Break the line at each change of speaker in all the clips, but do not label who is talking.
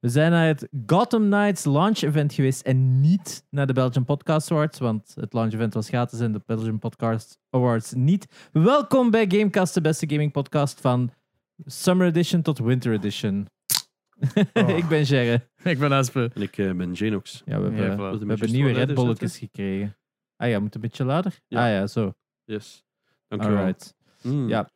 We zijn naar het Gotham Knights launch event geweest en niet naar de Belgian Podcast Awards, want het launch event was gratis en de Belgian Podcast Awards niet. Welkom bij Gamecast, de beste gaming podcast van Summer Edition tot Winter Edition. Ik ben Gerre.
Ik ben Aspen.
En ik eh, ben Genox.
Ja, we hebben, we
Ja, voilà.
Wil je hem
hebben
juist
nieuwe
wel
Red
luider
Bulletjes gekregen. Ah ja, moet een beetje luider?
Ja.
Ah ja, zo.
Yes. Dankjewel.
Alright.
Mm.
Ja.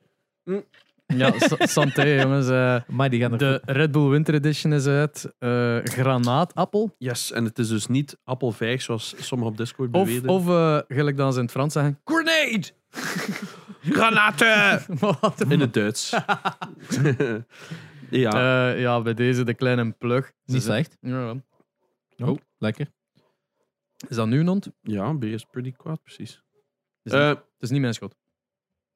Ja, sa- santé jongens. Eh,
Maar die gaan er
de Red Bull Winter Edition is uit. Eh, granaatappel.
Yes, en het is dus niet appelvijg zoals sommigen op Discord
Of,
beweren.
of eh, gelijk dan ze in het Frans zeggen.
grenade! Granaten!
Maar wat een-
In het Duits. ja.
Eh, ja, bij deze de kleine plug.
niet slecht.
Ja.
Oh, lekker.
Is dat nu nond?
ja, B is pretty kwaad, precies.
Is
Eh,
Het is niet mijn schot.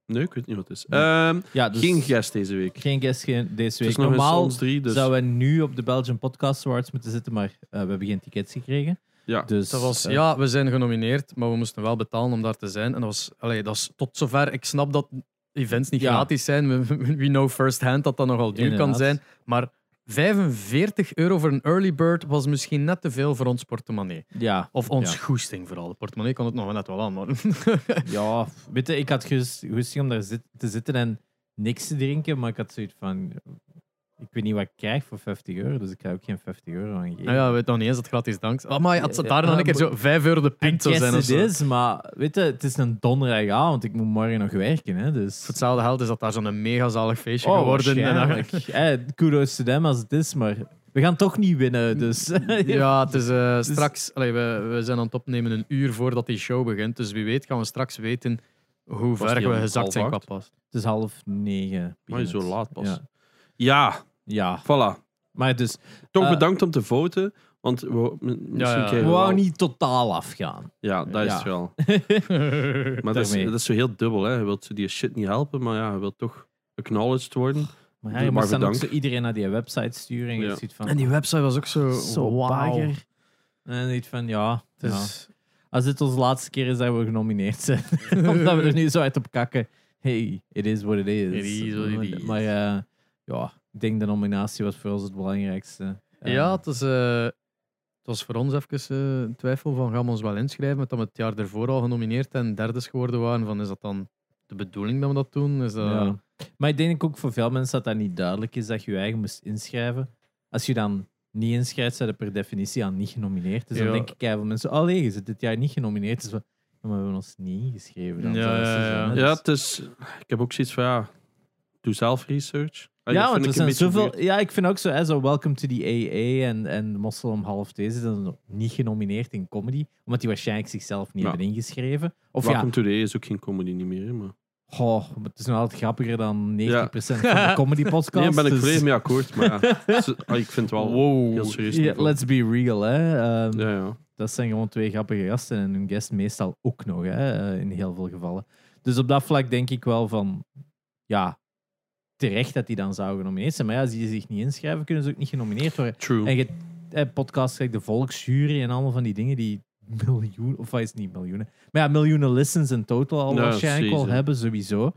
nee, ik weet niet wat het is.
Nee.
Ehm,
Ja, dus
Geen guest deze week.
geen guest geen deze
Het
week.
is nog eens
Normaal
ons drie, dus...
zouden we nu op de Belgian Podcast Awards moeten zitten, maar eh, we hebben geen tickets gekregen.
Ja.
Dus,
Dat was,
eh,
ja, we zijn genomineerd, maar we moesten wel betalen om daar te zijn. En dat was, allee, dat is tot zover. Ik snap dat events niet
Ja.
gratis zijn. We, we we know firsthand dat dat nogal duur kan
Inderdaad.
zijn. Maar 45 euro voor een early bird was misschien net te veel voor ons portemonnee.
Ja,
Of ons
Ja.
goesting vooral. De portemonnee kon het nog wel net wel aan. Maar
ja, weet je, ik had gerust- goesting om daar zit- te zitten en niks te drinken, maar ik had zoiets van... Ik weet niet wat ik krijg voor 50 euro, dus ik ga ook geen 50 euro aan geven.
Ah
nou ja, weet nog niet eens dat het gratis dank. Oh, maar had ze
Ja,
daar dan
ja,
een keer zo 5 euro de
En
pint zou zijn. Of
het
zo.
is, maar weet je, het is een donderdagavond, ik moet morgen nog werken, hè, dus...
Voor hetzelfde geld is dat daar zo'n megazalig feestje geworden. En dan-
Oh, waarschijnlijk. Eh, kudos to them als het is, maar we gaan toch niet winnen, dus...
Ja, het is eh, straks. Allee, we, we zijn aan het opnemen een uur voordat die show begint. Dus wie weet gaan we straks weten hoe
Was
ver
die
we
om
gezakt
half
zijn qua
acht?
pas.
Het is half negen.
Maar zo
begint.
laat pas.
Ja.
ja,
ja,
voilà.
maar dus...
Toch
Eh,
bedankt om te voten, want we, m- misschien
Ja, ja.
We
krijgen we wel-
wou niet totaal afgaan.
Ja, dat is
Ja.
het wel. Maar
dus,
dat is,
Daarmee.
dat is zo heel dubbel, hè. Je wilt zo die shit niet helpen, maar ja, je wilt toch acknowledged worden.
dus
Maar ja,
Doe
je
maar
moest dan ook
bedankt.
zo iedereen naar die website sturen. En je
Ja.
ziet van,
En die website was ook zo.
zo Dus- mager. En je ziet van, ja,
Het
ja.
is-
Als dit ons laatste keer is dat we genomineerd zijn. Omdat we er nu zo uit op kakken. Hey, it is what it is.
It is what it is.
Maar eh, ja, ik denk de nominatie was voor ons het belangrijkste. Eh,
Ja, het, is, eh, het was voor ons even eh, een twijfel van gaan we ons wel inschrijven. Met dat we het jaar ervoor al genomineerd en derdes geworden waren. Van, is dat dan de bedoeling dat we dat doen? Is dat...
Ja. Maar ik denk ook voor veel mensen dat dat niet duidelijk is dat je je eigen moest inschrijven. Als je dan niet inschrijft, zijn er per definitie aan niet genomineerd. Dus
Ja.
dan denk ik van mensen, allee, je zit dit jaar niet genomineerd. Dus we, ja, maar we hebben ons niet ingeschreven. Dan
Ja,
zou dat zo
ja, ja.
zijn, hè.
Ja,
Dus-
het is... Ik heb ook zoiets van, ja, doe zelf research. Ah,
ja,
dat
want
vind
er
ik
zijn
een beetje
zoveel.
weird.
Ja, ik vind ook zo, hè, zo Welcome to the AA en, en Mossel om half deze zijn nog niet genomineerd in comedy, omdat die waarschijnlijk zichzelf niet
Ja.
hebben ingeschreven. Of
Welcome to the A is ook geen comedy niet meer, hè, maar...
ja, goh, maar het is nog altijd grappiger dan 90% van de comedy podcast.
Nee, daar ben ik
dus-
volledig mee akkoord, maar ja. Ze- ah, ik vind het wel heel serieus.
Ja,
niveau.
let's be real, hè. Ehm,
ja, ja.
Dat zijn gewoon twee grappige gasten en hun guest meestal ook nog, hè, eh, in heel veel gevallen. Dus op dat vlak denk ik wel van, ja, terecht dat die dan zouden genomineerd zijn. Maar ja, als die zich niet inschrijven, kunnen ze ook niet genomineerd worden.
True.
En je eh, podcasts krijgt de Volksjury en allemaal van die dingen die miljoenen, of wat is het niet miljoenen, maar ja, miljoenen listens in total al
Ja,
waarschijnlijk al
precies, hè.
hebben, sowieso.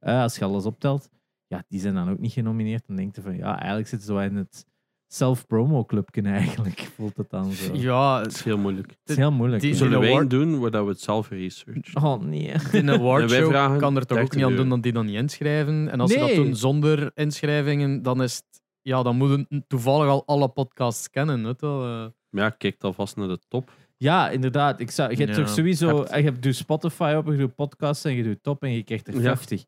Eh, als je alles optelt, ja, die zijn dan ook niet genomineerd. Dan denk je van, ja, eigenlijk zitten ze wel in het self-promo-clubje eigenlijk, voelt het dan zo. Het
ja
Dat is heel moeilijk.
is heel moeilijk.
die-
hè.
Zullen
een
wij
award-
doen waar dat we het zelf researchen?
Oh, nee.
In een
En wij
awardshow
vragen
kan er toch ook
30
niet aan doen
euro.
dat die dan niet inschrijven. En als ze dat
Nee.
doen zonder inschrijvingen, dan is het... Ja, dan moeten toevallig al alle podcasts kennen. Weet je wel. eh.
Maar ja, kijk alvast naar de top.
Ja, inderdaad. Ik zou, je hebt
Ja,
toch sowieso...
hebt-
Je hebt doet Spotify op, je doet podcasts en je doet top en je krijgt er
Ja.
50.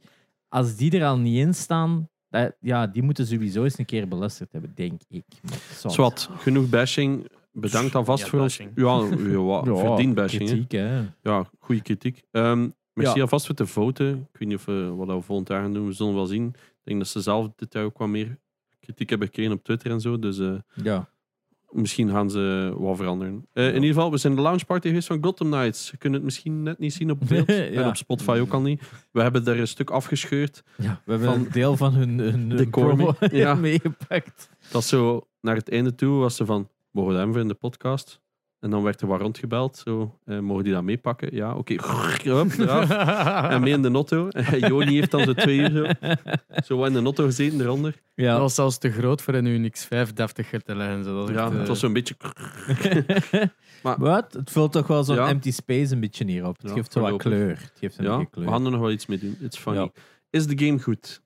Als die er al niet in staan, dat- ja, die moeten sowieso eens een keer beluisterd hebben, denk ik. Maar zot.
Zwat, genoeg bashing. Bedankt alvast
Ja,
voor
bashing.
ons. Ja, ja,
Ja,
verdien bashing. hè.
Kritiek, hè.
Ja, goede kritiek. Ehm merci
Ja.
alvast voor de voten. Ik weet niet of we wat we volgend jaar gaan doen. We zullen wel zien. Ik denk dat ze zelf dit jaar ook wat meer kritiek hebben gekregen op Twitter en zo. Dus eh,
Ja.
misschien gaan ze wat veranderen. Eh,
Ja.
In ieder geval, we zijn de launchparty geweest van Gotham Knights. Je kunt het misschien net niet zien op beeld.
Ja.
En op Spotify ook al niet. We hebben daar een stuk afgescheurd.
ja. We hebben
Van-
een deel van hun, hun, hun
Decor
promo
mee- ja.
meegepakt.
Dat zo naar het einde toe was ze van... Mogen we dat hebben in de podcast? En dan werd er wat rondgebeld. Zo, eh, mogen die dat meepakken? Ja, oké. Hup, eraf. En mee in de notto. Joni heeft dan zo twee uur zo, zo wat in de notto gezeten eronder.
Ja.
Dat was zelfs te groot voor een Unix 5 deftig te leggen. Zo. Dat was
Ja,
echt, eh,
het was zo'n beetje...
Wat? Het vult toch wel zo'n
Ja.
empty space een beetje hier op. Het
Ja,
geeft zo wat
voorlopig.
kleur. Het geeft een
Ja,
beetje
we
kleur.
gaan er nog wel iets mee doen. It's funny.
Ja.
Is de game goed?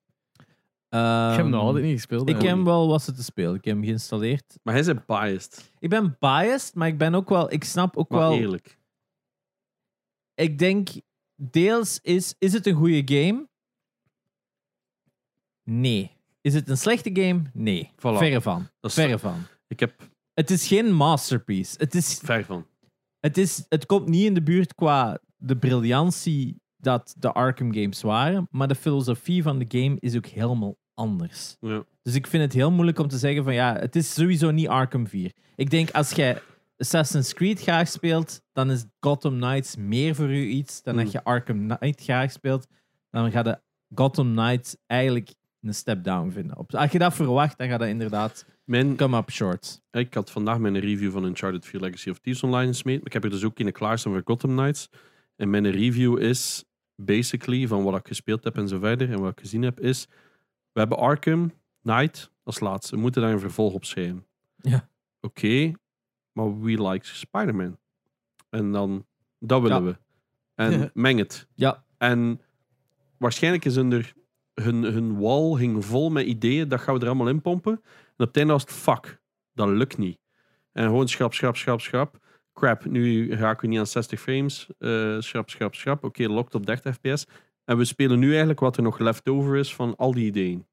Ik heb hem nog
Ehm,
altijd niet gespeeld.
Ik heb
eigenlijk.
hem wel was het te spelen. Ik heb hem geïnstalleerd.
Maar hij is biased.
Ik ben biased, maar ik ben ook wel. Ik snap ook
Maar
wel.
eerlijk.
Ik denk deels is is het een goede game? Nee. Is het een slechte game? Nee.
Voilà.
Verre van.
Dat is-
Verre van.
Ik heb
Het is geen masterpiece. Het, is,
ver van.
het, is, het komt niet in de buurt qua de briljantie dat de Arkham games waren, maar de filosofie van de game is ook helemaal anders.
Ja.
Dus ik vind het heel moeilijk om te zeggen van ja, het is sowieso niet Arkham 4. Ik denk als jij Assassin's Creed graag speelt, dan is Gotham Knights meer voor u iets dan dat
Mm.
je Arkham Knight graag speelt. Dan gaat de Gotham Knights eigenlijk een step down vinden. Op- Als je dat verwacht, dan gaat dat inderdaad
Mijn,
come up short.
ik had vandaag mijn review van Uncharted 4 Legacy of Thieves online gesmeed. Maar ik heb er dus ook in de klaarstaan voor Gotham Knights. En mijn review is basically van wat ik gespeeld heb en zo verder. En wat ik gezien heb is... We hebben Arkham Knight als laatste. We moeten daar een vervolg op schrijven.
Ja.
Oké, maar we like Spider-Man. En dan... Dat willen
Ja.
we. En meng het.
Ja,
En waarschijnlijk is hun, er, hun, hun wal hing vol met ideeën. Dat gaan we er allemaal in pompen. En op het einde was het, fuck, dat lukt niet. En gewoon schrap, schrap, schrap, schrap. Crap, nu raken we niet aan 60 frames. Eh, schrap, schrap, schrap. Oké, locked op 30 fps. En we spelen nu eigenlijk wat er nog left over is van al die ideeën.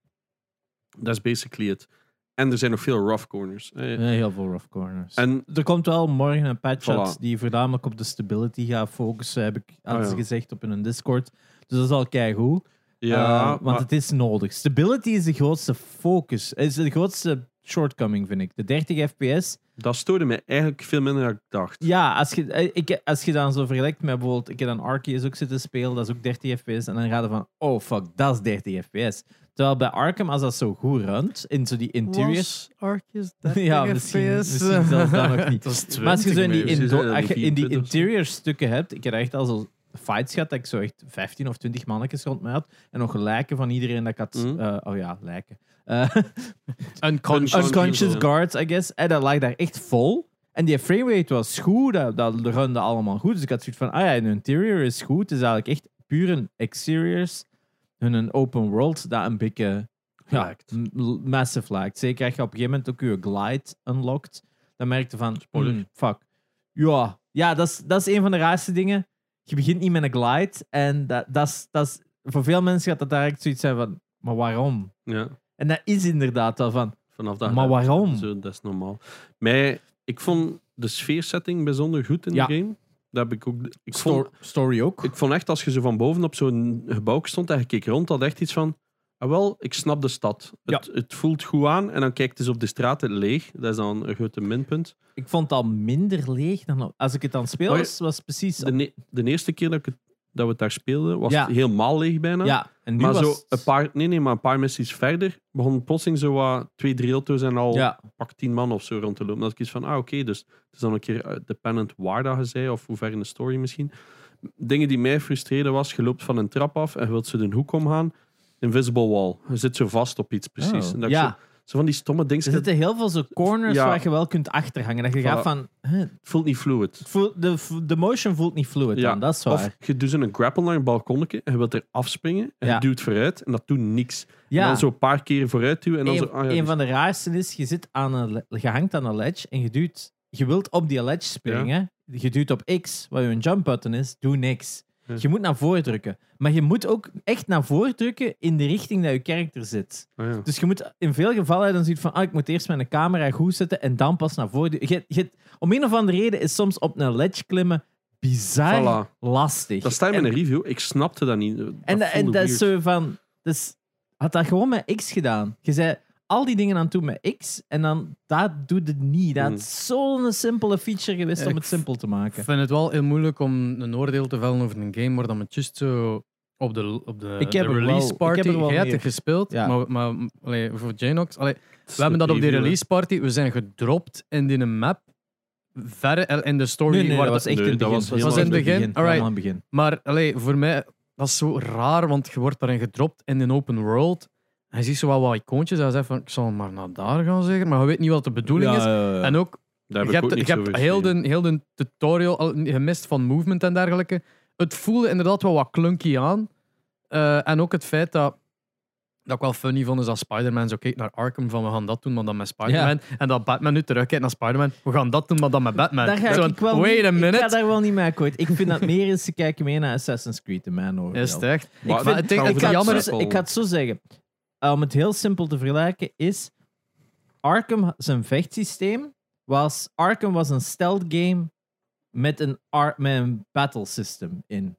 Dat is basically it. En er zijn nog veel rough corners. Eh,
heel veel rough corners.
En
er komt wel morgen een patch uit
Voilà.
die voornamelijk op de stability gaat focussen, heb ik hadden
Ah,
ze
ja.
gezegd op hun Discord. Dus dat is al keigoed. Eh,
ja,
want
Ehm, maar-
het is nodig. Stability is de grootste focus. Is de grootste shortcoming, vind ik. De 30 fps.
dat stoorde me eigenlijk veel minder dan ik dacht.
Ja, als je, eh, ik, als je dan zo vergelijkt met bijvoorbeeld... Ik heb dan Arceus ook zitten spelen. Dat is ook 30 fps. En dan gaat het van... Oh, fuck. Dat is 30 fps. Terwijl bij Arkham, als dat zo goed runt... In zo die interiors...
Was Arceus
Ja,
30
misschien-
FPS?
misschien zelfs dat nog niet.
Het was
Maar als je zo in
20
die,
mee.
Ze
indo-
zeiden
als je in die
24 of zo.
interior stukken hebt... Ik heb echt al zo fights gehad dat ik zo echt 15 of 20 mannetjes rond mij had. En nog lijken van iedereen dat ik had...
Mhm.
eh, oh ja, lijken. Eh,
Unconscious.
Unconscious.
unconscious
Ja.
guards, I guess. En dat lag daar echt vol. En die frame rate was goed, dat, dat runde allemaal goed. Dus ik had zoiets van, ah ja, hun interior is goed. Het is eigenlijk echt puur hun exteriors, hun een open world, dat een beetje ja,
Lijkt.
m- l- massive lijkt. Zeker als je op een gegeven moment ook je glide unlockt, dan merkte van,
Spoiler.
hmm, fuck. Ja, ja dat, is, dat is een van de raarste dingen. Je begint niet met een glide en dat, dat, is, dat is, voor veel mensen gaat dat direct zoiets zijn van, maar waarom?
Ja,
En dat is inderdaad wel van,
vanaf dat
maar waarom?
Zo, dat is normaal. Maar ik vond de sfeersetting bijzonder goed in
Ja.
de game. Dat heb ik ook. Ik
Sto-
vond,
story ook.
ik vond echt als je zo van boven op zo'n gebouw stond en je keek rond, had echt iets van. Ah, wel, ik snap de stad.
Ja.
Het, het voelt goed aan. En dan kijkt dus op de straat het leeg. Dat is dan een grote minpunt.
Ik vond het al minder leeg dan op- als ik het aan het spelen
Maar je-
was. Was het precies.
De, ne- de eerste keer dat, ik het, dat we het daar speelden, was
Ja.
het helemaal leeg bijna.
ja, en nu
maar
was
zo
het-
een paar, nee, nee, maar een paar missies verder begon plotseling zo wat twee, drie auto's en al
Ja,
pak tien man of zo rond te lopen. Dat ik iets van, ah oké, dus het is dan een keer eh, dependent waar dat je zei, of hoe ver in de story misschien. Dingen die mij frustreerden was, je loopt van een trap af en je wilt ze de hoek omgaan. Invisible wall. Je zit zo vast op iets, precies.
Oh.
En dat ik
ja.
zo, zo van die stomme dingen,
er zitten heel veel zo corners
Ja.
waar je wel kunt achterhangen. Dat je
Voilà.
gaat van. huh,
het voelt niet fluid.
het voelt- de, de motion voelt niet fluid
Ja,
aan, dat is waar.
Of je doet zo'n grapple naar een balkonnetje en je wilt er afspringen en
Ja.
je duwt vooruit en dat doet niks. En
ja,
dan zo een paar keer vooruit duwen en dan
een,
zo... ah ja,
een
die-
van de raarste is: je zit aan een, le- je hangt aan een ledge en je duwt. Je wilt op die ledge springen. Je duwt op X, waar je een jump button is, doe niks.
Ja.
Je moet naar voren drukken. Maar je moet ook echt naar voren drukken in de richting dat je karakter zit.
ah ja.
Dus je moet in veel gevallen dan zoiets van, ah, ik moet eerst mijn camera goed zetten en dan pas naar voren. Je- je- om een of andere reden is soms op een ledge klimmen bizar
Voilà.
lastig.
Dat staat in
en,
mijn review. Ik snapte dat niet. Dat
en, dat- en
voelde
dat is
weird.
zo van, dus had dat gewoon met X gedaan. Je zei al die dingen aan toe met X en dan dat doet het niet. Dat
Hmm.
is zo'n simpele feature geweest om
Ik
het simpel te maken.
Ik vind het wel heel moeilijk om een oordeel te vellen over een game, maar dan met just zo op de, op de,
Ik heb
de
er wel-
release
ik heb
party.
er wel
Jij hebt
meer.
het gespeeld,
Ja.
maar, maar allee, voor Janox. allee,
Het is
We hebben
een
dat op die
preview, hè.
release party. We zijn gedropt in die map. verre in de story.
Nee, nee,
waar
dat was echt in het
dat
begin.
was- dat
Helemaal
was in het begin. Alright.
Helemaal in het begin.
Maar allee, voor mij, dat is zo raar, want je wordt daarin gedropt in een open world. En je ziet zo wel wat icoontjes. En je zegt van, ik zal maar naar daar gaan zeker. Maar je weet niet wat de bedoeling is. En ook, je
Daar heb ik
hebt,
ook niks
je
over
hebt heel,
gezien.
de, heel de tutorial al gemist van movement en dergelijke. Het voelde inderdaad wel wat clunky aan. Eh, en ook het feit dat... Dat ik wel funny vond, is dat Spider-Man zo keek naar Arkham van we gaan dat doen, maar dan met Spider-Man. En dat Batman nu terugkijkt naar Spider-Man. We gaan dat doen, maar dan met Batman.
Daar ga
Zo,
ik, ik wel
wait
niet,
a minute.
Ik ga daar wel niet mee akkoord. Ik vind dat meer is, ze kijken meer naar Assassin's Creed, de man hoor.
Is het echt?
Maar
vind-
het
ik
gaat
Ik
denk-
over
ga,
de
jammer
het
is-
zo,
cirkel.
ik ga het zo zeggen. Uh, om het heel simpel te vergelijken, is Arkham zijn vechtsysteem. Was, Arkham was een stealth game met een, ar- met een battle system in.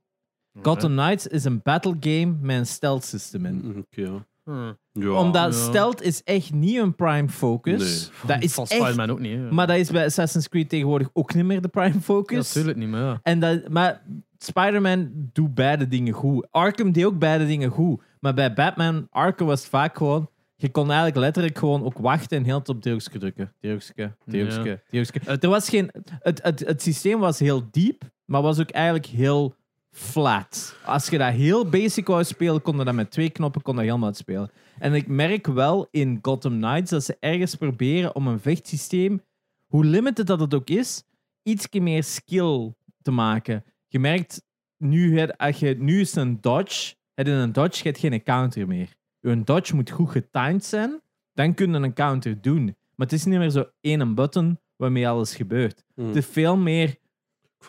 Gotham Knights is een battle game met een stealth system in.
Mhm, oké, ja.
Hmm.
Ja.
Omdat
ja.
stealth is echt niet een prime focus. Dat is
van
echt,
Spider-Man ook niet. hè.
maar dat is bij Assassin's Creed tegenwoordig ook niet meer de prime
Ja,
focus.
natuurlijk niet, maar ja.
En dat, maar Spider-Man doet beide dingen goed. Arkham deed ook beide dingen goed. Maar bij Batman, Arkham was het vaak gewoon... Je kon eigenlijk letterlijk gewoon ook wachten en heel op deurkske drukken. Deurkske, deurkske,
Ja.
deurkske. Er was geen... Het, het, het systeem was heel diep, maar was ook eigenlijk heel flat. Als je dat heel basic wou spelen, kon je dat met twee knoppen kon dat helemaal uit spelen. En ik merk wel in Gotham Knights dat ze ergens proberen om een vechtsysteem, hoe limited dat het ook is, ietsje meer skill te maken. Je merkt, nu, heb- als je, nu is een dodge, heb je een dodge, je hebt geen counter meer. Een dodge moet goed getimed zijn, dan kun je een counter doen. Maar het is niet meer zo één button waarmee alles gebeurt.
Hmm.
Het is veel meer
Ik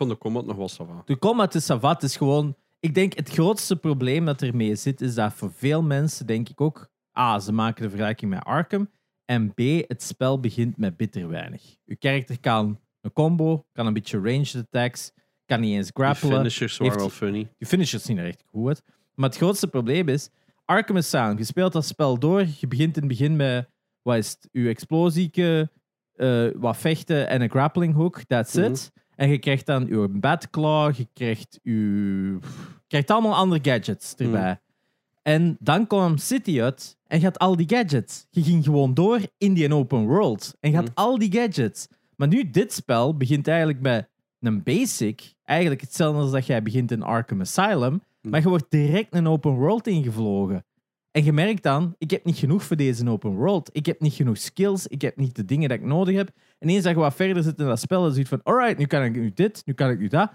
vond de combat nog wel sava.
de combat is savat, is gewoon... Ik denk, het grootste probleem dat ermee zit, is dat voor veel mensen, denk ik ook... A, ze maken de vergelijking met Arkham. En B, het spel begint met bitter weinig. Je karakter kan een combo, kan een beetje ranged attacks, kan niet eens
Die
grappelen.
finishers waren
heeft-
wel funny.
Je finishers zien er echt goed uit. Maar het grootste probleem is, Arkham is sound. Je speelt dat spel door, je begint in het begin met... Wat is het? Je explosieke, eh, wat vechten en een grappling hook, that's
Mhm.
it. En je krijgt dan je Batclaw, je krijgt, je, je krijgt allemaal andere gadgets
Mhm.
erbij. En dan kwam City uit en je had al die gadgets. Je ging gewoon door in die open world en je had
Mhm.
al die gadgets. Maar nu, dit spel begint eigenlijk met een basic. Eigenlijk hetzelfde als dat jij begint in Arkham Asylum. Maar je wordt direct een open world ingevlogen. En je merkt dan, ik heb niet genoeg voor deze open world. Ik heb niet genoeg skills. Ik heb niet de dingen dat ik nodig heb. En eens dat je wat verder zit in dat spel, dan zie je van, alright, nu kan ik nu dit, nu kan ik nu dat.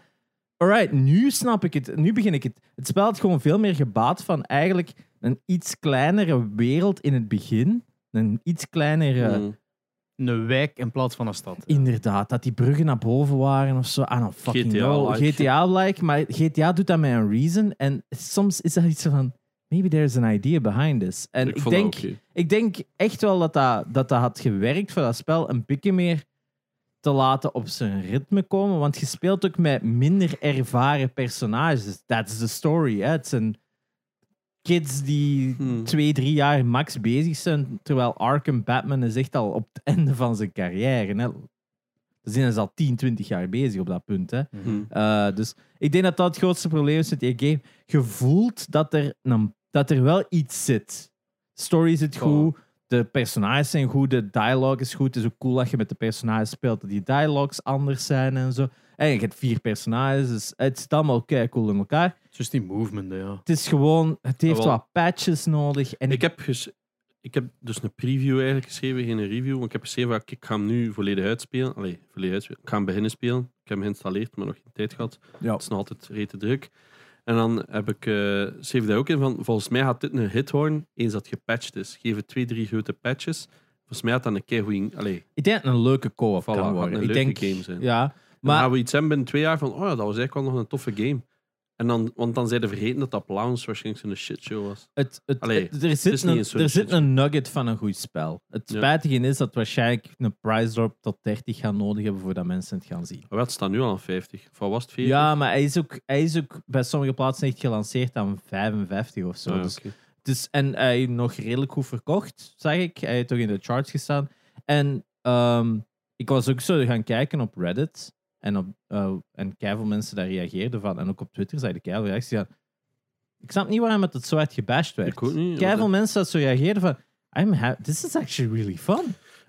Alright, nu snap ik het. Nu begin ik het. Het spel had gewoon veel meer gebaat van eigenlijk een iets kleinere wereld in het begin. Een iets kleinere...
Mhm.
Een wijk in plaats van een stad.
Inderdaad, dat die bruggen naar boven waren of zo. I don't fucking
GTA
know.
like.
GTA-like, maar GTA doet dat met een reason. En soms is dat iets van... Maybe there's an idea behind this. En ik,
Ik vond dat
denk,
oké.
ik denk echt wel dat dat, dat dat had gewerkt voor dat spel. Een beetje meer te laten op zijn ritme komen. Want je speelt ook met minder ervaren personages. That's the story. Hè? Het zijn kids die
Hmm.
twee, drie jaar max bezig zijn. Terwijl Arkham Batman is echt al op het einde van zijn carrière. Hè? Dus die is al 10, 20 jaar bezig op dat punt. Hè?
Mhm.
Eh, dus ik denk dat dat het grootste probleem is met die game. Je voelt dat er, een, dat er wel iets zit. Story zit goed, de personages zijn goed, de dialogue is goed. Het is ook cool dat je met de personages speelt, dat die dialogues anders zijn en zo. En je hebt vier personages, dus het zit allemaal kei cool in elkaar.
Dus die movement, ja.
Het is gewoon, het heeft
Jawel.
wat patches nodig. En
Ik heb, ges- ik heb dus een preview eigenlijk geschreven, geen review. Want ik heb geschreven, "Kijk, ik ga hem nu volledig uitspelen. Allee, volledig uitspelen. Ik ga hem beginnen spelen. Ik heb hem geïnstalleerd, maar nog geen tijd gehad.
Ja.
Het is nog altijd rete druk. En dan heb ik, eh schreef daar ook in van, volgens mij gaat dit een hit worden, eens dat gepatcht is. Geef het twee, drie grote patches. Volgens mij had dat een keigoed... Allee,
ik denk dat het een leuke co-op
Voilà,
kan
gaat
worden.
een
ik
leuke
denk,
game zijn.
Ja,
maar...
maar
gaan we iets hebben binnen twee jaar van, oh ja, dat was eigenlijk wel nog een toffe game. En dan, want dan zijn ze vergeten dat dat Lounge waarschijnlijk zo'n shitshow was.
Het, het,
Allee,
het- er
is
zit,
niet
een,
een soort
er zit
shit.
een nugget van een goed spel. Het
Ja.
spijtige is dat waarschijnlijk een price drop tot 30 gaan nodig hebben voordat mensen het gaan zien.
Maar wat staat nu al aan 50? Of wat was het 40?
Ja, maar hij is, ook, hij is ook bij sommige plaatsen echt gelanceerd aan 55 of zo.
Ah,
Dus,
oké.
dus, en hij is nog redelijk goed verkocht, zag ik. Hij heeft toch in de charts gestaan. En ehm, ik was ook zo gaan kijken op Reddit. En, op, eh en keiveel mensen daar reageerden van. En ook op Twitter zeiden keiveel reacties van... Ik snap niet waarom het het zo uit gebashed werd.
Ik ook niet.
Kei
Wat-
veel mensen dat zo reageerden van... I'm ha- This is actually really fun.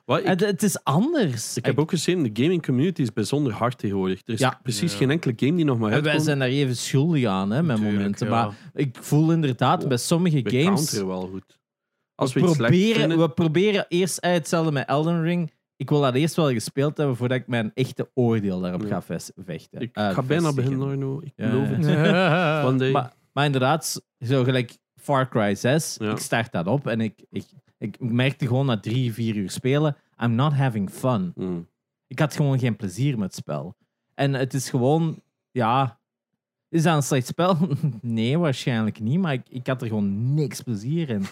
Wat, ik,
Het, het is anders.
ik heb ook gezien, de gaming community is bijzonder hard tegenwoordig. Er is
Ja.
precies
Ja.
geen enkele game die nog maar
En wij
uitkomt.
zijn daar even schuldig aan, hè, met
Tuurlijk,
momenten.
ja.
Maar ik voel inderdaad
Wow.
bij sommige
We
games.
counteren wel goed. Als we,
we,
iets slecht
proberen,
vinden-
we proberen eerst eh, hetzelfde met Elden Ring. Ik wil dat eerst wel gespeeld hebben voordat ik mijn echte oordeel daarop
Ja.
ga ves- vechten.
Ik
eh,
ga bijna
vestigen.
beginnen, Arno. Ik
Ja,
beloof
ja.
het.
Want
One day.
Maar, maar inderdaad, zo gelijk Far Cry 6,
Ja.
ik start dat op en ik, ik, ik merkte gewoon na drie, vier uur spelen, I'm not having fun.
Mm.
Ik had gewoon geen plezier met het spel. En het is gewoon, ja, is dat een slecht spel? nee, waarschijnlijk niet, maar ik, ik had er gewoon niks plezier in.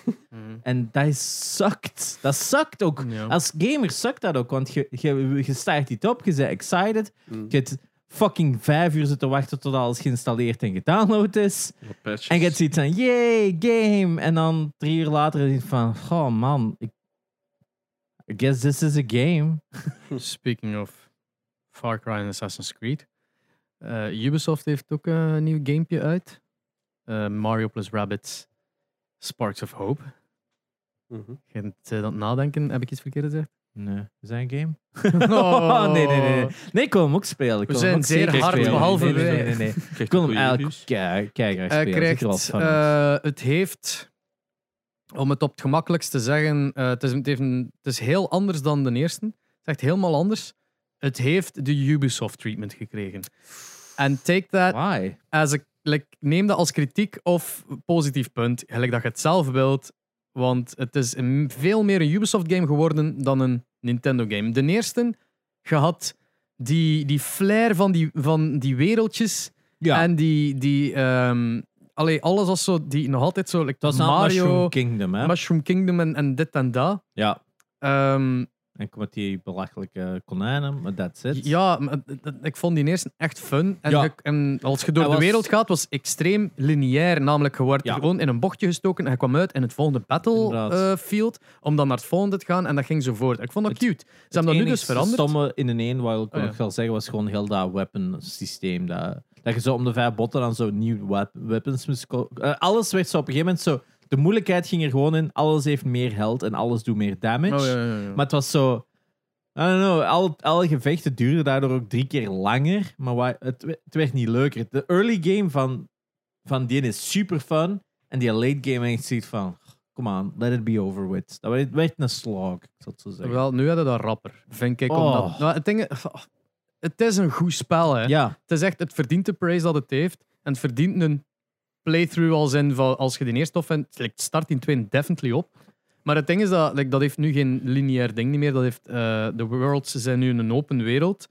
En dat is sukt. Dat sukt ook.
Ja.
Als gamer sukt dat ook, want je, je, je start iets op, je bent excited,
Mm.
je hebt fucking vijf uur zitten wachten tot alles geïnstalleerd en gedownload is.
Wat patches.
En je hebt zoiets van, yay, game. En dan drie uur later denk je van, oh man, ik, I guess this is a game.
Speaking of Far Cry en Assassin's Creed. eh, Ubisoft heeft ook eh, een nieuw gamepje uit. Eh, Mario plus Rabbits Sparks of Hope.
Mhm.
Geen eh, aan het nadenken, heb ik iets verkeerd gezegd?
Nee, is dat een game? Oh, nee, nee, nee. nee. Nee, ik wil hem ook spelen. Ik
We
wil hem
zijn
ook
zeer
zeker
hard,
spelen.
behalve
nee, nee, nee,
wij.
nee, nee.
Krijgt
Ik wil hem
goede
eigenlijk
reviews.
kei- keihard
Hij
spelen.
Eh, krijgt,
Ik heb er wel van.
eh, het heeft, om het op het gemakkelijkst te zeggen, eh, het, is, het, heeft een- het is heel anders dan de eerste. Het is echt helemaal anders. Het heeft de Ubisoft treatment gekregen. En take that
Why?
as a, like, neem dat als kritiek of positief punt, gelijk dat je het zelf wilt. Want het is een, veel meer een Ubisoft-game geworden dan een Nintendo-game. De eerste, je had die, die flair van die, van die wereldjes.
Ja,
En die, die ehm, allee, alles was zo, die nog altijd zo, like
dat was Mario,
Mario,
Mushroom
Mushroom,
Kingdom, hè?
Kingdom en, en dit en dat.
ja.
Ehm,
En met die belachelijke konijnen, maar that's it.
ja, maar d- d- ik vond die eerste echt fun. En,
Ja.
je- en als je door
Hij
de
was-
wereld gaat, was extreem lineair. Namelijk, je werd
Ja.
gewoon in een bochtje gestoken en je kwam uit in het volgende
Inderdaad.
battlefield. om dan naar het volgende te gaan en dat ging zo voort. Ik vond dat
Het-
cute. Ze hebben dat nu dus veranderd.
stomme in een een, wat ik
Oh, ja.
nog wel zeggen, was gewoon heel dat weapon systeem. Dat, dat je zo om de vijf botten aan zo'n nieuw wep- weapons moest ko- Eh, Alles werd zo op een gegeven moment zo... De moeilijkheid ging er gewoon in. Alles heeft meer health en alles doet meer damage.
Oh, ja, ja, ja.
Maar het was zo... I don't know, al, alle gevechten duurden daardoor ook drie keer langer. Maar wa- het, we- het werd niet leuker. De early game van, van die is super fun. En die late game echt ziet van... Come on, let it be over with. Dat werd, werd een slog, ik zal het zo zeggen.
Wel, nu hadden dat rapper, vind ik.
Oh.
Omdat, nou, het, ding, is- het is een goed spel, hè.
ja.
Het is echt, het verdient de praise dat het heeft. En het verdient een playthrough als in van als je de eerste of vindt, like, start in 2 definitely op. Maar het ding is dat, like, dat heeft nu geen lineair ding niet meer. Dat heeft, eh, de worlds zijn nu in een open wereld.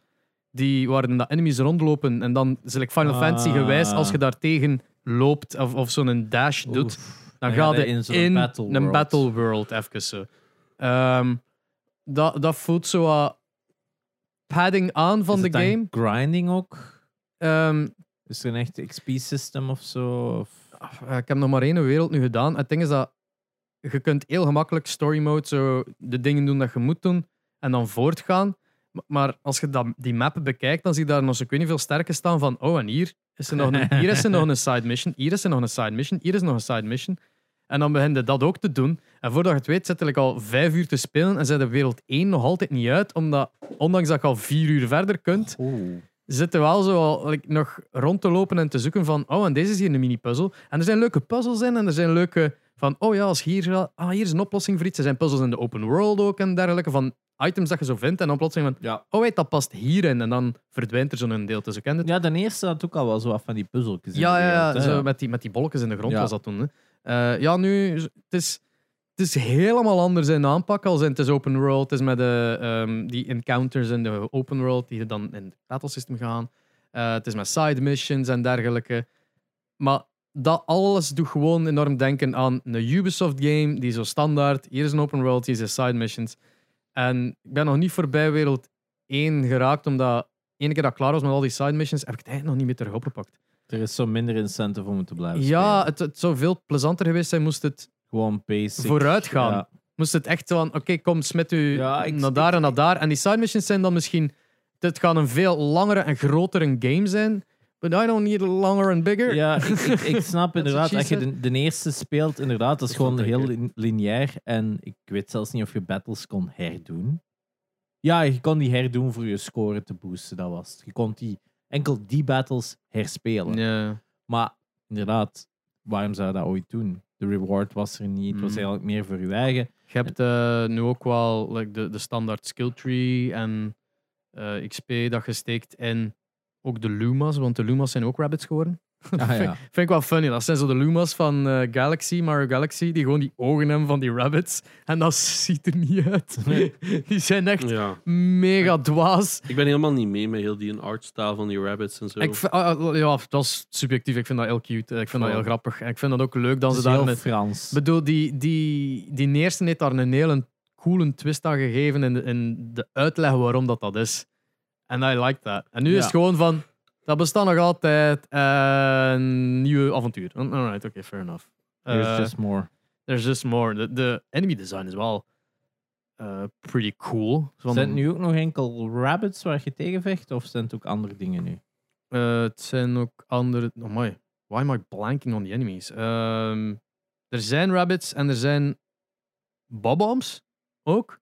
Die waarin dat enemies rondlopen. En dan is like Final
Ah.
Fantasy gewijs, als je daartegen loopt of, of zo'n dash doet,
Oef.
dan,
Dan
ga
gaat
je
hij in
in,
zo'n battle
een
world.
battle world even zo. Ehm, dat, dat voelt zo wat padding aan van
Is
de
het dan
game.
Grinding ook.
Ehm,
Is er een echt XP-system of zo? Of...
Ah, ik heb nog maar één wereld nu gedaan. Het ding is dat je kunt heel gemakkelijk story mode zo de dingen doen dat je moet doen en dan voortgaan. M- Maar als je dat, die map bekijkt, dan zie je daar nog zo ik weet niet veel sterke staan van oh en hier is er nog een, hier is er nog een side mission, hier is er nog een side mission, hier is nog een side mission. En dan begin je dat ook te doen. En voordat je het weet, zit er like al vijf uur te spelen en zit de wereld één nog altijd niet uit, omdat ondanks dat je al vier uur verder kunt, zitten wel zo al, like, nog rond te lopen en te zoeken van, oh, en deze is hier een mini-puzzel. En er zijn leuke puzzels in en er zijn leuke van, oh ja, als je hier, gaat- ah, hier is een oplossing voor iets. Er zijn puzzels in de open world ook en dergelijke, van items dat je zo vindt. En dan plotseling van,
Ja.
oh, wait, dat past hierin. En dan verdwijnt er zo'n deel tussen. Ken je het?
Ja, de eerste had ook al wel zo wat van die puzzeltjes. in
Ja,
de
ja, ja,
wereld, hè.
zo met die, met die bolletjes in de grond
Ja.
was dat toen. Hè. Eh, ja, nu, het is, het is helemaal anders in aanpak als in het is open world. Het is met de, ehm, die encounters in de open world die dan in het battle system gaan. Eh, het is met side missions en dergelijke. Maar dat alles doet gewoon enorm denken aan een Ubisoft game die zo standaard, hier is een open world, hier zijn side missions. En ik ben nog niet voorbij wereld 1 geraakt, omdat ene keer dat ik klaar was met al die side missions, heb ik het eigenlijk nog niet meer terug opgepakt.
Er is zo minder incentive om te blijven
Ja,
spelen.
het, het zou veel plezanter geweest zijn moest het,
Gewoon basic.
Vooruit gaan.
Ja.
moest het echt van... Oké, kom, smet u
Ja, ik-
naar daar en naar daar. En die side missions zijn dan misschien... Het gaat een veel langere en grotere game zijn. But I don't need longer and bigger.
Ja, ik, ik, ik snap inderdaad.
she
Als je de, de eerste speelt, inderdaad, dat is
Dat
gewoon
vond ik,
heel
hè.
lin- lineair. En ik weet zelfs niet of je battles kon herdoen. Ja, je kon die herdoen voor je score te boosten, dat was het. Je kon die, enkel die battles herspelen.
Ja.
Maar inderdaad, waarom zou je dat ooit doen? De reward was er niet. Het was
Mm.
eigenlijk meer voor je eigen.
Je hebt eh, nu ook wel like, de, de standaard skill tree en eh, XP dat je steekt in ook de Lumas, want de Lumas zijn ook rabbits geworden.
Ah,
vind,
ja.
ik- vind ik wel funny. Dat zijn zo de Lumas van eh, Galaxy, Mario Galaxy, die gewoon die ogen hebben van die rabbits. En dat ziet er niet uit.
Nee.
die zijn echt
Ja.
mega dwaas.
Ik ben helemaal niet mee met heel die artstyle van die rabbits en zo.
Ik vind- ah, ah, ja, dat is subjectief. Ik vind dat heel cute. Ik vind dat heel
Oh.
grappig. En ik vind dat ook leuk dat
Dat
ze
is
daar
heel
met
Frans.
Ik bedoel, die, die, die eerste heeft daar een hele coole twist aan gegeven in de, in de uitleg waarom dat, dat is. En I like that. En nu
Ja.
is het gewoon van, dat bestaat nog altijd een nieuwe avontuur. Mm, Alright, oké, fair enough.
There's
Eh,
just more.
there's just more. De, de enemy design is wel eh, pretty cool. Van-
Zijn het nu ook nog enkel rabbits waar je tegen vecht? Of zijn het ook andere dingen nu?
Eh, het zijn ook andere. Oh my, why am I blanking on the enemies? Ehm, er zijn rabbits en er zijn bobombs ook.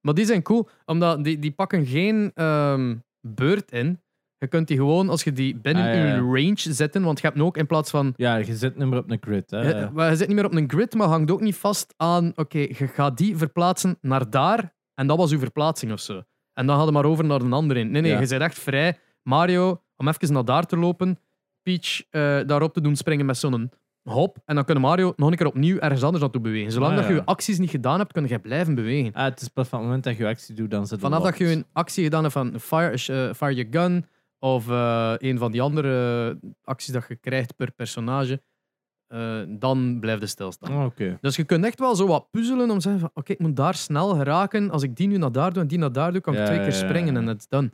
Maar die zijn cool, omdat die, die pakken geen ehm, beurt in. Je kunt die gewoon, als je die binnen
Ah, ja, ja.
je range zetten, want je hebt nu ook in plaats van...
Ja, je zit nummer op een crit. Hè?
je, Eh, maar je zit niet meer op een grid, maar hangt ook niet vast aan... Oké, je gaat die verplaatsen naar daar, en dat was uw verplaatsing of zo. En dan hadden maar over naar een andere. Nee, nee,
Ja.
je bent echt vrij. Mario, om even naar daar te lopen, Peach eh, daarop te doen springen met zo'n hop, en dan kunnen Mario nog een keer opnieuw ergens anders naartoe bewegen. Zolang
Ah,
dat je
ja.
je acties niet gedaan hebt, kun je blijven bewegen.
Ah, het is pas van het moment dat je actie doet, dan zit het
Vanaf dat
locked.
je een actie gedaan hebt van fire, eh, fire your gun of eh, een van die andere eh, acties dat je krijgt per personage, eh, dan blijft het stilstaan.
Oh, Oké.
Dus je kunt echt wel zo wat puzzelen om te zeggen van oké, ik moet daar snel geraken. Als ik die nu naar daar doe en die naar daar doe, kan ik
Ja,
twee keer
ja, ja,
springen
ja.
en it's done.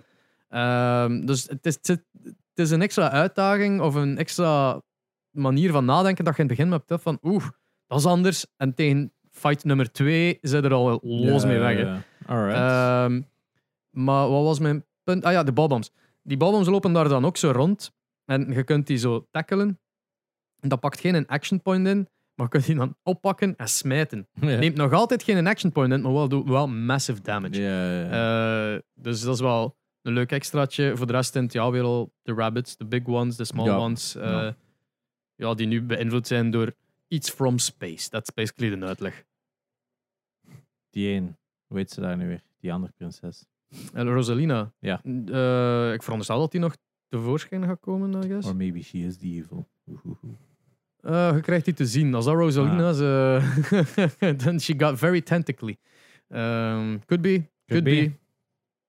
Ehm, dus het is, het is- het is een extra uitdaging of een extra manier van nadenken dat je in het begin hebt hè, van oeh, dat is anders. En tegen fight nummer twee zit er al wel los mee weg. hè.
Ja, ja, ja. Alright.
Ehm, maar wat was mijn punt? Ah ja, de balbombs. Die balbombs lopen daar dan ook zo rond. En je kunt die zo tackelen. En dat pakt geen een action point in. Maar je kunt die dan oppakken en smijten.
Ja.
Neemt nog altijd geen een action point in, maar wel, doet wel massive damage.
Ja, ja, ja.
Eh, dus dat is wel een leuk extraatje. Voor de rest in het jaar weer al de rabbits, de big ones, de small
Ja,
ones. eh,
ja.
ja, die nu beïnvloed zijn door iets from space. Dat is basically de uitleg.
Die één. Hoe heet ze daar nu weer? Die andere prinses.
Eh, Rosalina.
Ja.
Eh, ik veronderstel dat die nog tevoorschijn gaat komen, I guess.
Or maybe she is the evil. Oehoehoe.
Eh, je krijgt die te zien. Als dat
Ah.
Rosalina is, eh, then she got very tentacly. Ehm, could be. Could, be.
be.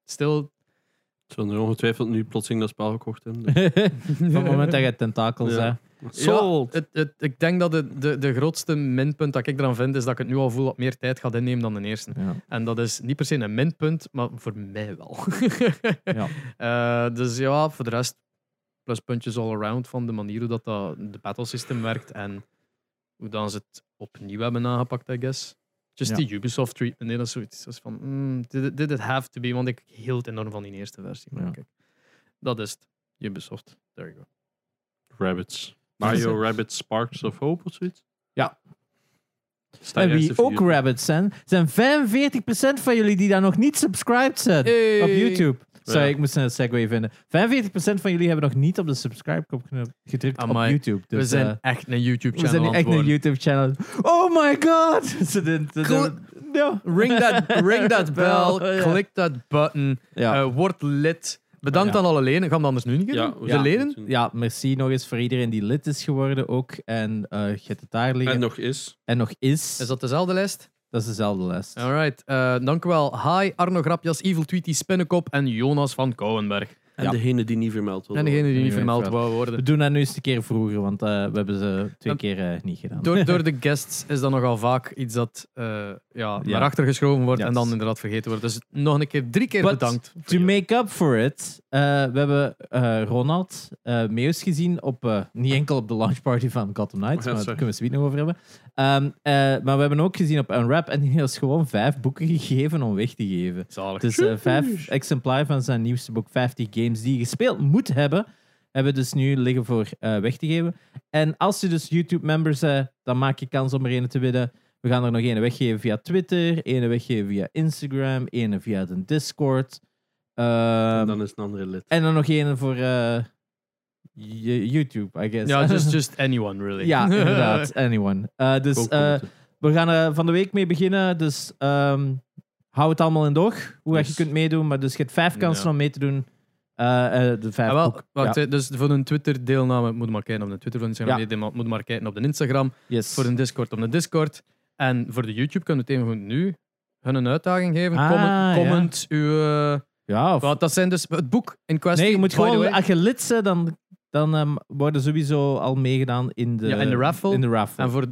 Still.
Ze hebben er ongetwijfeld nu plotseling dat spel gekocht hebben.
Van het moment dat je tentakels
Ja.
hè.
Sold!
Het, het, ik denk dat de, de, de grootste minpunt dat ik eraan vind, is dat ik het nu al voel dat meer tijd gaat innemen dan de eerste.
Ja.
En dat is niet per se een minpunt, maar voor mij wel.
Ja.
Eh, dus ja, voor de rest, pluspuntjes all around van de manier hoe dat, dat de battle system werkt en hoe dan ze het opnieuw hebben aangepakt, I guess. Just
Ja.
die Ubisoft treatment, nee, dat is zoiets dat is van, mm, did, it- did it have to be? Want ik hield enorm van die eerste versie. Maar
Ja.
kijk, dat is het. Ubisoft. There you go.
Rabbits.
Dat
Mario
is-
Rabbit Sparks of Hope of zoiets?
Ja.
Staat
En
juist
wie
even
ook
hier.
rabbits zijn, zijn 45% van jullie die daar nog niet subscribed zijn
Hey.
op YouTube. Sorry,
Ja.
ik moest een segue vinden. 45% van jullie hebben nog niet op de subscribe-knop genu- gedrukt
Amai.
op YouTube. Dus,
we zijn
eh,
echt een YouTube-channel
we zijn nu echt een YouTube-channel. Oh my god! Ze doen- ze
Cool.
doen- Ja.
Ring that, ring that bell,
Oh, ja.
klik that button,
Ja.
eh, word lid. Bedankt
Ja.
aan alle leden. Gaan we dat anders nu niet
Ja,
doen?
we
de
zijn-
leden?
ja, merci nog eens voor iedereen die lid is geworden ook. En eh je hebt het daar liggen.
En
En,
nog is.
nog is.
Is dat dezelfde lijst?
Dat is dezelfde les.
Alright, eh, dank u wel. Hi, Arno Grapjas, Evil Tweety, Spinnekop en Jonas van Kouwenberg.
En
Ja.
degene die niet vermeld wil
En degene die
niet
niet vermeld
vermeld.
wou
We
worden.
doen dat nu eens een keer vroeger, want eh, we hebben ze twee
Eh,
keer eh, niet gedaan.
Door, door de guests is dat nogal vaak iets dat eh, ja,
Ja.
naar achter geschoven wordt en
Yes.
dan inderdaad vergeten wordt. Dus nog een keer, drie keer
But
bedankt.
To make up for it, eh, we hebben eh, Ronald eh Meus gezien op, eh, niet enkel op de launchparty van Gotham Knights,
Oh ja,
maar daar
sorry.
kunnen we het nog over hebben. Ehm, eh, maar we hebben ook gezien op Unwrap en die heeft ons gewoon vijf boeken gegeven om weg te geven.
Zalig.
Het is eh, vijf exemplaren van zijn nieuwste boek, 50 games die je gespeeld moet hebben, hebben we dus nu liggen eh, voor eh, weg te geven. En als je dus YouTube-member bent, dan maak je kans om er een te winnen. We gaan er nog ene weggeven via Twitter, ene weggeven via Instagram, ene via de Discord. Ehm,
en dan is een andere lid.
en dan nog ene voor eh, Ju- YouTube, I guess.
Ja, just, just anyone, really.
ja, inderdaad. Anyone. Eh, dus
dus Ook
eh,
goed.
we gaan er van de week mee beginnen. Dus ehm, hou het allemaal in de oog. Hoe dat
Yes.
je kunt meedoen. Maar dus je hebt vijf kansen
Ja.
om mee te doen. Eh, eh, de vijf
Ah, wel,
ook.
wacht,
Ja.
hè, dus voor een Twitter-deelname moet je maar kijken op de Twitter. Voor een
Ja.
Instagram-deelname moet je maar kijken op de Instagram.
Yes.
Voor een Discord op de Discord. En voor de YouTube kunnen we het even goed nu hun een uitdaging geven.
Ah,
comment,
ja.
comment uw... eh,
ja, of-
want dat zijn dus het boek in kwestie.
nee, je moet
by the
gewoon,
way.
als je lid bent, dan, dan ehm, worden sowieso al meegedaan in de,
Ja, in de raffle.
In de raffle.
En voor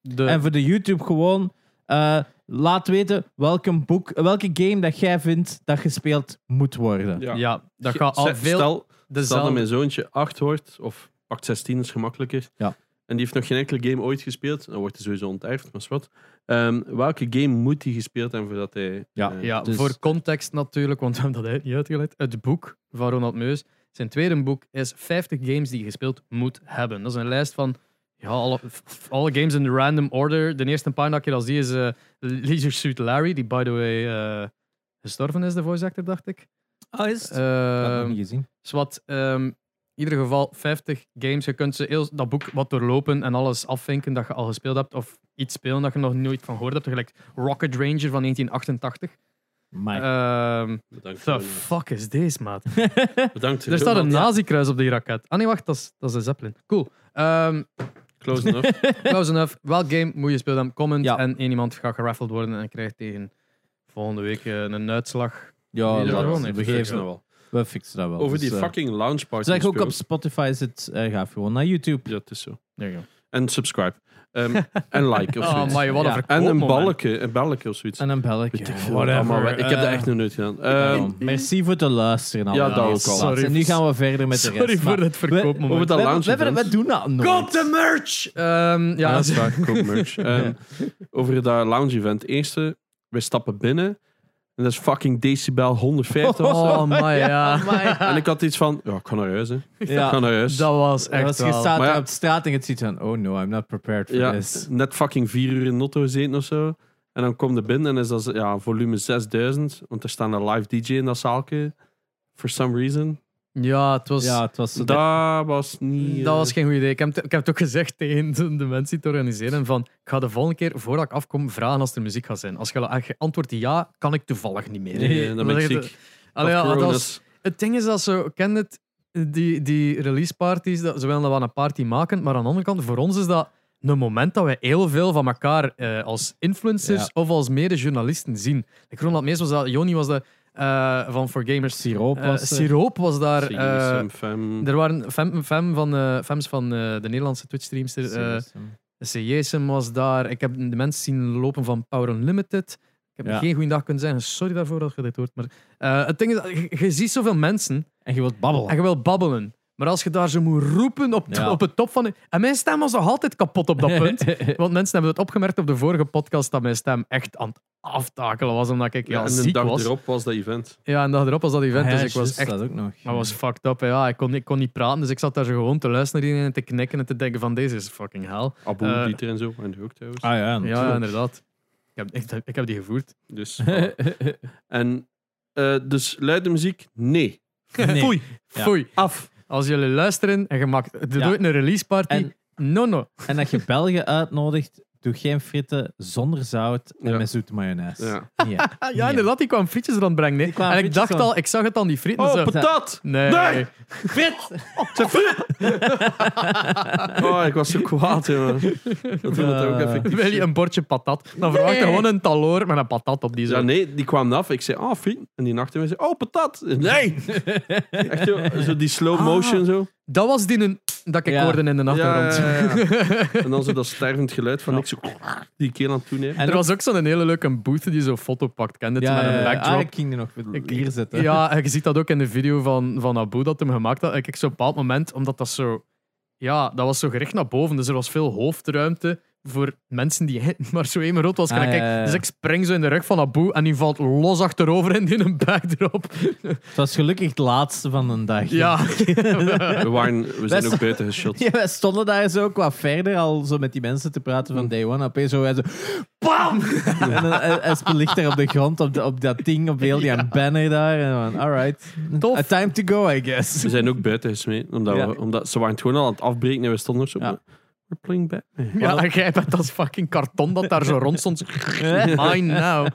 de...
En voor de YouTube gewoon, eh, laat weten welke, boek, welke game dat jij vindt dat gespeeld moet worden.
ja.
Ja.
dat
Ge-
gaat al
stel-
veel
Stel, stel dat
dezelfde...
mijn zoontje 8 wordt, of pakt 16 is gemakkelijker.
Ja.
En die heeft nog geen enkele game ooit gespeeld. Dan wordt hij sowieso onterfd, maar is wat. Ehm, welke game moet hij gespeeld hebben voordat hij...
Ja.
eh,
Ja,
Dus-
voor context natuurlijk, want we hebben dat uit- niet uitgelegd. Het boek van Ronald Meus, zijn tweede boek, is 50 games die je gespeeld moet hebben. Dat is een lijst van ja, alle, f- alle games in random order. De eerste paar dat ik hier al zie is eh, Leisure Suit Larry, die by the way eh, gestorven is, de voice actor, dacht ik.
Oh, is het?
Ehm,
niet gezien.
Zwat, ehm, in ieder geval 50 games. Je kunt ze heel, dat boek wat doorlopen en alles afvinken dat je al gespeeld hebt. Of iets spelen dat je nog nooit van gehoord hebt. Gelijk Rocket Ranger van 1988.
Maar
Ehm
Bedankt.
the
Ronald.
fuck is this, maat?
Bedankt.
Er staat een
Ronald.
nazi-kruis op die raket. Ah nee, wacht, dat is, dat is een Zeppelin. Cool. Ehm
Close enough.
close enough. Welk game moet je spelen? Dan Comment.
Ja.
En één iemand gaat geraffeld worden en krijgt tegen volgende week eh, een uitslag.
ja,
die er
dat-
gewoon
we,
heeft.
Fixen
geven,
dat wel.
we fixen dat wel.
Over
Dus,
die
eh,
fucking lounge party
Zeg ook op
gespeeld.
Spotify zit, eh ga gewoon naar YouTube.
Ja, het is zo.
There you go.
En subscribe. Ehm, en like of
Oh
zoiets.
my, wat een
Ja.
en een
verkoopmoment.
balletje, een balletje of zoiets.
En een belletje.
Weet ik, veel wat allemaal. ik heb dat echt nog nooit gedaan. Ehm,
Daarom. Eh, Merci voor het luisteren. allemaal.
dat ook al.
Sorry. En nu gaan we verder met de rest.
Sorry voor
maar
het verkoopmoment.
over dat
we,
lounge
we, hebben- we
event.
doen dat nooit.
Koop de merch! Ehm,
Ja,
ja,
dat is waar. Koop merch. Ehm, over dat lounge event. Eerste, wij stappen binnen. En dat is fucking decibel 150 of zo.
Oh my, ja.
En ik had iets van, ja, ik ga naar huis, hè. Ik ga
Ja.
naar huis.
Dat was echt
Als je
wel-
staat
Maar ja.
op straat en je ziet van, oh no, I'm not prepared for
ja,
this.
net fucking vier uur in de auto gezeten of zo. En dan kom je binnen en is dat ja, volume 6000. Want er staan een live DJ in dat zaalje. For some reason.
Ja, het was...
Ja, het was... zo-
Dat was niet... eh,
Dat was geen goed idee. Ik heb, het- ik heb het ook gezegd tegen de, de mensen die het organiseren: van, ik ga de volgende keer voordat ik afkom vragen als er muziek gaat zijn. Als je, als je antwoordt ja, kan ik toevallig niet meer.
Nee, dan ben ik ziek.
Allee, ja,
Of
dat
corona's.
was- het ding is dat zo, ik ken het, die, die release parties, dat, ze willen dat wel een party maken, maar aan de andere kant, voor ons is dat een moment dat we heel veel van elkaar eh, als influencers
Ja.
of als mede-journalisten zien. Ik Ronald Mees was dat, Joni was dat eh, van For Gamers.
Siroop
Eh,
was er.
Siroop was daar.
Zie je,
eh,
Sam, fam.
er waren fem, fem van, eh, fems van eh, de Nederlandse Twitch-streamster. eh CJSM was daar. Ik heb de mensen zien lopen van Power Unlimited. Ik heb
Ja.
geen goede dag kunnen zeggen. Sorry daarvoor dat je dit hoort. Maar eh, het ding is, dat je, je ziet zoveel mensen
En je wilt babbelen.
en je wil babbelen. Maar als je daar zo moet roepen op,
Ja.
op het top van... de- En mijn stem was nog altijd kapot op dat punt. Want mensen hebben het opgemerkt op de vorige podcast dat mijn stem echt aan het aftakelen was. Omdat ik ja,
Ja, en de
ziek
dag
was.
erop was dat event.
Ja, en de dag erop was dat event.
Ja,
dus ik was
juist,
echt
dat ook nog.
maar was fucked up. hè. Ja, ik kon, ik kon niet praten, dus ik zat daar zo gewoon te luisteren naar iedereen en te knikken en te denken van deze is fucking hell.
Abu,
Eh,
Dieter en zo. En die ook trouwens.
Ah ja,
Ja, ja, inderdaad. Ik heb, ik, ik heb die gevoerd.
Dus, voilà. en, eh, dus luide muziek? Nee.
Nee.
Foei,
Ja.
foei.
Af.
Als jullie luisteren en je maakt doet
Ja.
een release party,
En-
no no.
En dat je België uitnodigt, doe geen fritten zonder zout en
Ja.
met zoete mayonaise.
Ja.
Ja.
Ah, ja,
Nee.
inderdaad, die kwam frietjes dan brengen. hè.
kwam
En ik
frietjes
dacht
dan.
al, ik zag het aan die frieten.
Oh,
zo.
patat!
Nee.
Nee!
Frit!
Oh, ik was zo kwaad, jongen. Dat we dat ook
Eh.
effectief
Wil je een bordje patat? Dan verwacht je gewoon een taloor met een patat op die zo.
Ja, nee, die kwamen af. Ik zei, ah, friet. En die nachten zei, oh, patat. Nee! Echt zo, zo die slow
Ah.
motion zo.
Dat was die een, dat ik
Ja.
hoorde in de achtergrond.
Ja, ja, En dan zo dat stervend geluid van niks. Zo, die keel aan het toenemen.
En
er was ook zo'n hele leuke booth die zo'n foto pakt. Kende het
Ja,
met een
ja, ja.
backdrop?
Ah, ik ging er nog hier zitten.
Ja, en je ziet dat ook in de video van, van Abu dat hem gemaakt had. Ik op een bepaald moment, omdat dat zo. Ja, dat was zo gericht naar boven, dus er was veel hoofdruimte. voor mensen die maar zo even rood was gaan
Ah, ja,
kijken.
ja, ja.
Dus ik spring zo in de rug van Abu en die valt los achterover en die een backdrop.
Het was gelukkig het laatste van een dag.
ja.
We, waren, we zijn ook buiten geschot.
Ja, wij stonden daar zo qua verder al zo met die mensen te praten van day one. Opeens zo wij zo... BAM! en dan eh, Espen ligt daar op de grond, op, de- op dat ding, op heel die banner daar. En van, alright.
Tof.
A time to go, I guess.
We zijn ook buiten gesmeten. Omdat
Ja.
we, omdat, ze waren het gewoon al aan het afbreken en we stonden er zo.
Ja.
We're playing back.
ja, en jij bent dat fucking karton dat daar zo rond stond. Mine now.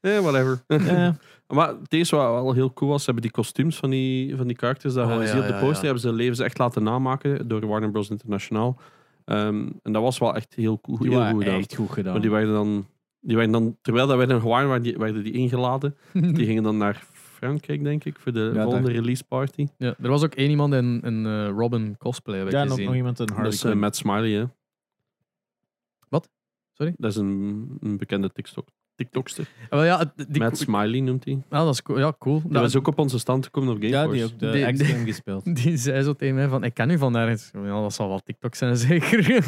Eh, whatever.
Eh,
Maar het eerste wat wel heel cool was, ze hebben die kostuums van die, van die karakters dat
Ah,
Oh,
je
ja,
ziet op de
ja,
poster,
ja.
hebben ze levens echt laten namaken door Warner Bros. Internationaal. Ehm, en dat was wel echt heel, cool,
die
heel
waren
goed gedaan.
echt goed gedaan.
Maar die werden dan, die werden dan terwijl dat wij dan gewaar waren, die, werden die ingeladen. die gingen dan naar Frankrijk, denk ik, voor de
Ja,
volgende release party.
Ja, er was ook één iemand in, in eh, Robin cosplay, heb ik
ja, en ook
gezien.
nog iemand een Harley
dat is eh,
Quinn.
Matt Smiley, hè.
Wat? Sorry?
Dat is een, een bekende TikTok, TikTokster.
Ah, wel, ja, het- die,
Matt Smiley noemt hij.
ah, dat is cool. Ja, cool.
Die
Dat-
was ook op onze stand gekomen op
Ja,
Gameforce.
die ook de
Die-
X game gespeeld.
Die zei zo tegen mij van, ik ken u van ergens. Ja, dat zal wel TikTok zijn, zeker.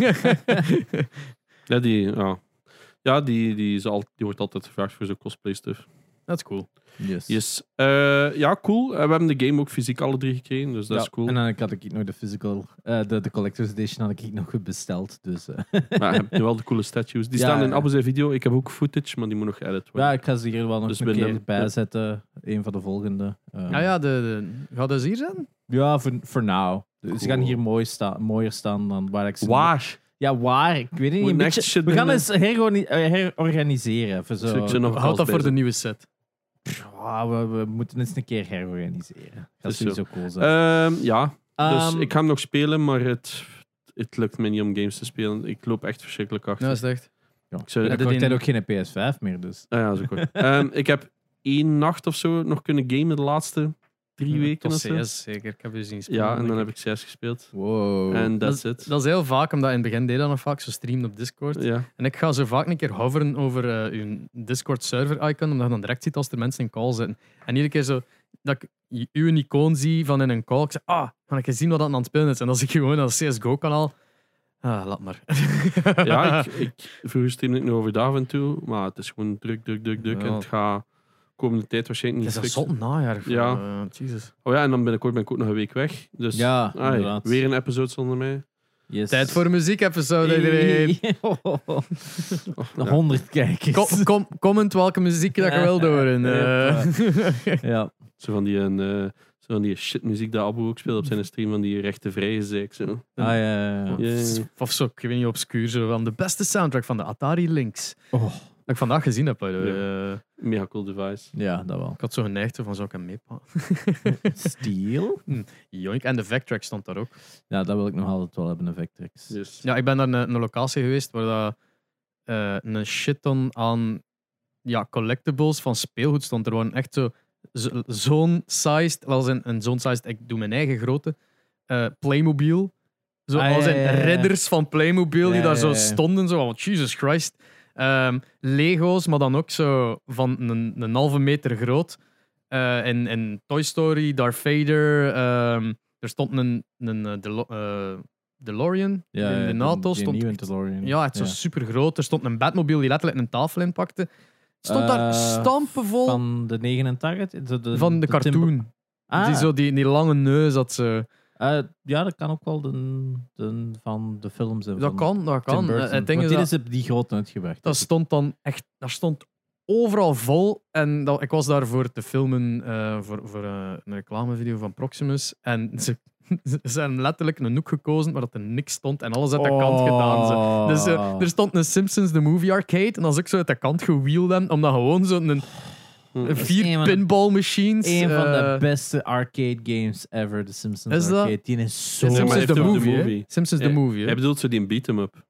Ja, die, ja. Ja, die, die, is al, die wordt altijd gevraagd voor zo'n cosplay stuff.
dat is cool.
Yes.
Yes. Eh, ja, cool. Eh, we hebben de game ook fysiek alle drie gekregen, dus dat
Ja,
is cool.
En dan had ik nog de physical, eh, de, de collector's edition had ik nog besteld. Dus, eh.
Maar je hebt nu wel de coole statues. Die
Ja,
staan in
ja.
Abu zijn video. Ik heb ook footage, maar die moet nog edit worden.
ja, ik ga ze hier wel nog
Dus
een
we
keer
nemen-
bij
ja. Ah,
zetten. Een van de volgende. Eh,
Ah Ja, ja, de, de, gaat dus hier zijn?
Ja, voor, voor nou. Ze
Cool.
gaan hier mooi staan, mooier staan dan waar ik ze...
Waar?
Ja, waar? Ik weet het niet.
Moet
Een
next
beetje-
shit
we gaan
doen,
eens herorni- eh, herorganiseren. Even zo.
Zoek ze nog
Houd dat voor de nieuwe set.
Ja, we, we moeten eens een keer herorganiseren. Dat
Is
is zo cool zijn.
Ehm, ja, dus
Ehm,
ik ga hem nog spelen, maar het, het lukt me niet om games te spelen. Ik loop echt verschrikkelijk achter.
Nou, is het echt.
ja.
ik zou-
Ja,
dit
dat wordt
in-
ook geen PS5 meer, dus...
Ah ja, zo kort. Ehm, ik heb één nacht of zo nog kunnen gamen de laatste drie weken
Tot
of zo.
CS, zeker. Ik heb u zien spelen.
Ja, en dan heb ik zes gespeeld.
Wow.
En
Dat
that's
is,
it.
dat is heel vaak, omdat in het begin deed dat nog vaak, zo streamen op Discord.
Ja.
En ik ga zo vaak een keer hoveren over eh, uw Discord-server-icon, omdat je dan direct ziet als er mensen in call zitten. En iedere keer zo dat ik i- uw icoon zie van in een call, ik zeg, ah, ga ik eens zien wat dat aan het spelen is. En dan zie ik gewoon dat CSGO-kanaal. Ah, laat maar.
Ja, ik, ik, vroeger streamde ik nu over af en toe, maar het is gewoon druk, druk, druk, druk. En
Ja.
het gaat komende tijd waarschijnlijk
Het
niet
is een
fixen.
zot najaar. van,
Ja.
eh, Jezus.
Oh ja, en dan binnenkort ben ik ook nog een week weg. Dus
Ja,
ai,
inderdaad.
weer een episode zonder mij.
Yes.
Tijd voor een muziek-episode, iedereen.
Och,
Oh, Nog
ja.
honderd kijkers.
Oh, Kom, kom, comment welke muziek dat je wil horen. eh.
Ja. Ah,
Zo van die, een, eh, zo van die shitmuziek dat Abu ook speelt op zijn stream, van die rechte vrije zeik. Zo.
Ah, ja, ja, ja.
Ja, ja, ja.
Of zo, ik weet niet, obscuur. Zo van de beste soundtrack van de Atari Lynx.
Oh,
Dat ik vandaag gezien heb. by the way. Eh,
Mega cool device.
ja, dat wel.
Ik had zo geneigd van zou ik hem meepakken.
Steel?
Joink. En de Vectrack stond daar ook.
Ja, dat wil ik nog altijd wel hebben, een Vectrex.
Yes.
Ja, ik ben naar een, een locatie geweest waar dat, eh, een shitton aan ja, collectibles van speelgoed stond. Er waren echt zo- zo- zo'n sized, als een, een zo'n sized, ik doe mijn eigen grote, eh, Playmobil. Zo,
Ah, ja,
als in
ja, ja, ja.
ridders van Playmobil die
Ja,
daar
ja,
zo
ja.
stonden. Zo, want Jesus Christ. Ehm, Lego's, maar dan ook zo van een, een halve meter groot. Eh, en, en Toy Story, Darth Vader. ehm, er stond een, een eh, Delo- eh, DeLorean
Ja,
in
ja,
de NATO. stond
nieuwe
echt-
DeLorean.
ja, echt zo super groot. Er stond een Batmobile die letterlijk een tafel inpakte. Het stond daar
Eh,
stampenvol van,
Van de 89? De, de,
de,
Timber-
cartoon.
Ah,
Die, zo, die, die lange neus had ze.
eh, ja, dat kan ook wel de, de, van de films. en
Dat
van
kan, dat
Tim
kan.
Burton.
Eh, Het
Want
ding is
dit
dat,
is op die groot uitgebracht.
dat stond dan echt... Dat stond overal vol. En dat, ik was daar voor te filmen eh, voor, voor eh, een reclamevideo van Proximus. En ze, ze zijn letterlijk een hoek gekozen waar dat er niks stond. En alles uit de kant gedaan. Ze. Dus
Oh.
eh, er stond een Simpsons The Movie Arcade. En dat is ook zo uit de kant gewield. hebben, Omdat gewoon zo'n een-
Hm.
een
een
vier
van de-
pinball machines.
Een van de
eh,
beste arcade games ever, de Simpsons
Is dat-
Arcade. Die is zo...
Ja, maar
Simpsons
heeft
The
ook de
Movie. hè?
movie.
Simpsons The
Ja,
Movie. hè?
Jij bedoelt zo die beat-em-up.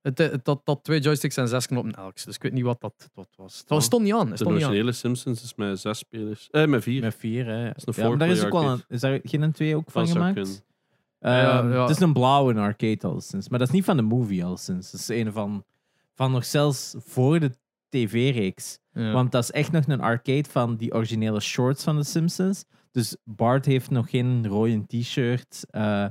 Het, eh, het had, had twee joysticks en zes knoppen elk. Dus ik weet niet wat dat, dat was. Het was-
Oh.
stond niet aan. Het
De
stond niet aan.
originele Simpsons is met zes spelers. Eh, met vier.
Met vier, hè.
is een
Ja, maar daar is ook wel een...
four-player
Is daar geen een twee ook van
Dat zou
gemaakt?
kunnen.
Ehm,
Ja, ja.
Het is een blauwe arcade alleszins. Maar dat is niet van de movie alleszins. Dat is een van... Van nog zelfs voor de tv-reeks.
Ja.
Want dat is echt nog een arcade van die originele shorts van de Simpsons. Dus Bart heeft nog geen rode t-shirt. eh,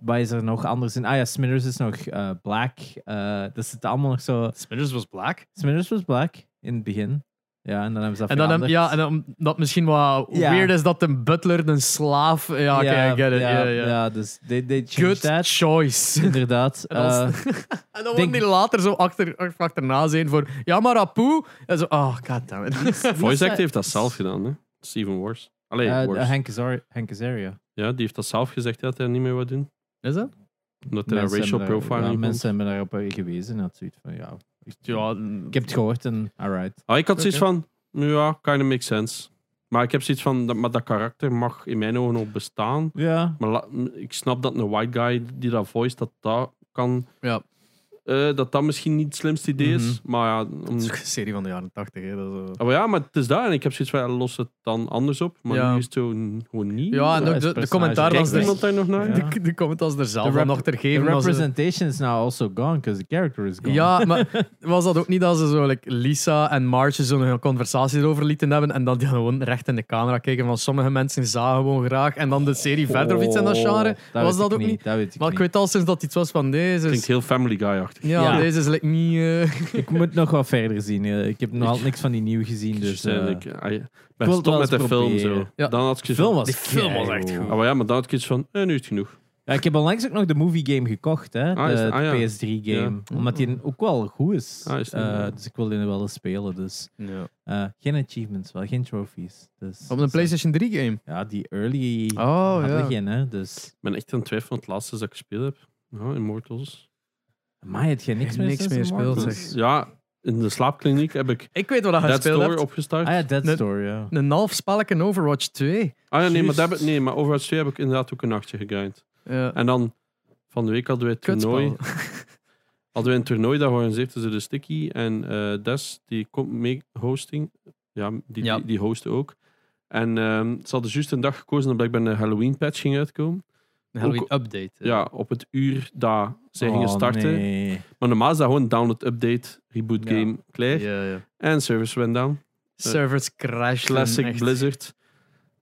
Wat is er nog anders in? Ah ja, Smithers is nog eh, black. Eh, dat zit allemaal nog zo.
Smithers was black.
Smithers was black in het begin. Ja, en dan hebben ze dat
En dan, hem-
veranderd.
ja, en dan, dat misschien wat
Ja.
weird is dat een butler een slaaf... Ja, ah, oké, I get it.
Ja,
Ja, ja.
ja, dus they, they changed
Good
that.
choice.
Inderdaad.
En dan-
eh,
en dan
denk-
worden die later zo achter, achterna zijn voor... Ja, maar Apu... En zo, oh, goddammit.
Voice Act heeft dat zelf gedaan, hè? Steven Wars. Allee,
eh,
Wars.
Hank, Azar- Hank Azaria.
Ja, die heeft dat zelf gezegd dat hij niet meer wat doen.
Is dat?
Omdat hij
Mensen
racial
hebben daar- ja,
profiling.
mensen hebben daarop eh, gewezen. Dat zoiets van, ja,
Ja,
ik heb het
Mm.
gehoord en alright.
Ah, ik had zoiets van, ja, kind of makes sense. Maar ik heb zoiets van, dat, maar dat karakter mag in mijn ogen ook bestaan.
Ja.
Maar la- m- ik snap dat een white guy die dat voice, dat dat kan...
Ja.
eh, dat dat misschien niet het slimste idee is.
Mhm.
Maar ja, om-
Dat is ook een serie van de jaren tachtig.
Ah, maar ja, maar het is daar. En ik heb zoiets van, los het dan anders op. Maar
Ja.
nu is het zo n- gewoon niet.
Ja, en
Ja,
ook
is
de, de
personage.
commentaar
Kijk, dus-
Kijkt
was er...
iemand daar nog naar?
Ja.
De, de commentaars er zelf
De
aan
rep-
nog ter
The
geven. was er-
representation is now also gone, because the character is gone.
Ja, maar was dat ook niet dat ze zo like, Lisa en Marge zo'n conversatie erover lieten hebben en dat die gewoon recht in de camera keken van sommige mensen zagen gewoon graag en dan de serie verder of iets in
Oh,
dat genre? was
Oh, weet
dat
ik
ook niet?
Dat weet ik
Maar ik
niet.
weet al sinds dat iets was van deze
Dus-
Klinkt
is,
heel Family Guy-achtig.
ja,
Ja.
deze is like, niet... eh,
Ik moet nog wat verder zien. eh. Ik heb nog altijd niks van die nieuw gezien.
Dus
Dus,
eh,
eh,
ik, ah, ja.
wil
Ik
het
ben
wel
stop met
eens
de film
proberen.
zo.
Ja.
Dan had ik
de
zo'n
film was,
Die film was
keigoed.
echt goed.
Ah, maar ja, maar dan had ik iets van, eh, nu is het genoeg.
Ja, ik heb onlangs ook nog de movie game gekocht, hè?
Ah, is
de
het- ah, ja. Mm-hmm.
PS3-game. Omdat die ook wel goed is.
Ah, is het-
Eh,
ja.
dus ik wil die wel eens spelen. Dus. eh, geen achievements, wel geen trophies. Dus,
Op een PlayStation 3 game.
Ja, die early
Oh,
hadden
ja.
geen, hè? Dus.
Ik ben echt aan het twijfelen van het laatste dat ik gespeeld heb. Ja, Immortals.
Maar het geen niks
Heb
meer, Dus-
niks
sinds
meer
de
gespeeld,
Mortal
zeg.
Kombat?
Ja, in de slaapkliniek heb ik
Ik weet wat dat
Dead
gespeeld
Store
hebt.
opgestart.
Ah ja, Dead
Nee.
Story, ja.
Een half spelletje in Overwatch 2.
Ah ja, nee, maar,
Juist.
dat heb ik- nee, maar Overwatch 2 heb ik inderdaad ook een nachtje gegrind.
Ja.
En dan, van de week hadden wij het toernooi.
Kutspel.
Hadden wij een toernooi dat georganiseerd tussen de Sticky en eh, Des, die komt mee hosting. Ja, die,
Ja.
die, die hosten ook. En ehm, ze hadden juist een dag gekozen dat blijkbaar een Halloween patch ging uitkomen.
Een Halloween
Ook-
update. hè.
Ja, op het uur dat zij gingen
Oh,
starten.
nee.
Maar normaal is dat gewoon download, update, reboot
Ja.
game, klaar.
Ja, ja.
En service went down.
Servers crash.
Classic Blizzard.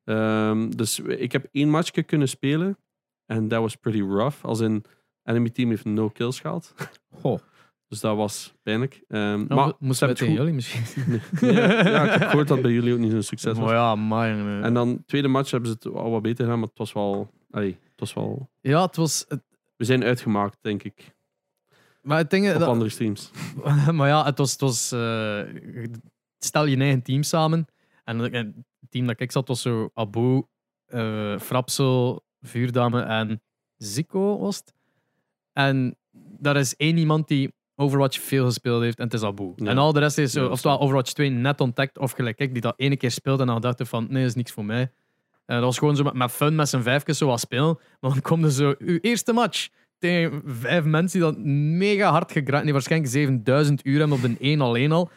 Ehm, dus ik heb één matchje kunnen spelen. En dat was pretty rough. Als in, enemy team heeft no kills gehaald.
Goh.
Dus dat was pijnlijk. Ehm, maar
Maar moesten
ze
Nou, we tegen
hebben het
jullie misschien?
goed- ja, ja, ik heb gehoord dat bij jullie ook niet zo'n succes was.
Maar ja, maar jongen.
En dan, tweede match hebben ze het al wat beter gedaan. Maar het was wel... allee, het was wel
Ja, het was. het-
we zijn uitgemaakt, denk ik.
maar het ding,
Op
dat-
andere streams.
maar ja, het was. Het was eh, stel je eigen team samen. En het- en het team dat ik zat was zo Abu, eh Frapsel, Vuurdame en Zico was het. En daar is één iemand die Overwatch veel gespeeld heeft en het is Abu.
Ja.
En al de rest is zo,
Ja,
oftewel Overwatch 2 net ontdekt of gelijk ik die dat ene keer speelde en dan dacht ik van nee, dat is niks voor mij. En dat was gewoon zo met, met fun met z'n vijfjes zo wat spelen. Maar dan komt er zo uw eerste match tegen vijf mensen die dat mega hard gegrind nee, waarschijnlijk 7000 uur hebben op de één alleen al.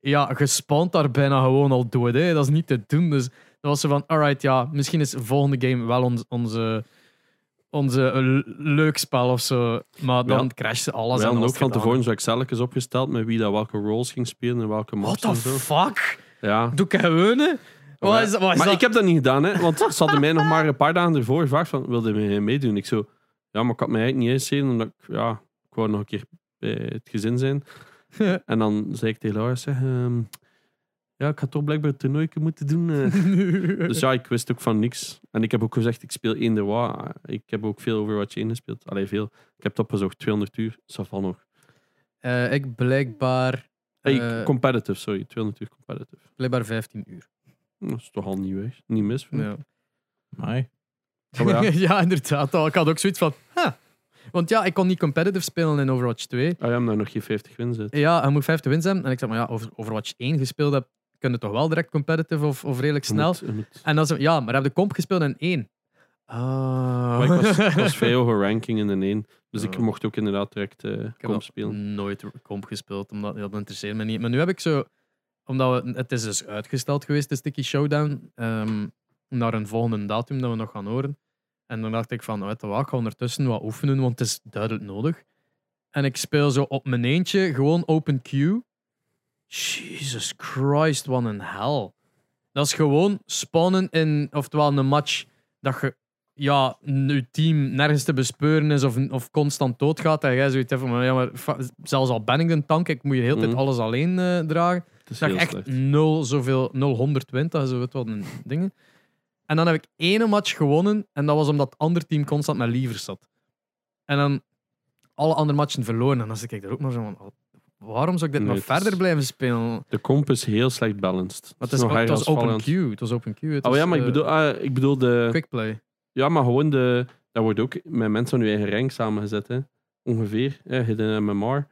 Ja, gespawnt daar bijna gewoon al dood. Hè. Dat is niet te doen. Dus dan was ze van, alright, ja, misschien is de volgende game wel ons, onze, onze eh, le- leuk spel of zo. Maar dan
Wel-
crashte alles. en
We hadden
dan was
ook van
het gedaan.
tevoren zo Excelletjes opgesteld met wie dat welke roles ging spelen en welke maps
What
en
the
zo.
fuck?
Ja.
Doe ik gewonnen? Wat is, dat- wat is
maar
dat?
ik heb dat niet gedaan, hè? want ze hadden mij nog maar een paar dagen ervoor gevraagd van, wilde je meedoen? Ik zo, ja, maar ik had mij eigenlijk niet eens zien, omdat ik, ja, ik wou nog een keer bij het gezin zijn. en dan zei ik tegen Laura, zeg, ehm, ja, ik ga toch blijkbaar het toernooi moeten doen. eh. dus ja, ik wist ook van niks. En ik heb ook gezegd, ik speel eender wat. Ik heb ook veel Overwatch 1 gespeeld. Allee, veel. Ik heb het opgezocht, 200 uur, ça va nog.
Eh, ik blijkbaar,
Hey,
Eh.
competitive, sorry, 200 uur competitive.
blijkbaar 15 uur.
Dat is toch al niet, weg. niet mis. vind ik.
Ja.
Amai.
Oh, ja.
Hm. ja. inderdaad. al. Ik had ook zoiets van... huh. Want ja, ik kon niet competitive spelen in Overwatch 2.
Ah ja, maar nog geen 50 wins uit.
Ja, hij moet 50 wins hebben. En ik zei, maar ja, over Overwatch 1 gespeeld heb, kun je toch wel direct competitive of, of redelijk
Je
snel.
moet- je moet-
En dan zei ja, maar heb de comp gespeeld in 1. Ah.
Maar ik was, ik was vrij hoge ranking in de 1. Dus ik
Ja.
mocht ook inderdaad direct eh
Oh. Ik heb Mm.
kom
nog
spelen.
nooit comp gespeeld, omdat ja, dat interesseert me niet. Maar nu heb ik zo, omdat we, het is dus uitgesteld geweest, de Sticky Showdown, ehm, naar een volgende datum dat we nog gaan horen. En dan dacht ik van, weet je wat, ik ga ondertussen wat oefenen, want het is duidelijk nodig. En ik speel zo op mijn eentje, gewoon open queue. Jesus Christ, wat een hel. Dat is gewoon spawnen in, oftewel een match dat je ja, je team nergens te bespeuren is of, of constant doodgaat. En jij zoiets hebt van, maar ja, maar fa- zelfs al ben ik een tank, ik moet je de hele
Mhm.
tijd alles alleen eh, dragen.
Het is
Ik zag
heel
echt
slecht.
nul zoveel, 0, 120, zo weet wat een dingen. En dan heb ik één match gewonnen en dat was omdat het andere team constant met lievers zat. En dan alle andere matchen verloren. En dan zit ik er ook maar zo van, waarom zou ik dit
Nee,
nog
het is-
verder blijven spelen?
De comp is heel slecht balanced.
Maar het, is,
nog
het
erger
was
als
open
Valorant.
queue. Het was open queue. het
Oh
was,
ja, maar ik
eh,
bedoel, ah, ik bedoel de...
Quick play.
Ja, maar gewoon de... Dat wordt ook met mensen van hun eigen rank samengezet, hè. Ongeveer, hè, hidden MMR.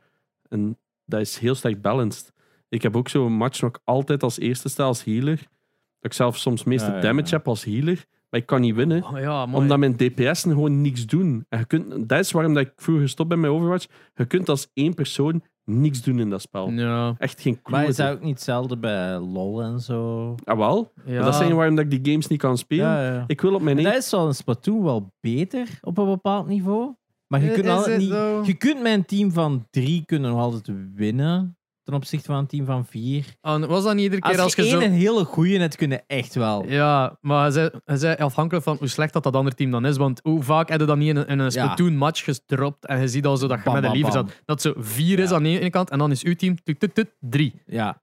En dat is heel slecht balanced. Ik heb ook zo'n match nog altijd als eerste sta als healer. Dat ik zelf soms meeste
Ja, ja,
damage
ja.
heb als healer, maar ik kan niet winnen.
Oh, ja, mooi.
Omdat mijn DPS'en gewoon niks doen. En je kunt, dat is waarom dat ik vroeger gestopt ben met Overwatch. Je kunt als één persoon niks doen in dat spel.
Ja.
Echt geen clue.
Maar is
wat
dat
er-
ook niet hetzelfde bij LOL en zo?
Ah, wel.
ja.
Maar dat is de waarom dat ik die games niet kan spelen.
Ja, ja.
Ik wil op mijn
En
één...
dat is zo'n Splatoon wel beter op een bepaald niveau. Maar je
Eh,
kunt,
is
altijd
het
niet,
zo?
je kunt met een team van drie kunnen nog altijd winnen ten opzichte van een team van vier.
En Ah, was dat niet iedere
Als
keer
je,
als je,
één
zo...
een hele goeie net kunnen echt wel.
Ja, maar hij zei, hij zei afhankelijk van hoe slecht dat, dat andere team dan is. Want hoe vaak heb je dan niet in een, in een Splatoon match gedropt en je ziet al zo dat je
Bam,
met de
bam,
liever
bam.
zat. Dat zo vier is
Ja.
aan de ene kant en dan is uw team tut, tut, tut, drie.
Ja.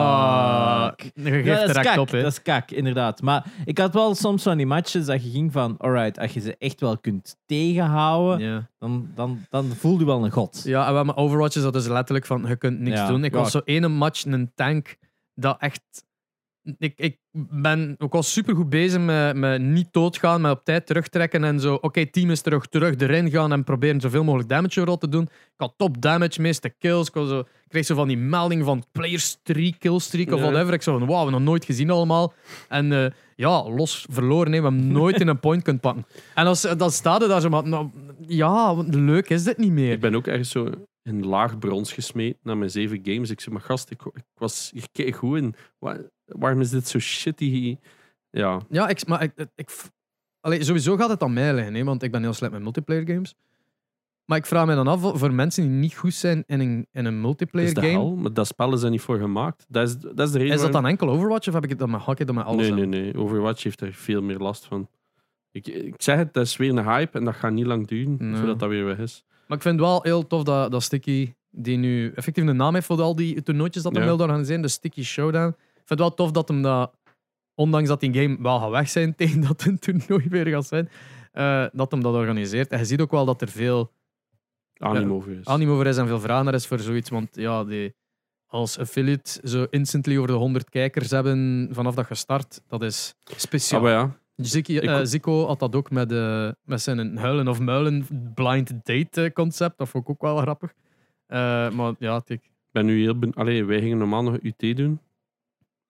Ah,
Fuck.
je geeft
Ja, dat
er
is
echt
kak,
op, hè.
dat is kak, inderdaad. Maar ik had wel soms van die matches dat je ging van, alright, als je ze echt wel kunt tegenhouden,
Ja.
dan, dan, dan voel je wel een god.
Ja, en wel, maar Overwatch is dat dus letterlijk van je kunt niks
Ja.
doen. Ik
Ja.
was zo ene match in een tank dat echt. Ik, ik, ben, ik was super goed bezig met, met niet doodgaan, maar op tijd terugtrekken en zo. Oké, team is terug, terug erin gaan en proberen zoveel mogelijk damage erop te doen. Ik had top damage, meeste kills. Ik, was zo, ik kreeg zo van die melding van player streak, kill streak of
Ja.
whatever. Ik zo van, wauw, nog nooit gezien allemaal. En eh, ja, los verloren, nee, we hebben nooit in een point kunnen pakken. En als, dan staat er daar zo, maar, nou, ja, leuk is dit niet meer.
Ik ben ook ergens zo in laag brons gesmeed na mijn zeven games. Ik zei, maar gast, ik, ik was hier kei goed in. Wa- waarom is dit zo shitty? Ja,
Ja, ik, maar ik, ik, allee, sowieso gaat het aan mij liggen, hè, want ik ben heel slecht met multiplayer games. Maar ik vraag me dan af, voor mensen die niet goed zijn in een, in een
dat
multiplayer
is dus de
game,
hel. Maar dat spel is er niet voor gemaakt. Dat is, dat is de reden
is dat
waarom-
dan enkel Overwatch of heb ik het dan met hak ik dat met alles?
Nee,
aan?
nee, nee. Overwatch heeft er veel meer last van. Ik, ik zeg het, dat is weer een hype en dat gaat niet lang duren
Nee.
voordat dat weer weg is.
Maar ik vind het wel heel tof dat, dat Sticky, die nu effectief een naam heeft voor al die toernooitjes dat hij
Ja.
wilde organiseren, de Sticky Showdown. Ik vind het wel tof dat hem dat, ondanks dat die game wel gaat weg zijn, tegen dat een toernooi weer gaat zijn, eh, dat hem dat organiseert. En je ziet ook wel dat er veel
Animo over is.
animo voor is en veel vragen naar is voor zoiets. Want ja, die, als affiliate zo instantly over de 100 kijkers hebben vanaf dat gestart, dat is
Ah,
speciaal.
maar ja.
Ziki-
Ik-
eh, Zico had dat ook met, eh, met zijn huilen of muilen blind date eh, concept. Dat vond ik ook wel grappig. Eh, maar ja, tik.
Ik ben nu heel ben... Allee, wij gingen normaal nog UT doen.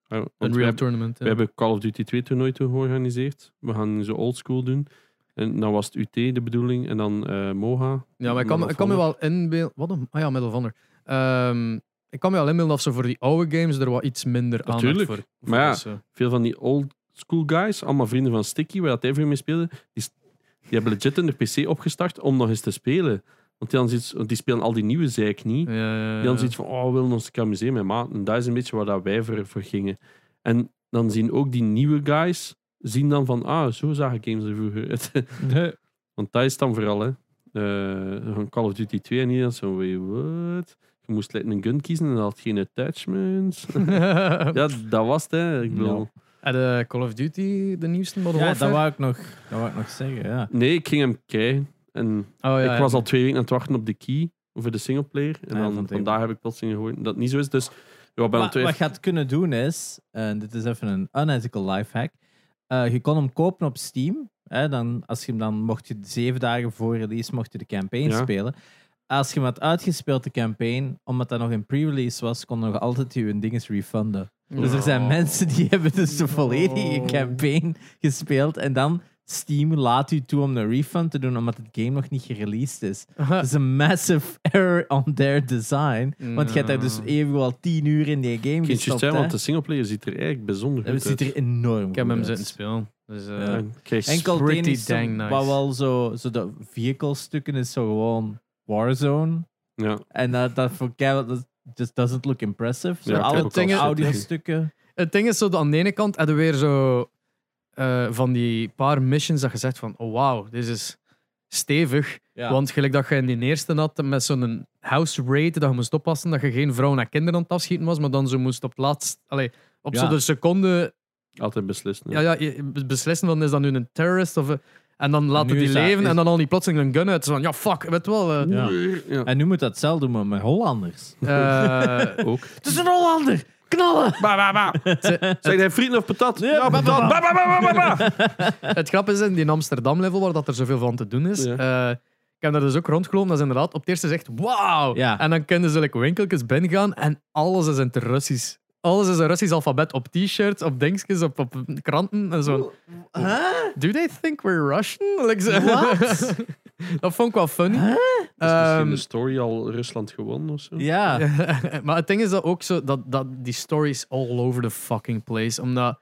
Ah, want we
Unreal
hebben-
Tournament. ja.
We hebben Call of Duty 2 toernooi toen georganiseerd. We gaan zo oldschool doen. En dan was het UT de bedoeling en dan eh, Moha.
Ja, maar ik
Medal
kan,
of
ik kan me
Honor.
wel inbeelden. Wat een. Ah ja, Medal of Honor. Ehm, ik kan me wel inbeelden of ze voor die oude games er wat iets minder aandacht
Natuurlijk.
voor, voor
Maar ja,
is, eh.
Veel van die oldschool guys, allemaal vrienden van Sticky, waar dat hij veel mee speelde, die, s- die hebben legit in de PC opgestart om nog eens te spelen. Want die, hadden zoiets- want die spelen al die nieuwe zeik niet.
Ja, ja, ja,
Die
ja.
hadden zoiets van, oh, we willen ons amuseren met maat. En dat is een beetje waar dat wij voor, voor gingen. En dan zien ook die nieuwe guys, zien dan van, ah, zo zagen games er vroeger uit. Want dat is dan vooral, hè. Eh, van Call of Duty 2 en iedereen zo, wait, what? Je moest like een gun kiezen en dat had geen attachments. ja, dat was het, hè. Ik bedoel...
En de eh, Call of Duty, de nieuwste Modern
Ja, dat
Warfare?
wou ik nog, dat wou ik nog zeggen, ja.
Nee, ik ging hem kijken. En
Oh, ja,
ik
ja.
was al twee weken aan het wachten op de key voor de singleplayer. En
Ah, Ja,
dan,
van
vandaag heb ik plotseling gehoord dat het niet zo is. Dus ja, ik ben aan
Wat,
het
wat je
twijfelen.
gaat kunnen doen is, en dit is even een unethical lifehack, hack. eh, je kon hem kopen op Steam. Hè, dan, als je hem dan mocht je zeven dagen voor release mocht je de campaign
Ja.
spelen. Als je hem had uitgespeeld, de campaign, omdat dat nog in pre-release was, kon nog altijd je dinges refunden. Dus er zijn
Oh.
mensen die hebben dus de volledige
No.
campaign gespeeld en dan Steam laat u toe om een refund te doen omdat het game nog niet gereleased is. Dat is een massive error on their design. Want je hebt daar dus
Ja.
even al tien uur in die game
Kindjes
gestopt.
zijn,
hè.
want de singleplayer ziet er eigenlijk bijzonder
Het
goed
ziet
uit.
er enorm
Ik heb hem
goed uit.
zitten spelen. Dus, eh,
Ja.
En krijg je
Enkel
Pretty
pretty dang
dang nice.
Wat wel zo, zo de vehicle stukken is zo gewoon Warzone.
Ja,
En dat, dat voor keihard- dat just doesn't look impressive. Zo
Ja, ik heb
alle
ook al
dingen,
zitten.
audio stukken.
Het ding is zo, dat aan de ene kant hadden we weer zo eh, van die paar missions dat je zegt van, oh wauw, dit is stevig.
Ja.
Want gelijk dat je in die eerste had met zo'n house raid dat je moest oppassen dat je geen vrouwen en kinderen aan het afschieten was, maar dan zo moest op het laatst, allee, op
Ja.
zo'n seconde
Altijd beslissen. hè.
ja, ja, je- be- beslissen van is dat nu een terrorist of... eh, En dan laten
nu
die
is dat-
leven
is-
en dan al die plotseling een gun uit. Zo van, ja, fuck, weet je wel. eh,
Ja.
Ja.
En nu moet dat zelf doen, maar met Hollanders.
eh,
Ook.
Het is een Hollander! Knallen!
Ba, ba, ba. Zeg jij frieten of patat? ja,
ba,
patat.
ba,
Ba, ba, ba, ba, ba, ba.
Het grap is in die Amsterdam-level, waar dat er zoveel van te doen is.
Ja.
eh, ik heb daar dus ook rondgelopen. Dat is inderdaad op het eerste zegt, wauw.
Ja.
En dan kunnen ze like, winkeltjes binnengaan en alles is in het Russisch. Alles is een Russisch alfabet op t-shirts, op dingetjes, op, op kranten en zo.
Huh?
Do they think we're Russian? Like, ze-
What?
dat vond ik wel funny.
Huh?
Is misschien
Ehm,
de story al Rusland gewonnen of zo?
Ja.
maar het ding is dat ook zo, dat, dat die story is all over the fucking place. Omdat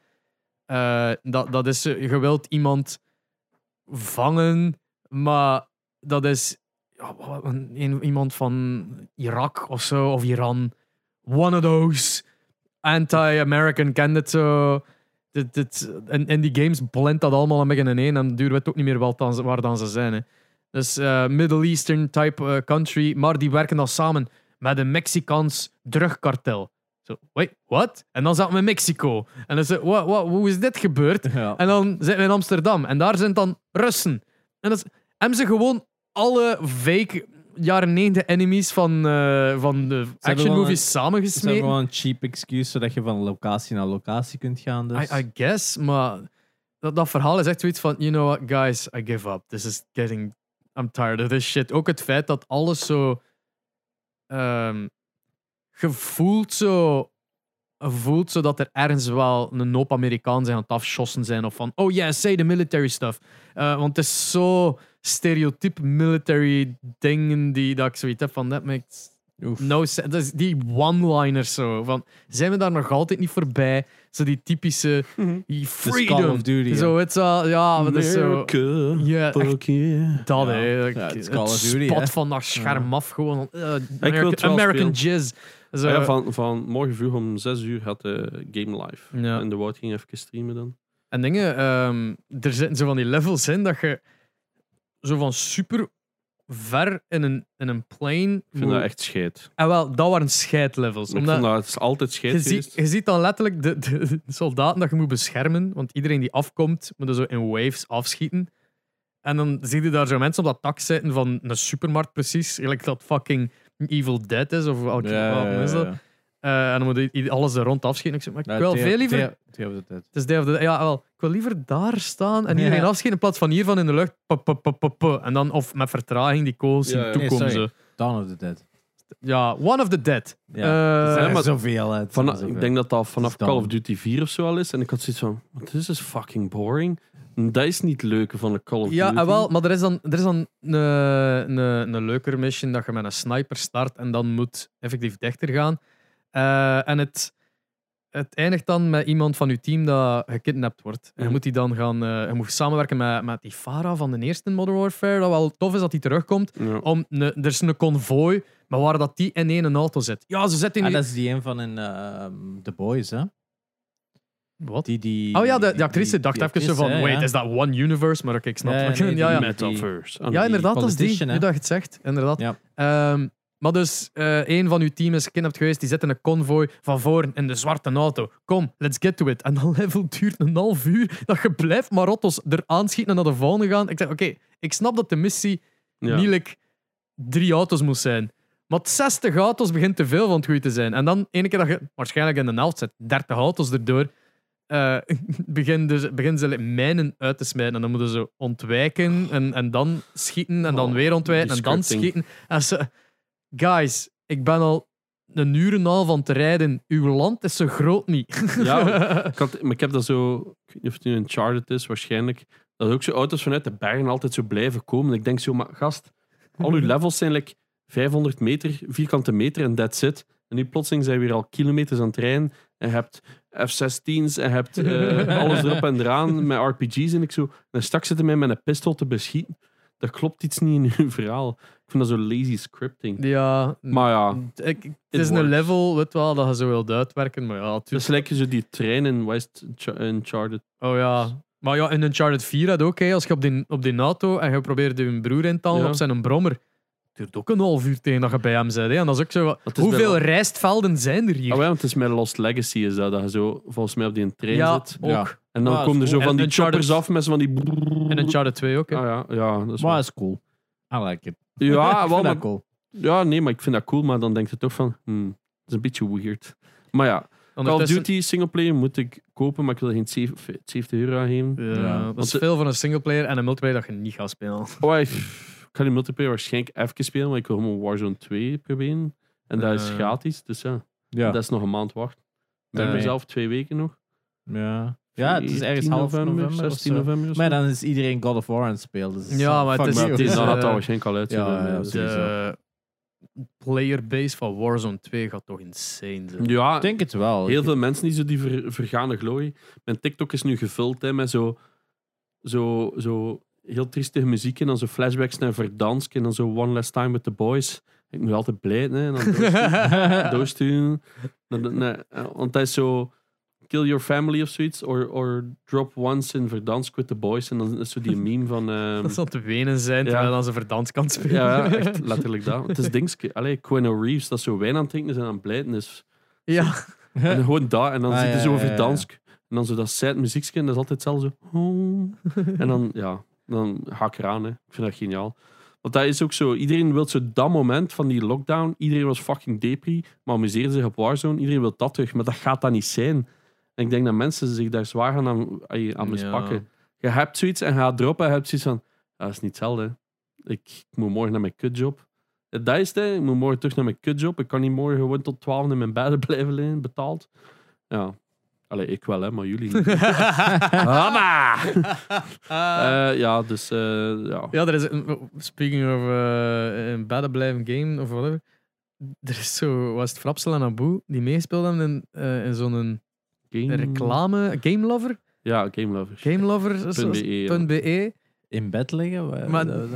eh, dat, dat is, eh, je wilt iemand vangen, maar dat is ja, wat- een- een- iemand van Irak of zo, of Iran. One of those anti-American candidate. zo. Dit, dit, en, en die games blendt dat allemaal een beetje in één en duur weet ook niet meer wat dan, ze- waar dan ze zijn. Hè. Dus eh, Middle Eastern type eh, country, maar die werken dan samen met een Mexicaans drugkartel. Zo, wait, wat? En dan zaten we in Mexico. En dan zei, "Wa- wa- hoe is dit gebeurd?
Ja.
En dan zijn we in Amsterdam. En daar zijn dan Russen. En dat is, hebben ze gewoon alle fake jaren 90 enemies van, eh, van de action
gewoon
movies
Het is
samengesmeten.
gewoon een cheap excuse zodat je van locatie naar locatie kunt gaan. Dus.
I, I guess, maar dat, dat verhaal is echt zoiets van, you know what, guys, I give up. This is getting, I'm tired of this shit. Ook het feit dat alles zo ehm gevoeld zo voelt zodat er ergens wel een hoop Amerikaan zijn aan het afschossen zijn of van, oh yeah, say the military stuff. Eh, want het is zo stereotyp military dingen die dat ik zoiets heb van, that makes
Oef.
no sense. Dat is die one-liners zo. Van, zijn we daar nog altijd niet voorbij? Zo die typische
Call
die freedom.
Mhm. of Duty, hè.
Zo, het is al- ja, maar dat is zo...
America,
Ja, echt
fuck yeah.
dat,
Ja.
hè.
Ja, het
het
is Call of Duty,
spot
hè.
van dat scherm af, gewoon. eh,
wil het
American,
wel
American
spelen.
jazz. Zo.
Ah ja, van, van morgen vroeg om 6 uur had de game live.
Ja.
En de Wout ging even streamen dan.
En dingen, ehm, er zitten zo van die levels in dat je zo van super ver in een, in een plane...
Ik vind dat echt scheet.
En wel, dat waren scheidlevels.
Ik vond dat het is altijd scheet
Je ziet,
geweest.
je ziet dan letterlijk de, de, de soldaten dat je moet beschermen. Want iedereen die afkomt, moet er zo in waves afschieten. En dan zie je daar zo mensen op dat tak zitten van een supermarkt, precies. Gelijk dat fucking Evil Dead is, of welke welke is dat? Eh, en dan moet je i- alles er rond afschieten. Ik zeg, maar ik
Nou,
wil veel liever... het is Day of the Dead. Ja, wel, ik wil liever daar staan en iedereen
Ja.
afschieten in plaats van hiervan in de lucht. Puh, puh, puh, puh, puh. En dan, of met vertraging, die kogels
Ja,
zien
ja.
Nee,
toekomen.
sorry.
zo.
Dawn of the Dead.
Ja, One of the Dead.
Ja.
Eh,
er zijn
ja,
er
maar-
zoveel uit.
Van-
er zijn
ik
zoveel.
denk dat dat vanaf
dan-
Call of Duty 4 of zo al is. En ik had zoiets van, "Wat, this is fucking boring. En dat is niet het leuke van de Call of
Ja,
Duty.
en wel, maar er is dan, er is dan een, een, een leuker mission dat je met een sniper start en dan moet effectief dichter gaan. Eh, en het, het eindigt dan met iemand van je team dat gekidnapt wordt. En je
Mhm.
moet die dan gaan, eh, je moet samenwerken met, met die Farah van de eerste Modern Warfare. Dat wel tof is dat die terugkomt.
Ja.
Om een- er is een convoy, maar waar dat die in één auto zit. Ja, ze zitten
Ah,
in...
dat is die een van in, ehm, The Boys, hè?
Wat?
Die, die,
oh ja, de,
die-
de actrice
die-
dacht
die
even zo
actrice,
van,
hè,
wait,
ja.
is dat one universe? Maar oké, ik snap
Ja,
het.
ja, nee,
ja,
die
ja.
Metaverse. Ah, En
Ja,
die-
inderdaad, dat is die.
politician, hè?
Nu dat je het zegt, inderdaad.
Ja.
Ehm, maar dus, eh een van uw team is gekidnapt geweest. Die zit in een convoy van voren in de zwarte auto. Kom, let's get to it. En dat level duurt een half uur. Dat je blijft maar rottos eraan schieten en naar de volgende gaan. Ik zeg, oké, ik snap dat de missie
Ja.
niet like drie auto's moest zijn. Maar 60 auto's begint te veel van het goede te zijn. En dan, ene keer dat je waarschijnlijk in de helft zet, 30 auto's erdoor, eh beginnen dus, begin ze like mijnen uit te smijten. En dan moeten ze ontwijken en, en dan schieten en dan
Oh,
weer ontwijken
die
en dan
scripting.
schieten. En ze, guys, ik ben al een uur en een half aan het rijden. Uw land is zo groot niet.
Ja, ik, had, maar ik heb dat zo. Ik weet niet of het nu een Chartered is, waarschijnlijk. Dat ook zo auto's vanuit de bergen altijd zo blijven komen. Ik denk zo, maar gast, al uw levels zijn like 500 meter, vierkante meter en that's it. En nu plotseling zijn we weer al kilometers aan het rijden. En je hebt F-16's en je hebt eh, alles erop en eraan met RPG's. En ik zo. En straks zitten mij met een pistool te beschieten. Dat klopt iets niet in uw verhaal. Ik vind dat zo lazy scripting.
ja,
Maar ja,
ik, het
It
is een
works.
level, weet wel, dat je zo wilt uitwerken. Maar ja,
dus
natuurlijk.
lijken zo die trein in West Ch- Uncharted.
Oh ja, Maar ja, in Uncharted 4 had ook, hè, als je op die, op die NATO en je probeert je broer in te halen
Ja.
op zijn brommer, het duurt ook een half uur tegen dat je bij hem bent. Hè. En dat is ook zo, wat-
Dat is
hoeveel
wel-
rijstvelden zijn er hier?
Ah, ja, want het is met Lost Legacy is dat, dat je zo volgens mij op die trein
ja,
zit.
ook.
Ja.
En dan
Ah,
komen er
is
zo
cool.
van
En
die
Uncharted-
choppers af met zo van die...
En Uncharted 2 ook. Hè.
Ah, ja, ja, dat is
Maar
waar.
dat is cool. I like it.
Ja,
Ik
wel,
vind
maar
dat cool.
Ja, nee, maar ik vind dat cool, maar dan denk je toch van, hmm, dat is een beetje weird. Maar ja, Call of
Ondertussen-
Duty singleplayer moet ik kopen, maar ik wil er geen 7 70 euro aan geven.
Ja,
Ja,
dat
want
is
ze-
veel voor een singleplayer en een multiplayer dat je niet gaat spelen.
Oh, ik, ik ga die multiplayer waarschijnlijk even spelen, maar ik wil gewoon Warzone 2 proberen. En dat is
Eh.
gratis, dus ja,
Ja.
dat is nog een maand wachten. Bij
Eh.
mezelf twee weken nog.
ja. ja, het is ergens
14
half november. of
16
zo.
november. of zo.
Maar dan is iedereen God of War aan het spelen. Dus
Ja, maar het
fuck
is-
you.
Het is,
eh,
dan gaat dat waarschijnlijk al uit.
ja,
zijn,
ja,
eh,
dat is-
De playerbase van Warzone 2 gaat toch insane zijn.
ja,
Ik denk het wel.
Heel
Ik-
veel mensen die zo die ver- vergane glorie. Mijn TikTok is nu gevuld hè, met zo, zo, zo heel triestige muziek en dan zo flashbacks naar Verdansk en dan zo One Last Time with the Boys. Ik moet altijd blijven hè, en dan doorstu- doorsturen. Dan- dan- nee, eh, Want dat is zo Kill Your Family of zoiets, or, or Drop Once in Verdansk with the Boys. En dan is zo die meme van... ehm,
Dat zal te wenen zijn
Ja.
terwijl dan ze verdans kan spelen.
ja, ja, echt letterlijk dat. Het is dingske. Allee, Quino Reeves, dat zo wijn aan het drinken is en aan het blijten is.
Ja.
En dan gewoon dat. En dan
Ah,
zit
ja,
je zo
ja,
over
ja.
Dansk. En dan zo dat sad muziekje. En dat is altijd hetzelfde zo. En dan, ja, dan haak ik eraan. Hè. Ik vind dat geniaal. Want dat is ook zo. Iedereen wil zo dat moment van die lockdown. Iedereen was fucking depri. Maar amuseerde zich op Warzone. Iedereen wil dat terug. Maar dat gaat dat niet zijn. En ik denk dat mensen zich daar zwaar gaan aan, ai, aan mispakken. Je hebt zoiets en gaat droppen. En je hebt zoiets van... "Ah, Dat is niet hetzelfde. hè. Ik, ik moet morgen naar mijn kutjob. Eh, Dat is het. hè. Ik moet morgen terug naar mijn kutjob. Ik kan niet morgen gewoon tot 12 in mijn bed blijven liggen. Betaald. Ja. Allee, ik wel, hè, maar jullie niet. Mama! Eh, ja, dus eh, ja.
Ja, er is een, oh, speaking of eh in bedden blijven game of whatever. Er is zo, was het Frapsel en Abu die meespeeld hebben in, eh, in zo'n
Game...
reclame, Game Lover,
Ja, Game Lovers.
Game Lover, zo-
.be, E, ja.
punt .be.
In bed liggen? Waar-
Maar-
dat-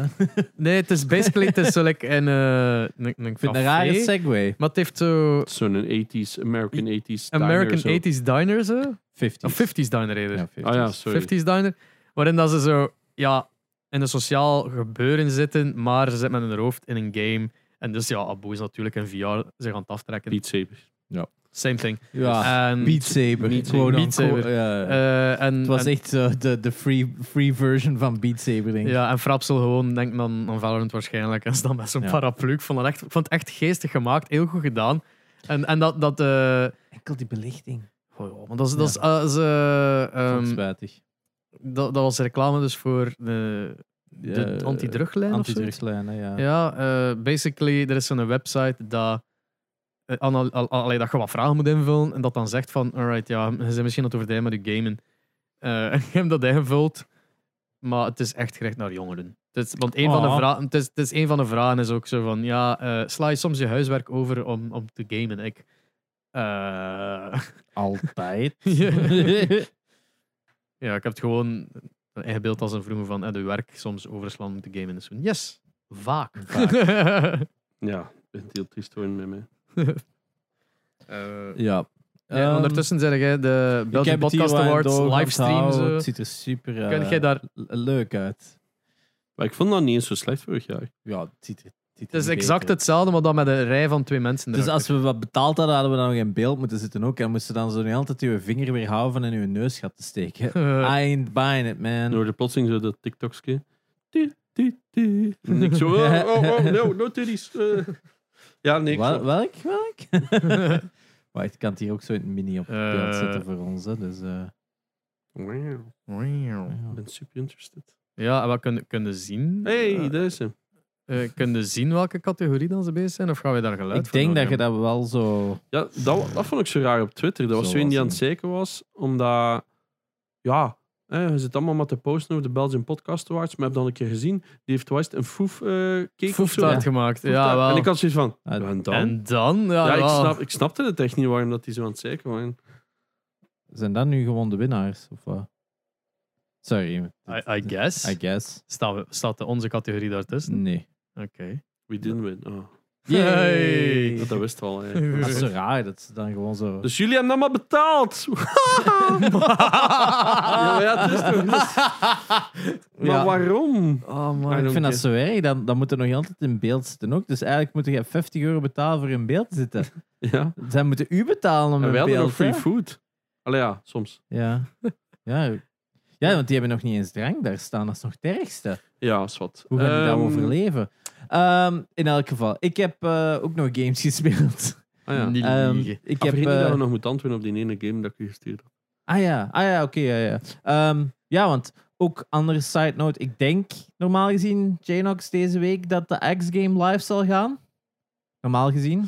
Nee, het is basically het is zo like in eh, een, een
Ik vind het een rare
café,
segue.
Maar het heeft zo
Zo'n 80s, American 80s. diner,
American
zo.
80s diner zo.
50.
Of 50s diner eerder.
Ja, 50.
Ah ja, sorry.
50s diner. Waarin dat ze zo ja, in een sociaal gebeuren zitten, maar ze zitten met hun hoofd in een game. En dus ja, Abu is natuurlijk in VR zich aan het aftrekken.
Beat Saber.
Same thing.
Ja,
en,
Ah, Beat Saber.
Beat
Gewoon
Saber.
een
Beat Saber.
co- ja.
eh, en,
Het was
en-
echt zo de, de free, free version van Beat Saber, denk ik.
ja, en Frapsel gewoon denkt dan aan Valorant waarschijnlijk. En ze dan met zo'n
Ja.
paraplu. Ik vond, dat echt, ik vond het echt geestig gemaakt. Heel goed gedaan. En, en dat... dat eh,
Enkel die belichting.
oh ja, want dat is... Dat, is, eh, is, eh,
Vond ik
ehm,
spijtig.
dat, dat was reclame dus voor de, de
Eh,
antidruglijn of zoiets.
Antidrugslijnen, ja.
Ja, eh, basically, er is zo'n website dat, eh, anal- al- allee, dat je wat vragen moet invullen en dat dan zegt van, alright, ja, ze zijn misschien aan het overdrijven met je gamen. Eh, en je hebt dat ingevuld, maar het is echt gericht naar jongeren. Het is, want een van de
Oh.
vragen, het is, het is een van de vragen is ook zo van, ja, eh, sla je soms je huiswerk over om, om te gamen? Ik, eh,
Altijd.
ja, ik heb het gewoon ingebeeld als een vroeger van, eh, de werk soms overslaan om te gamen. Dus van, yes, vaak.
Ja, het is heel triest hoor met mij.
Eh,
ja.
Ja,
Ehm,
ondertussen zeg jij de
ik
Belgian
heb het hier
Podcast
wel aan
Awards,
doorgehad
livestream.
gehouden.
Zo.
Het ziet er super eh,
Kun jij daar...
le- leuk uit.
Maar ik vond dat niet eens zo slecht vorig jaar.
Ja, het ziet er het ziet er
Het is
beter
exact
uit.
hetzelfde, maar dan met een rij van twee mensen
Dus als
erachter.
we wat betaald hadden, hadden we dan nog in beeld moeten zitten ook. En moesten dan zo niet altijd uw vinger weer houden van in uw neusgat te steken. I
Eh,
ain't buying it, man.
En door de plotseling zo dat TikTokske. Tu, tu, tu. En ik zo, oh, oh, oh, no, no titties. Eh. Ja, nee, ik
Wel-
vond-
welk? Welk? Wacht, ik kan het hier ook zo in het mini op
Eh.
beeld zetten voor ons. Hè, dus, eh,
Wauw, Ik
ja.
ben super interested.
Ja, en wat kunnen kunnen zien?
Hey,
Eh,
daar is hem.
eh, kunnen zien welke categorie dan ze bezig zijn? Of gaan we daar geluid
Ik denk dat je dat wel zo.
Ja, dat, dat vond ik zo raar op Twitter. Dat was
Zo
zo in
was
die aan het
het.
zeker was. Omdat, ja, hè, je zit allemaal maar te posten over de Belgian Podcast Awards. Maar heb dan een keer gezien, die heeft West een foef eh cake of zo.
Foeftaart gemaakt.
Foeftaart.
Ja, wel.
En ik had zoiets van,
Ah,
en dan?
En dan? Ja,
ja, ik,
wel.
snap, ik snapte het echt niet waarom dat die zo aan het zeker waren.
Zijn dat nu gewoon de winnaars? Of wat? Sorry.
I, I guess.
I guess. Mm.
Staat, staat onze categorie daartussen?
Nee.
Oké.
We didn't win. Oh.
Yay.
Dat, dat wist al. hè.
Dat is zo raar, dat ze dan gewoon zo...
Dus jullie hebben dat maar betaald. ja, maar ja, het is toch, dat is- Maar
Ja.
waarom?
Oh
I
man, ik
don't
vind dat
care.
zo erg. Dan, dan moet er nog altijd in beeld zitten ook. Dus eigenlijk moet je 50 euro betalen voor in beeld te zitten.
Ja.
Zij moeten u betalen om
En
in
wij hadden
beeld
nog free
hè?
food. Allee ja, soms.
Ja. ja. Ja, want die hebben nog niet eens drank daar staan. Dat is nog het ergste.
Ja, is wat.
Hoe gaan die
Ehm,
dat overleven? Ehm, in elk geval, ik heb eh, ook nog games gespeeld.
Ah, ja.
Niet
Ehm,
liegen.
ik
Ik
heb,
vergeet niet dat
eh,
we nog moeten antwoorden op die ene game dat ik u gestuurd heb.
Ah ja, ah, ja oké. ja, ja. Ehm, ja, want ook andere side note. Ik denk normaal gezien, Janox, deze week dat de X-game live zal gaan. Normaal gezien.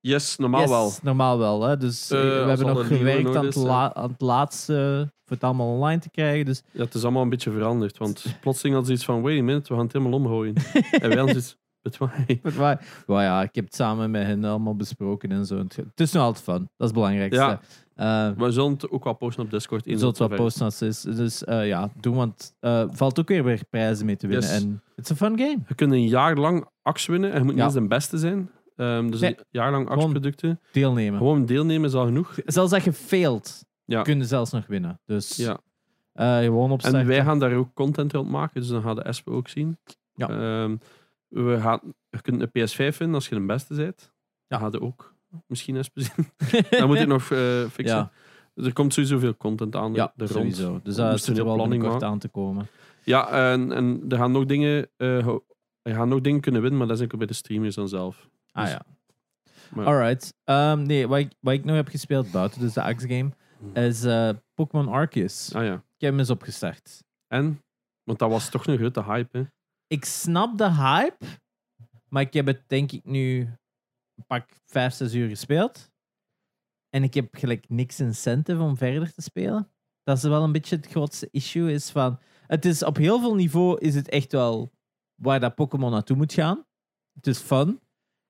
Yes, normaal
Yes,
wel.
Normaal wel, hè. Dus eh,
Eh, als
we hebben
al
nog
een nieuwe
gewerkt
nodig
aan het,
is,
la- aan het laatste. Voor het allemaal online te krijgen. Dus
Ja, het is allemaal een beetje veranderd. Want plotseling hadden ze iets van, wait a minute, we gaan het helemaal omgooien. en wij hadden zoiets, met mij.
Maar, maar- maar ja, ik heb het samen met hen allemaal besproken en zo. Het is nog altijd fun. Dat is het belangrijkste.
Ja.
Eh,
We zullen het ook wel posten op Discord.
je
eens
zult
dat
wel
het zover
posten als het is. Dus eh, ja, doen, want eh valt ook weer weer prijzen mee te winnen.
Yes.
En it's a fun game.
is. Je kunt een jaar lang axe winnen en je moet
Ja.
niet eens de beste zijn. Ehm, dus
Nee.
een jaar lang
Gewoon-
axe-producten.
Deelnemen.
Gewoon deelnemen is al genoeg.
Zelfs als je failt,
Ja.
kun je zelfs nog winnen. Dus
Ja.
eh, gewoon
En
opstarten.
wij gaan daar ook content rond maken, dus dan gaat de ESP ook zien.
Ja.
Ehm, we gaan, je kunt een PS5 vinden als je de beste bent.
Ja.
Ja. Gaat er ook misschien ESP zien. dat moet ik nog eh, fixen.
Ja.
Dus er komt sowieso veel content aan
ja,
de rond.
sowieso. Dus
We
dat zit
moesten
er
een
wel
planning
binnenkort aan te komen.
Ja, en, en er gaan nog dingen... eh, ho- er gaan nog dingen kunnen winnen, maar dat is enkel bij de streamers dan zelf.
Ah
Dus-
ja.
maar-
Alright. Ehm, nee, wat ik, wat ik nog heb gespeeld buiten, dus de Axe game, is eh, Pokémon Arceus.
Ah Hmm. ja.
Ik heb hem eens opgestart.
En? Want dat was toch een grote hype, hè?
ik snap de hype, maar ik heb het denk ik nu een pak 5, 6 uur gespeeld. En ik heb gelijk niks incentive om verder te spelen. Dat is wel een beetje het grootste issue. Is van, het is op heel veel niveau is het echt wel waar dat Pokémon naartoe moet gaan. Het is fun.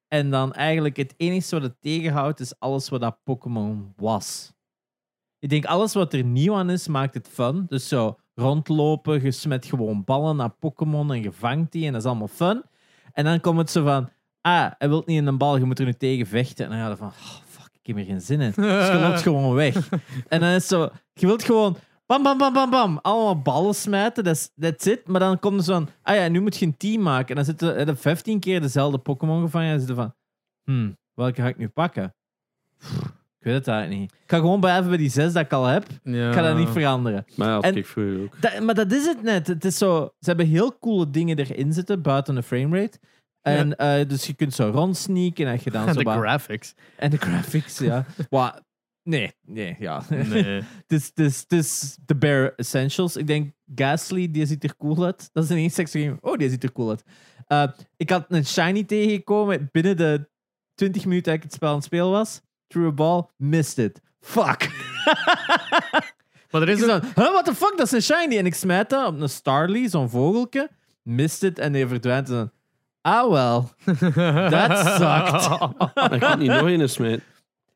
En dan eigenlijk het enige wat het tegenhoudt is alles wat dat Pokémon was. Ik denk alles wat er nieuw aan is, maakt het fun. Dus zo rondlopen, je smet gewoon ballen naar Pokémon en je vangt die en dat is allemaal fun. En dan komt het zo van, ah, hij wilt niet in een bal, je moet er nu tegen vechten. En dan gaat het van, oh, fuck, ik heb er geen zin in. Dus je loopt gewoon weg. En dan is het zo, je wilt gewoon bam, bam, bam, bam, bam, allemaal ballen smijten, dat is- that's it. Maar dan komt er zo'n, ah ja, nu moet je een team maken. En dan zitten er 15 keer dezelfde Pokémon gevangen en dan zitten van, hmm, welke ga ik nu pakken? Pff, Ik weet het eigenlijk niet. Ik ga gewoon blijven bij die zes dat ik al heb. Ik ga dat
Eh.
niet veranderen.
Maar ja, dat
En-
keek vroeger ook.
Dat- maar dat is het net. Het is zo, ze hebben heel coole dingen erin zitten buiten de framerate. En eh, dus je kunt zo rondsneaken en je dan
En
zo
de
wat-
graphics.
en de graphics, ja. Wat? Nee, nee, ja.
Nee.
Het is- het is- het is de bare essentials. Ik denk, Gasly, die ziet er cool uit. Dat is ineens sexy game. Oh, die ziet er cool uit. Eh, ik had een shiny tegengekomen binnen de 20 minuten dat ik het spel aan het spelen was. Threw a ball, missed it. Fuck.
Maar er is
Ik
een...
zo, huh, what the fuck, dat is een shiny. En ik smijt dat op een Starly, zo'n vogeltje. Mist het en die verdwijnt. En dan, ah wel, dat sucked.
Maar ik had niet nog een smijten.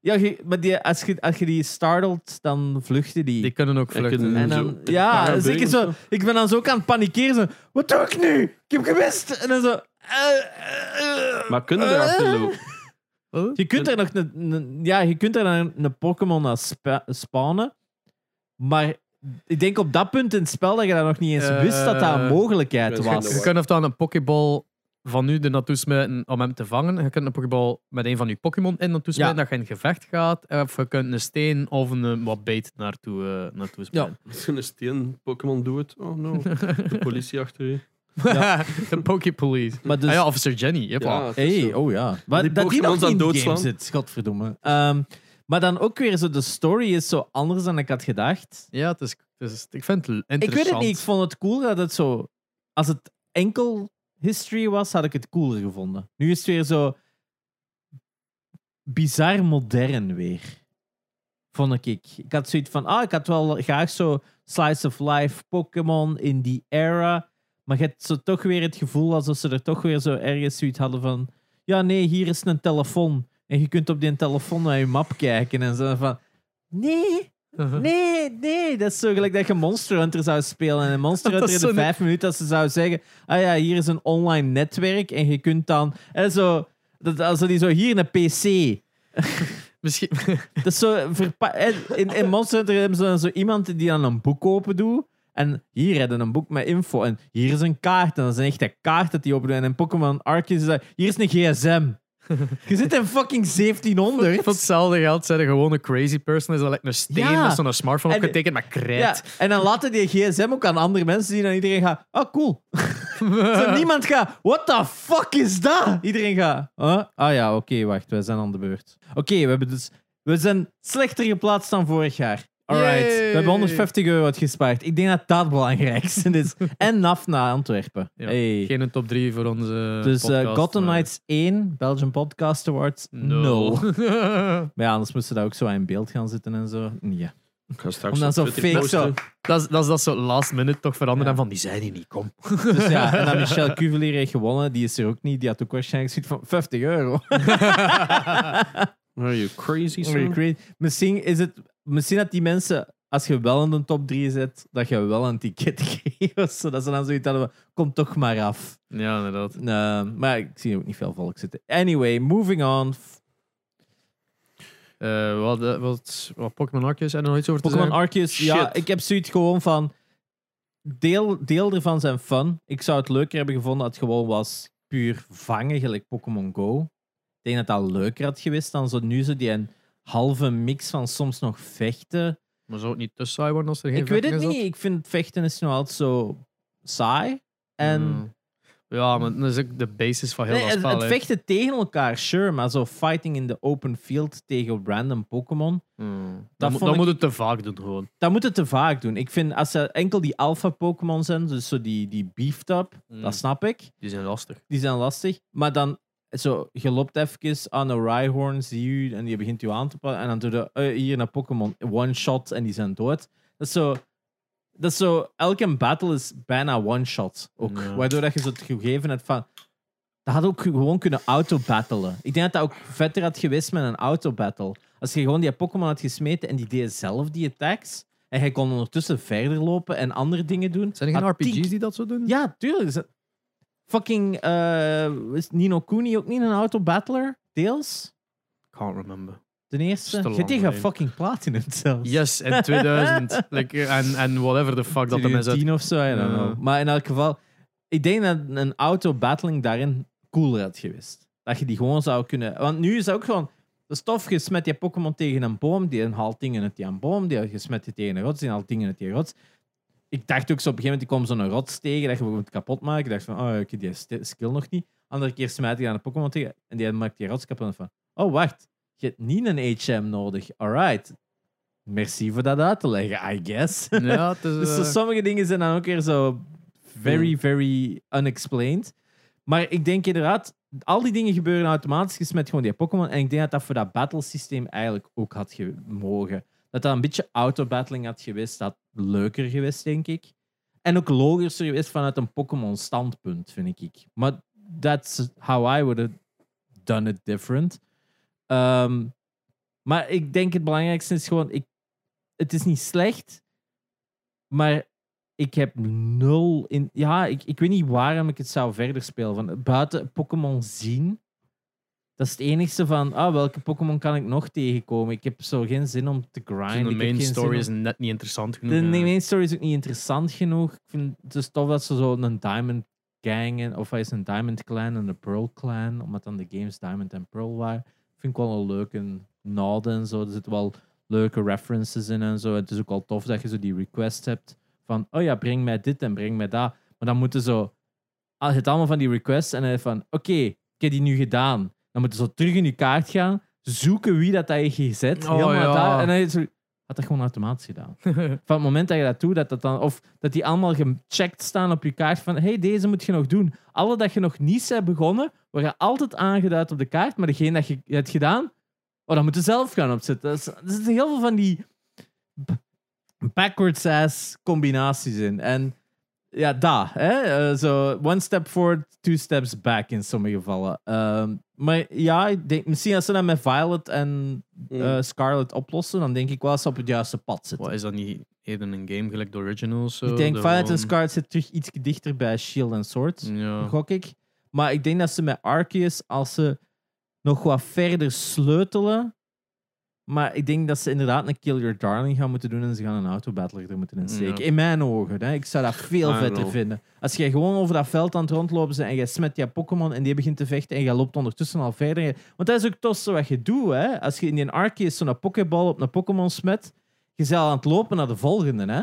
ja, je- maar die, als, je, als je die startelt, dan vluchten die.
Die kunnen ook
En
vluchten.
kunnen-
en
zo.
dan, ja,
Ja,
dus ik,
beuken
zo,
of
ik ben dan zo ook aan het panikeren. Zo, wat doe ik nu? Ik heb gemist. En dan zo... eh, eh, eh,
Maar kunnen er achter
eh.
lopen?
Je kunt er nog een, een- ja, je kunt er dan een, een Pokémon aan spa- spawnen. Maar ik denk op dat punt in het spel dat je dat nog niet eens
Eh,
wist dat dat een mogelijkheid
ik ben
was.
Je kunt of dan een pokeball van nu er naartoe smijten om hem te vangen. Je kunt een pokeball met een van je Pokémon in naartoe
Ja.
smijten dat je in gevecht gaat. Of je kunt een steen of een eh, wat beet naartoe, eh, naartoe smijten.
Als je een steen Pokémon doet, oh no, de politie achter je.
de Poképolice.
Maar dus,
Ah ja, officer Jenny. jeppa.
het is
hey,
zo.
oh ja. Maar
die
dat die nog niet in
Pokémon's
de
aan
game
doodslaan.
zit, godverdomme. Ehm, maar dan ook weer zo, de story is zo anders dan ik had gedacht.
Ja, het is, het is- ik vind het
Ik
interessant.
weet het niet, ik vond het cool dat het zo... Als het enkel history was, had ik het cooler gevonden. Nu is het weer zo... Bizar modern weer. Vond ik. ik. Ik had zoiets van, ah, ik had wel graag zo slice of life Pokémon in die era. Maar je hebt zo toch weer het gevoel alsof ze er toch weer zo ergens zoiets hadden van... Ja, nee, hier is een telefoon. En je kunt op die telefoon naar je map kijken. En zo van... Nee, Nee, nee, dat is zo gelijk dat je Monster Hunter zou spelen. En in Monster
Dat is
Hunter in de
zo niet-
vijf minuten dat ze zou zeggen... Ah ja, hier is een online netwerk en je kunt dan... En zo, dat, als ze die zo hier een PC...
Misschien.
Dat is zo verpa- en in, in Monster Hunter hebben ze dan zo iemand die dan een boek open doet. En hier hebben een boek met info. En hier is een kaart. En dat is een echte kaart dat die open doet. En in Pokémon Arceus is dat... Hier is een gsm. Je zit in fucking 1700.
Voor hetzelfde geld zijn er gewoon een crazy person. Is dat like een steen
Ja.
met zo'n smartphone
En-
opgetekend, maar krijt.
Ja, en dan laten die gsm ook aan andere mensen zien. En iedereen gaat... Oh, cool. Zo niemand gaat... What the fuck is dat? Iedereen gaat... huh? Ah ja, oké, wacht. Wij zijn aan de beurt. Oké, we hebben dus... We zijn slechter geplaatst dan vorig jaar. Alright.
Yay.
We hebben 150 euro gespaard. Ik denk dat dat het belangrijkste is. En NAFNA Antwerpen.
Ja.
Hey.
Geen een top 3 voor onze.
Dus eh,
podcast,
Gotham
maar-
Knights 1, Belgian Podcast Awards 0.
No.
Maar ja, anders moesten ze daar ook zo in beeld gaan zitten en zo. Nee.
Ik ga straks
Om dan
op
zo
Twitter
fake
posten.
zo.
dat, is, dat is dat zo last minute toch veranderen.
Ja.
En van die zijn hier niet, kom.
Dus ja, en dan Michel Cuvelier heeft gewonnen. Die is er ook niet. Die had ook waarschijnlijk zoiets van 50 euro.
Are you crazy, son?
Crazy. Misschien, is het, misschien dat die mensen, als je wel in de top 3 zit, dat je wel een ticket geeft. of zo. Dat ze dan zoiets hadden van, kom toch maar af.
Ja, inderdaad.
Eh, maar ik zie ook niet veel volk zitten. Anyway, moving on.
Eh, wat, eh, wat, wat Pokémon Arceus en nog iets over te
Pokémon
zeggen?
Arceus, ja,
Shit.
ik heb zoiets gewoon van... Deel, deel ervan zijn fun. Ik zou het leuker hebben gevonden als het gewoon was puur vangen, gelijk Pokémon Go. Ik denk dat dat leuker had geweest dan zo nu zo die een halve mix van soms nog vechten.
Maar zou het niet te saai worden als er geen
ik weet het
vechtingen
niet. Ik vind vechten is nu altijd zo saai.
zat?
En
Ja. Ja, maar dat is ook de basis van Hmm, heel
Nee,
dat
het,
spel.
het
hè.
vechten tegen elkaar, sure, maar zo fighting in the open field tegen random Pokémon.
Hmm. Dan, moet-
vond
dan
ik-
moet het te vaak doen gewoon.
Dat moet het te vaak doen. Ik vind als er enkel die alpha Pokémon zijn, dus zo die, die beefed up,
Mm.
dat snap ik.
Die zijn lastig.
Die zijn lastig. Maar dan, zo, je loopt even aan een Rhyhorn, zie je, en die begint je aan te pakken. En dan doe je eh, hier naar Pokémon one-shot en die zijn dood. Dat is zo... Dat is zo... Elke battle is bijna one-shot ook.
Ja.
Waardoor dat je zo het gegeven hebt van... Dat had ook gewoon kunnen auto-battelen. Ik denk dat dat ook vetter had geweest met een auto-battle. Als je gewoon die Pokémon had gesmeten en die deed zelf die attacks... En hij kon ondertussen verder lopen en andere dingen doen.
Zijn er geen
had tien
RPG's die dat zo doen?
ja, tuurlijk. Ze- Fucking eh, is Nino Kuni ook niet een auto-battler? Deels?
Can't remember.
De
Is
eerste?
te
Je
lang
tegen
geleden.
fucking Platinum zelfs.
Yes, in 2000. like, eh, en, en whatever the fuck dat de mensen uit
2010 of zo, I don't
Ja.
know. Maar in elk geval, ik denk dat een auto-battling daarin cooler had geweest. Dat je die gewoon zou kunnen... Want nu is dat ook gewoon... De stof, je smet je Pokémon tegen een boom, die haalt dingen uit die aan boom, die je smet je tegen een rots, die haalt dingen uit die rots. Ik dacht ook zo op een gegeven moment, ik kwam zo'n rots tegen, dat je moet kapot maken. Ik dacht van, oh, ik heb die st- skill nog niet. Andere keer smijt ik aan een Pokémon tegen en die maakt die rots kapot. En van, oh, wacht, je hebt niet een HM nodig. Alright. Merci voor dat uit te leggen, I guess.
Ja, het is,
Dus zo
eh,
sommige dingen zijn dan ook weer zo very, very unexplained. Maar ik denk inderdaad, al die dingen gebeuren automatisch dus met gewoon die Pokémon. En ik denk dat dat voor dat battlesysteem eigenlijk ook had gemogen. Dat dat een beetje auto-battling had geweest, dat had leuker geweest, denk ik. En ook logischer geweest vanuit een Pokémon-standpunt, vind ik. Maar that's how I would have done it different. Ehm, maar ik denk het belangrijkste is gewoon, ik, het is niet slecht, maar ik heb nul in. Ja, ik, ik weet niet waarom ik het zou verder spelen. Van, buiten Pokémon zien, dat is het enigste van. Ah, welke Pokémon kan ik nog tegenkomen? Ik heb zo geen zin om te grinden.
de
Ik Ah, heb
main
geen zin
story
om-
is net niet interessant genoeg.
de
ja.
main story is ook niet interessant genoeg. Ik vind het is tof dat ze zo een Diamond Gang en, of hij is een Diamond Clan en een Pearl Clan, omdat dan de games Diamond en Pearl waren. Vind ik wel een leuke nod en zo. Er zitten wel leuke references in en zo. Het is ook wel tof dat je zo die request hebt van, oh ja, breng mij dit en breng mij dat. Maar dan moeten zo, ah, het allemaal van die requests en dan van, oké, ik heb die nu gedaan. Dan moeten ze zo terug in je kaart gaan, zoeken wie dat hij gezet.
Oh,
helemaal
ja.
daar, en dan is het zo- had dat gewoon automatisch gedaan van het moment dat je dat doet, dat dat dan, of dat die allemaal gecheckt staan op je kaart van hey, deze moet je nog doen. Alle dat je nog niet hebt begonnen, worden altijd aangeduid op de kaart, maar degene dat je hebt gedaan, oh, dan moet je zelf gaan opzetten. Dat is- Er zitten heel veel van die b- backwards-ass combinaties in. En ja, daar. Hè? Eh, zo, one step forward, two steps back in sommige gevallen. Ehm, maar ja, ik denk, misschien als ze dat met Violet en eh, Scarlet oplossen, dan denk ik wel dat ze op het juiste pad zitten.
Mm. Wat is dat niet eerder een game gelijk de original of zo?
ik denk
Dat
Violet en
gewoon-
Scarlet zitten terug iets dichter bij Shield en Sword,
Ja.
gok ik. Maar ik denk dat ze met Arceus, als ze nog wat verder sleutelen. Maar ik denk dat ze inderdaad een Kill Your Darling gaan moeten doen en ze gaan een autobattler er moeten insteken.
Ja.
In mijn ogen. Hè. Ik zou dat veel
I
vetter
know.
vinden. Als jij gewoon over dat veld aan het rondlopen bent en jij smet je Pokémon en die begint te vechten en jij loopt ondertussen al verder. Want dat is ook tof zo wat je doet. Hè. Als je in die Arceus zo'n Pokéball op een Pokémon smet, je bent al aan het lopen naar de volgende. Hè.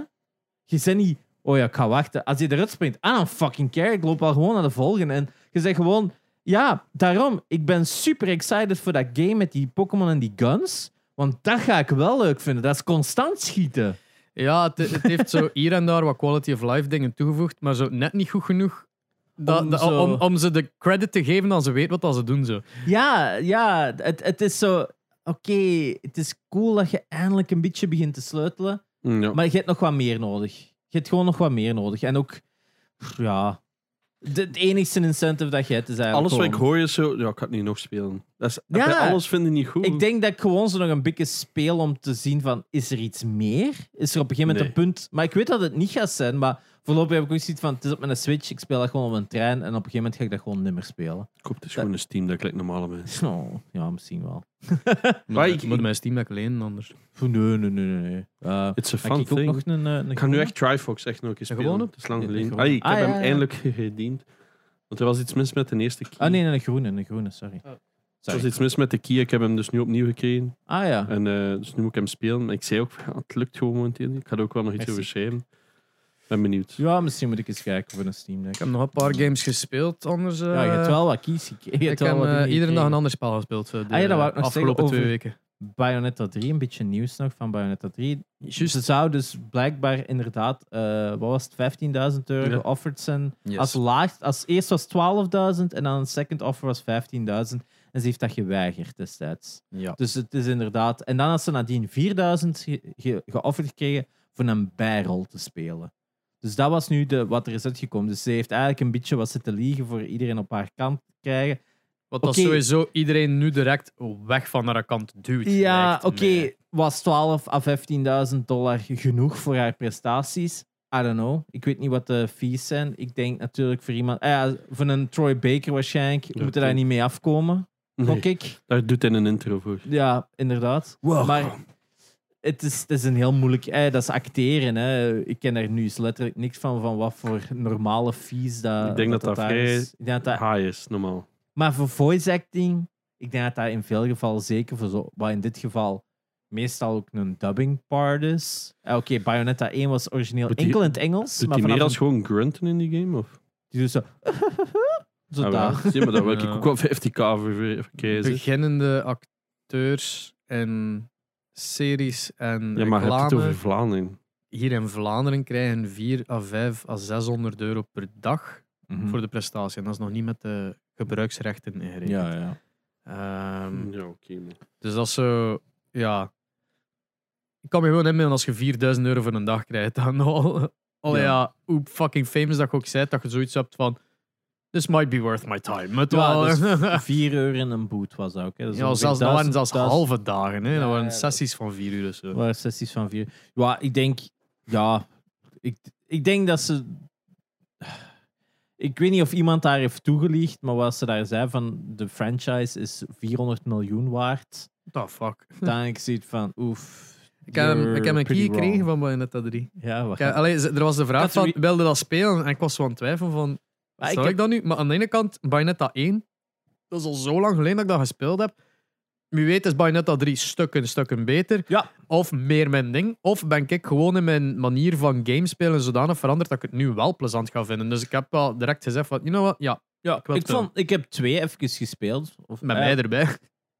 Je bent niet, oh ja, ik ga wachten. Als je eruit springt, I don't fucking care. Ik loop al gewoon naar de volgende. En je zegt gewoon, ja, daarom. Ik ben super excited voor dat game met die Pokémon en die guns. Want dat ga ik wel leuk vinden. Dat is constant schieten.
Ja, het, het heeft zo hier en daar wat quality of life dingen toegevoegd, maar zo net niet goed genoeg dat,
Om
dat-
zo-
om, om ze de credit te geven dat ze weten wat dat ze doen. Zo.
Ja, ja. Het, het is zo... Oké, het is cool dat je eindelijk een beetje begint te sleutelen.
Ja.
Maar je hebt nog wat meer nodig. Je hebt gewoon nog wat meer nodig. En ook, pff, ja... De, het enigste incentive dat je hebt is eigenlijk
Alles wat ik
gewoon-
hoor is zo... Ja, ik ga het niet nog spelen. Dat is,
Ja.
bij alles vind ik niet goed.
Ik denk dat ik gewoon zo nog een beetje speel om te zien van, is er iets meer? Is er op een gegeven moment
Nee.
een punt... Maar ik weet dat het niet gaat zijn, maar voorlopig heb ik ook zoiets van, het is op mijn Switch, ik speel dat gewoon op een trein en op een gegeven moment ga ik dat gewoon nimmer spelen.
Koop dus gewoon een Steam, dat klinkt normale mensen.
Oh, ja, misschien wel.
Maar
ik-
ik moet mijn Steam Deck lenen anders.
Nee, nee, nee, nee. nee. Eh,
It's a
kan
fun
ik ook
thing.
nog een, eh, een
Ik ga nu
gewone?
echt Trifox echt nog een keer
Een
spelen.
gewone?
Het is lang
Ja, een
geleden.
gewone.
Ah, ik heb
Ah, ja,
hem
ja.
eindelijk gediend. Want er was iets mis met de eerste key.
Ah, nee, nee, een groene, een groene, sorry.
Oh.
Er was
sorry.
iets mis met de key. Ik heb hem dus nu opnieuw gekregen.
Ah ja.
En, eh, dus nu moet ik hem spelen. Maar ik zei ook, ja, het lukt gewoon momenteel niet. Ik ga er ook wel nog iets
Merci.
over schrijven. Ben benieuwd.
Ja, misschien moet ik eens kijken voor een Steam Deck.
Ik heb nog een paar games gespeeld, anders... eh,
Ja, je hebt wel wat kies. Je hebt
ik
wel
heb
wat
eh,
dingen
iedere dag
gekregen.
een ander spel gespeeld. eh, De
Ah ja, dat wou ik nog zeggen
afgelopen twee
over-
weken.
Bayonetta 3, een beetje nieuws nog van Bayonetta 3.
Juist.
Ze zou dus blijkbaar inderdaad, eh, wat was het, 15.000 euro
Ja.
geofferd zijn.
Yes.
Als, laagst, als eerst was 12.000 en dan een second offer was 15.000. En ze heeft dat geweigerd destijds.
Ja.
Dus het is inderdaad... En dan had ze nadien 4.000 ge- ge- geofferd gekregen voor een bijrol te spelen. Dus dat was nu de, wat er is uitgekomen. Dus ze heeft eigenlijk een beetje wat zitten liegen voor iedereen op haar kant te krijgen.
Wat dat
Oké.
sowieso iedereen nu direct weg van haar kant duwt.
Ja,
lijkt
oké.
mij.
Was 12 à 15.000 dollar genoeg voor haar prestaties? I don't know. Ik weet niet wat de fees zijn. Ik denk natuurlijk voor iemand... ah ja, voor een Troy Baker waarschijnlijk
Ja,
moeten daar
klopt.
niet mee afkomen.
Nee,
Gok ik.
daar doet hij een intro voor.
Ja, inderdaad. Maar het is, het is een heel moeilijk... eh, dat is acteren. Hè. Ik ken er nu eens letterlijk niks van, van wat voor normale fees dat
Ik denk dat dat
daar
vrij
is. Ik denk dat dat
High is, normaal.
maar voor voice acting, ik denk dat dat in veel gevallen, zeker voor zo, wat in dit geval meestal ook een dubbing part is. Eh, Oké, Bayonetta 1 was origineel
Doet die-
enkel in het Engels.
Doet
maar
hij meer
vanaf
als gewoon grunten in die game? Of?
die doet zo. zo
Ah,
daar.
wel. Zie je, maar daar wil ik
Ja.
ook wel 50k voor voor- voor krijgen.
Beginnende acteurs en series en
Ja, maar je hebt het
reclame
over Vlaanderen.
hier in Vlaanderen krijgen 4 à 5 à 600 euro per dag
Mhm.
voor de prestatie. En dat is nog niet met de gebruiksrechten ingerekend.
Ja, ja.
Ehm,
Hmm.
Ja, oké. man.
Dus dat is zo, ja. Ik kan me gewoon inbeelden als je 4000 euro voor een dag krijgt. Dan al, al ja.
Ja.
hoe fucking famous dat je ook zei, dat je zoiets hebt van. This might be worth my time. Met wel.
Ja, dus 4 uur in een boot was dat ook. Hè. Dat is
ja,
ongeveer
zelfs, dat waren
1000
zelfs
1000
halve dagen. Hè.
Ja,
Dat
ja,
waren
dat-
sessies van vier uur. of
dat
zo.
waren sessies van 4 Ja, ik denk. Ja, ik, ik denk dat ze. Ik weet niet of iemand daar heeft toegelicht, maar wat ze daar zei van de franchise is 400 miljoen waard.
What the fuck?
Dan ik zie het van, oef.
Hm. Ik heb, hem- ik heb een
you're
key
pretty
gekregen
wrong.
van Bayonetta 3.
Ja, wacht.
Ik heb- allee, ze- er was de vraag van,
Katsumi-
wilde dat spelen? En ik was zo aan het twijfelen van,
Maar
zou
ik heb-
ik, dat nu? Maar aan de ene kant, Bayonetta 1, dat is al zo lang geleden dat ik dat gespeeld heb. Wie weet is Bayonetta 3 stukken, stukken beter.
Ja.
Of meer mijn ding. Of ben ik gewoon in mijn manier van gamespelen zodanig veranderd dat ik het nu wel plezant ga vinden. Dus ik heb wel direct gezegd van, you know what, ja,
ja,
wil
ik,
het wel.
vond, ik heb twee even gespeeld. Of,
met
eh,
mij erbij.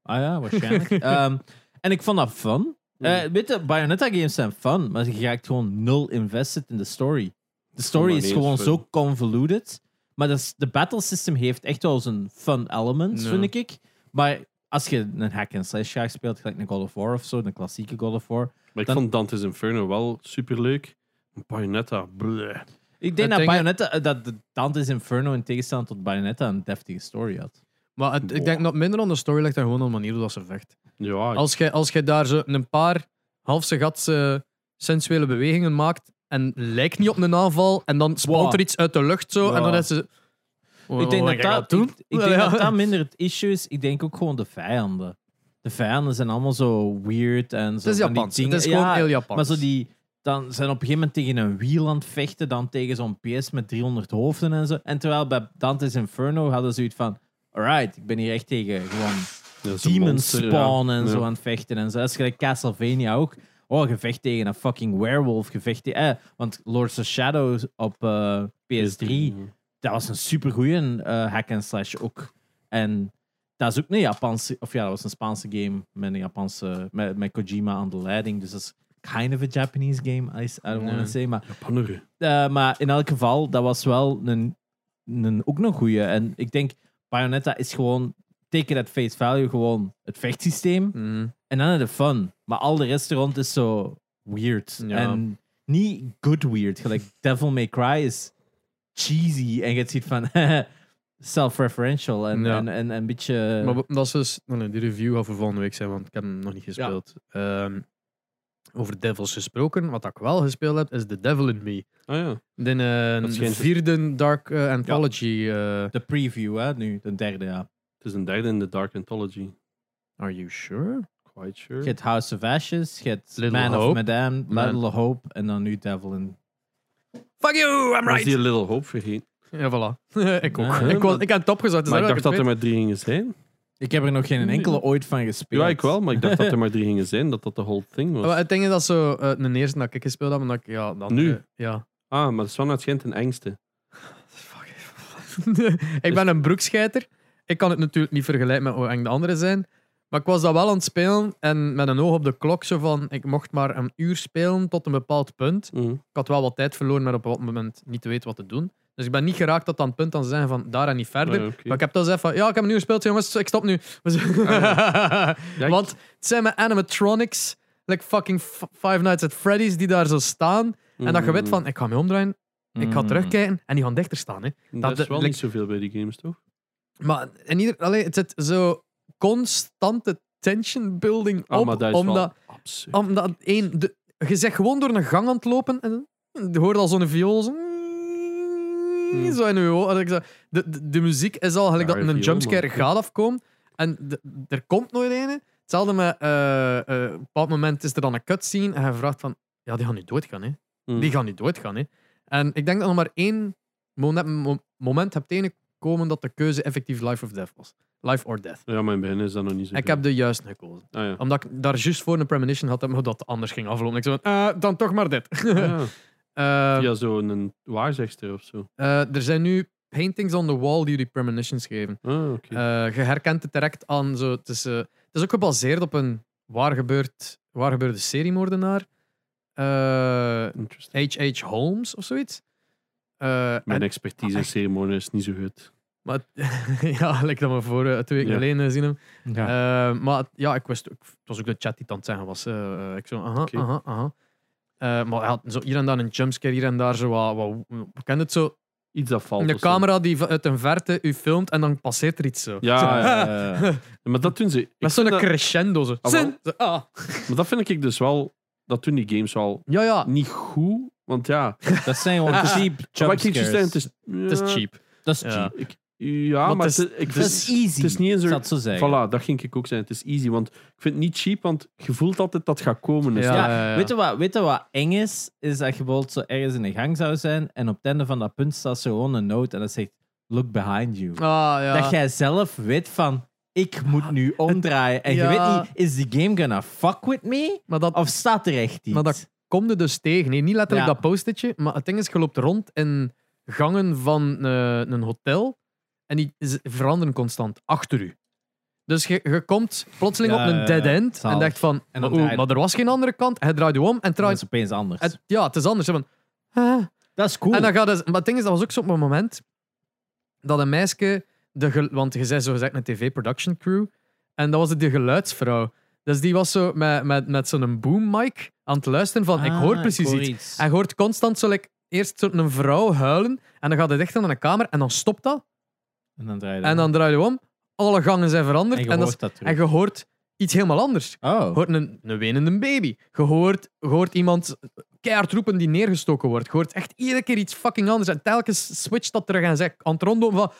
Ah ja, waarschijnlijk. Ehm, en ik vond dat fun. Eh, weet je, Bayonetta games zijn fun, maar je raakt gewoon nul invested in de story. De story
Maar
is
niet
gewoon
fun.
zo convoluted. Maar dat is- de battle system heeft echt wel zijn fun element,
Ja.
vind ik. Maar als je een hack and slash graag speelt, gelijk een God of War of zo, een klassieke God of War,
Maar ik
Dan-
vond Dante's Inferno wel superleuk. Bayonetta, bleh.
Ik denk
Het
dat
ding-
Bayonetta, eh, dat de Dante's Inferno in tegenstelling tot Bayonetta een deftige story had.
Maar het- ik denk dat minder aan de story ligt dan gewoon aan de manier hoe dat ze vecht.
Ja,
Als je als jij daar zo een paar halfse gatse sensuele bewegingen maakt en lijkt niet op een aanval en dan spalt
Wow.
er iets uit de lucht zo en
Ja.
dan is ze...
ik denk, dat dat,
doen?
ik, ik denk
Ja.
dat dat minder het issue is. Ik denk ook gewoon de vijanden. De vijanden zijn allemaal zo weird en zo.
Het is
van die
Japans. Het
dingen.
is gewoon
Ja,
heel Japans.
Maar zo die dan zijn op een gegeven moment tegen een wiel aan het vechten, dan tegen zo'n PS met 300 hoofden en zo. En terwijl bij Dante's Inferno hadden ze zoiets van: alright, ik ben hier echt tegen gewoon demons spawn en zo aan het vechten en zo. Dat is gelijk Castlevania ook. Oh, gevecht tegen een fucking werewolf, gevecht tegen. Eh, want Lords of Shadow op eh, PS3, dat was een supergoeie eh hack and slash ook. En dat is ook een Japanse, of ja, dat was een Spaanse game met een Japanse, met, met Kojima aan de leiding. Dus dat is kind of a Japanese game, I, s- I don't want to
Ja.
say. Maar,
Japaner.
eh, maar in elk geval, dat was wel een, een, ook een goeie. En ik denk, Bayonetta is gewoon, teken at face value, gewoon het vechtsysteem.
Mm.
En dan de fun. Maar al de rest er rond is zo weird.
Ja.
En niet good weird. Gelijk Devil May Cry is cheesy. En je ziet van self-referential. En,
Ja.
en, en, en een beetje...
Maar dat is dus... nou, nee, die review gaat voor volgende week zijn, want ik heb hem nog niet gespeeld. Ehm, over Devils gesproken. Wat ik wel gespeeld heb, is The Devil in Me.
Ah ja.
De, eh,
Dat is
de
geen-
vierde Dark eh, Anthology. eh,
de preview, hè, nu. De derde, ja.
Het is een derde in de Dark Anthology.
Are you sure?
Quite sure.
Je hebt House of Ashes, je hebt
Little
Man of
Hope.
Madame,
Man.
Little Hope en dan nu Devil in...
Fuck you, I'm
Was
right!
die Little Hope vergeten?
Ja, voilà. ik ook.
Ja,
ik, was, ik had het opgezet. Dus
Maar ik
daarom
dacht
heb
dat er maar drie gingen zijn.
Ik heb er nog geen enkele ooit van gespeeld.
Ja, ik wel, maar ik dacht dat er maar drie gingen zijn. Dat dat de whole thing
het weet. Maar
was.
het ding is dat zo eh de eerste dat ik gespeeld heb, omdat ik ja, dan
Nu?
ja.
Ah, maar Swan het schijnt een engste.
ik ben een broekscheiter. Ik kan het natuurlijk niet vergelijken met hoe eng de anderen zijn. Maar ik was dat wel aan het spelen en met een oog op de klok zo van ik mocht maar een uur spelen tot een bepaald punt.
Mhm.
Ik had wel wat tijd verloren, maar op dat moment niet te weten wat te doen. Dus ik ben niet geraakt tot aan het punt dat ze zeggen van daar en niet verder.
Ah, oké. Ah,
Maar ik heb dan gezegd van ja, ik heb een uur gespeeld, jongens, ik stop nu.
Ja, ik-
Want het zijn mijn animatronics, like fucking F- Five Nights at Freddy's, die daar zo staan. En
Mm,
dat je weet van ik ga me omdraaien, ik ga
Mm.
terugkijken en die gaan dichter staan. Hè.
Dat is
dat-
wel
like-
niet zoveel bij die games, toch?
Maar in ieder, allee, het zit zo constante tension building op.
Ah, maar dat is wel
omdat,
absurd.
omdat één, de, je zegt gewoon door een gang aan het lopen en dan- je hoort al zo'n viool. Zo, zo in je oor. Ik zo- De, de, de muziek is al gelijk
Hmm. Rare
dat een
viool,
jumpscare
man.
gaat afkomen en de- er komt nooit een. Hetzelfde met, eh, eh, op een bepaald moment is er dan een cutscene en je vraagt van, ja, die gaan nu doodgaan, hè.
Mm.
Die gaan niet doodgaan. Hè. En ik denk dat nog maar één moment, mo- moment heb tegengekomen dat de keuze effectief life of death was. Life or death.
Ja, maar in het begin is dat nog niet zo.
Ik heb de juiste gekozen.
Ah, ja.
Omdat ik daar juist voor een premonition had dat dat anders ging aflopen. Ik zei van, eh, dan toch maar dit.
Ah,
Eh,
ja. Via zo'n waarzegster of zo.
eh, er zijn nu paintings on the wall die die premonitions geven.
Ah, oké.
Eh, je herkent het direct aan zo. Het is, eh, het is ook gebaseerd op een waar, gebeurd, waar gebeurde seriemoordenaar. Eh,
Interesting.
H.H. Holmes of zoiets. Eh, en-
Mijn expertise in ceremonie is niet zo goed.
Maar, ja, ik dat maar voor eh, twee weken
Ja.
geleden eh, zien hem.
Ja.
Eh, maar het- ja, ik wist, ook- het was ook de chat die het aan het zeggen was. eh, eh, ik zo, aha,
Oké.
aha, aha. Eh, maar hij had zo hier en daar een jumpscare, hier en daar zo wat, wat hoe ken je het zo?
Iets dat valt.
Een
of zo.
camera die va- uit een verte u filmt en dan passeert er iets zo.
Ja,
Zo,
Ah, ja, Maar dat doen ze. Ik
Met
vind
zo'n
dat-
crescendo zo.
Ah, wel.
Zin! Zo, ah.
Maar dat vind ik dus wel. Dat doen die games wel
Ja, ja.
niet goed. Want ja,
Eh, Dat zijn
Ah.
gewoon
Oh,
cheap
wat ik
jumpscares.
juist zei, het is,
Het
eh,
is cheap.
Dat is
Ja.
cheap.
Ik, ja,
Want
maar
het
het
is-
is, ik,
Dat
vind-
is easy.
het is niet eens
Ik
een-
zou het zo zeggen.
Voilà, dat ging ik ook zijn. Het is easy, want ik vind het niet cheap, want je voelt altijd dat het gaat komen. Dus
Ja.
Ja, Weet, je wat, weet je wat eng is? Is dat je bijvoorbeeld zo ergens in de gang zou zijn en op het einde van dat punt staat zo gewoon een noot en dat zegt look behind you.
Ah, ja.
Dat jij zelf weet van ik moet nu omdraaien en
Ja.
je weet niet is the game gonna fuck with me
Maar dat
of staat er echt iets?
Maar dat kom je dus tegen. Nee, niet letterlijk
Ja.
dat postetje, maar het ding is, je loopt rond in gangen van eh, een hotel en die z- veranderen constant achter u. Dus je, je komt plotseling
Ja,
op een
ja,
dead
ja.
end en
Zalig.
dacht van,
En dan
maar, oeh,
draait-
maar er was geen andere kant. Hij draait je om en
Dat
draait...
is opeens anders.
het- ja, het is anders. Zo Van, ah.
dat is cool.
En dan gaat het, maar het ding is, dat was ook zo op een moment dat een meisje, de gel- want je zei zo gezegd een tv-production crew, en dat was het de geluidsvrouw. Dus die was zo met, met, met zo'n boom mic aan het luisteren van, ik hoor
Ah,
precies iets.
iets.
Hij hoort constant zo like, eerst zo'n een vrouw huilen en dan gaat het echt aan een kamer en dan stopt dat.
En dan draai je
En
om.
dan draai je om. Alle gangen zijn veranderd.
en je
en, dat is-
hoort dat terug.
en je hoort iets helemaal anders.
Oh.
Je hoort een, een wenende baby. Je hoort, je hoort iemand keihard roepen die neergestoken wordt. Je hoort echt iedere keer iets fucking anders. En telkens switcht dat terug en zegt Antrondo van...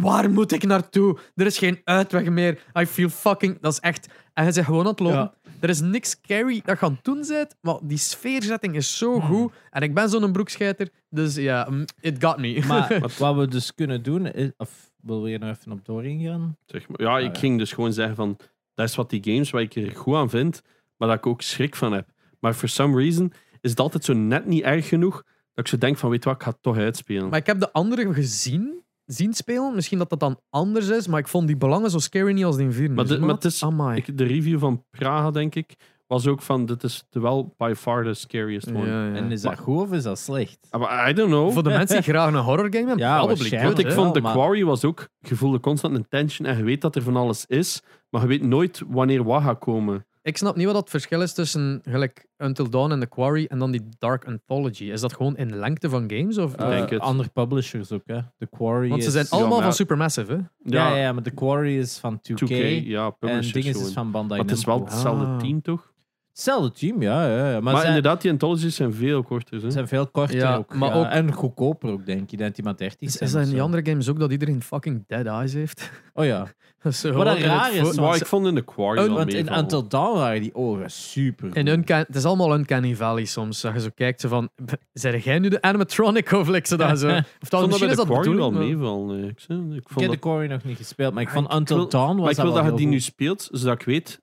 Waar moet ik naartoe? Er is geen uitweg meer. I feel fucking... Dat is echt... En je zegt gewoon aan het lopen.
Ja.
Er is niks scary dat je aan het doen bent, maar die sfeerzetting is zo
Hmm.
goed. En ik ben zo'n broekscheiter, dus ja, mm, it got me.
Maar wat we dus kunnen doen, is, of wil je nou even op doorheen gaan?
Zeg maar. Ja,
Ah,
ja.
ik ging dus gewoon zeggen van, dat is wat die games waar ik er goed aan vind, maar dat ik ook schrik van heb. Maar for some reason is het altijd zo net niet erg genoeg dat ik zo denk van, weet je wat, ik ga het toch uitspelen.
Maar ik heb de andere gezien, zien spelen. Misschien dat dat dan anders is, maar ik vond die belangen zo scary niet als die in 4.
Maar
Dus,
de- maar het is-
Amai.
Ik, de review van Praga, denk ik, was ook van, dit is de wel by far the scariest one.
Ja, ja.
En is dat
Maar-
goed of is dat slecht?
Ah, Maar I don't know.
Voor de mensen die graag een horror game hebben,
Ja,
probably
waarschijnlijk.
good,
Want ik
hè.
wel,
vond The
maar-
Quarry was ook, je voelde constant een tension en je weet dat er van alles is, maar je weet nooit wanneer wat gaat komen.
Ik snap niet wat dat verschil is tussen gelijk Until Dawn en The Quarry en dan die Dark Anthology. Is dat gewoon in lengte van games? Of,
Eh, denk het.
Andere publishers ook, hè. The Quarry
Want ze
is-
zijn allemaal
maar-
van Supermassive, hè?
Ja, ja, ja, maar The Quarry is van 2K.
2K, ja,
en
publishers
Dinges
gewoon.
is dus van Bandai
Maar het is wel
Namco.
hetzelfde
Ah.
team, toch?
Hetzelfde team, ja. ja, ja. Maar,
Maar,
ze zijn,
inderdaad, die anthologies zijn veel korter. Hè?
zijn veel korter
Ja,
ook,
maar
ja.
ook-
En goedkoper ook, denk ik. Ik denk dat die maar 30
Is,
zijn
is dat
of
in die
zo.
andere games ook dat iedereen fucking dead eyes heeft?
Oh ja.
Dat is zo
Wat dat
gewoon in het
raar is,
vo-
want
Maar ik vond in de Quarry wel
Want in
meevallen.
Until Dawn waren die ogen super
In uncan, het is allemaal Uncanny Valley soms. Dat je zo kijkt zo van, zijn jij nu de animatronic of like, zo dat zo. Of
Ik
dat,
vond dat bij
misschien is
de
dat
Quarry
bedoeld,
wel
maar-
meevallen. eh. Ik, zei- ik
Ik
vond
heb de
dat...
Quarry nog niet gespeeld, maar ik vond
Ah, Ik
Until
wil-
Dawn was
Maar ik wil
wel
dat je
heel
die nu
goed.
speelt, zodat ik weet...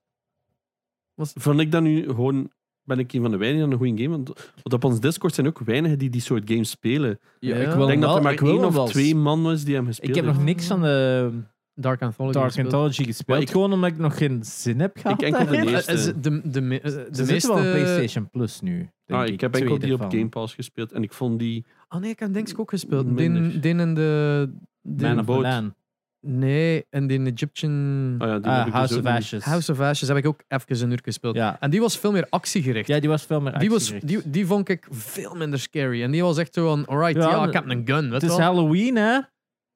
Was-
Vond ik dat nu gewoon... Ben ik een van de weinigen aan een goede game? Want, want op ons Discord zijn ook weinigen die die soort games spelen.
Ja,
Ja.
ik
ik
wil
denk dat
wel-
er maar
ik wil
één
hem
of
wel
twee man was die hem gespeeld
Ik heb nog
heeft.
niks van de
Dark Anthology.
Dark
gespeeld.
Anthology gespeeld.
Maar ik-
Gewoon omdat ik nog geen zin heb gehad.
enkel de
daarin.
eerste.
Eh, is het De, de, me- eh, de,
Ze
meeste...
zitten wel op PlayStation Plus nu. denk
Ah, ik heb
Twee
enkel die op
ervan.
Game Pass gespeeld. En ik vond die...
Ah nee, ik heb denk ik ook gespeeld.
Minder.
Den, den en de... de-
Man of
Boat.
Milan.
nee, en die Egyptian
Oh ja, die
Ah,
heb ik dus
House of
ook niet.
Ashes.
House of Ashes heb ik ook even een uur gespeeld.
Ja.
En die was veel meer actiegericht.
ja, die was veel meer
die, was,
actiegericht.
die, die vond ik veel minder scary. En die was echt zo van, alright,
Ja,
ja,
maar-
ik heb een gun, weet
Het is
wel.
Halloween, hè?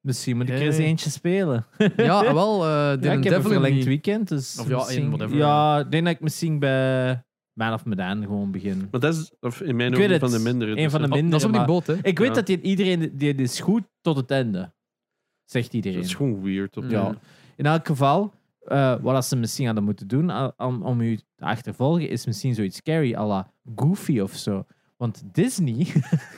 Misschien moet ik er
Ja,
eens
ja.
eentje spelen.
Ja, wel, eh den
Ja, ik heb een
Devil in
verlengd
Me.
weekend, dus...
Of ja,
misschien-
in whatever.
Ja, ik denk dat ik misschien bij Man of Medan gewoon begin.
Maar dat is of in mijn
Ik
ogen
weet
een van
het.
de mindere. dus
Een van de
dat-
mindere,
Oh, Dat is op die
maar-
boot, hè.
Ik weet
Ja.
dat die, iedereen die is goed tot het einde. Zegt iedereen.
Dat is gewoon weird. Op
Ja. In elk geval, eh, wat dat ze misschien hadden moeten doen a- om, om u te achtervolgen, is misschien zoiets scary à la Goofy of zo. Want Disney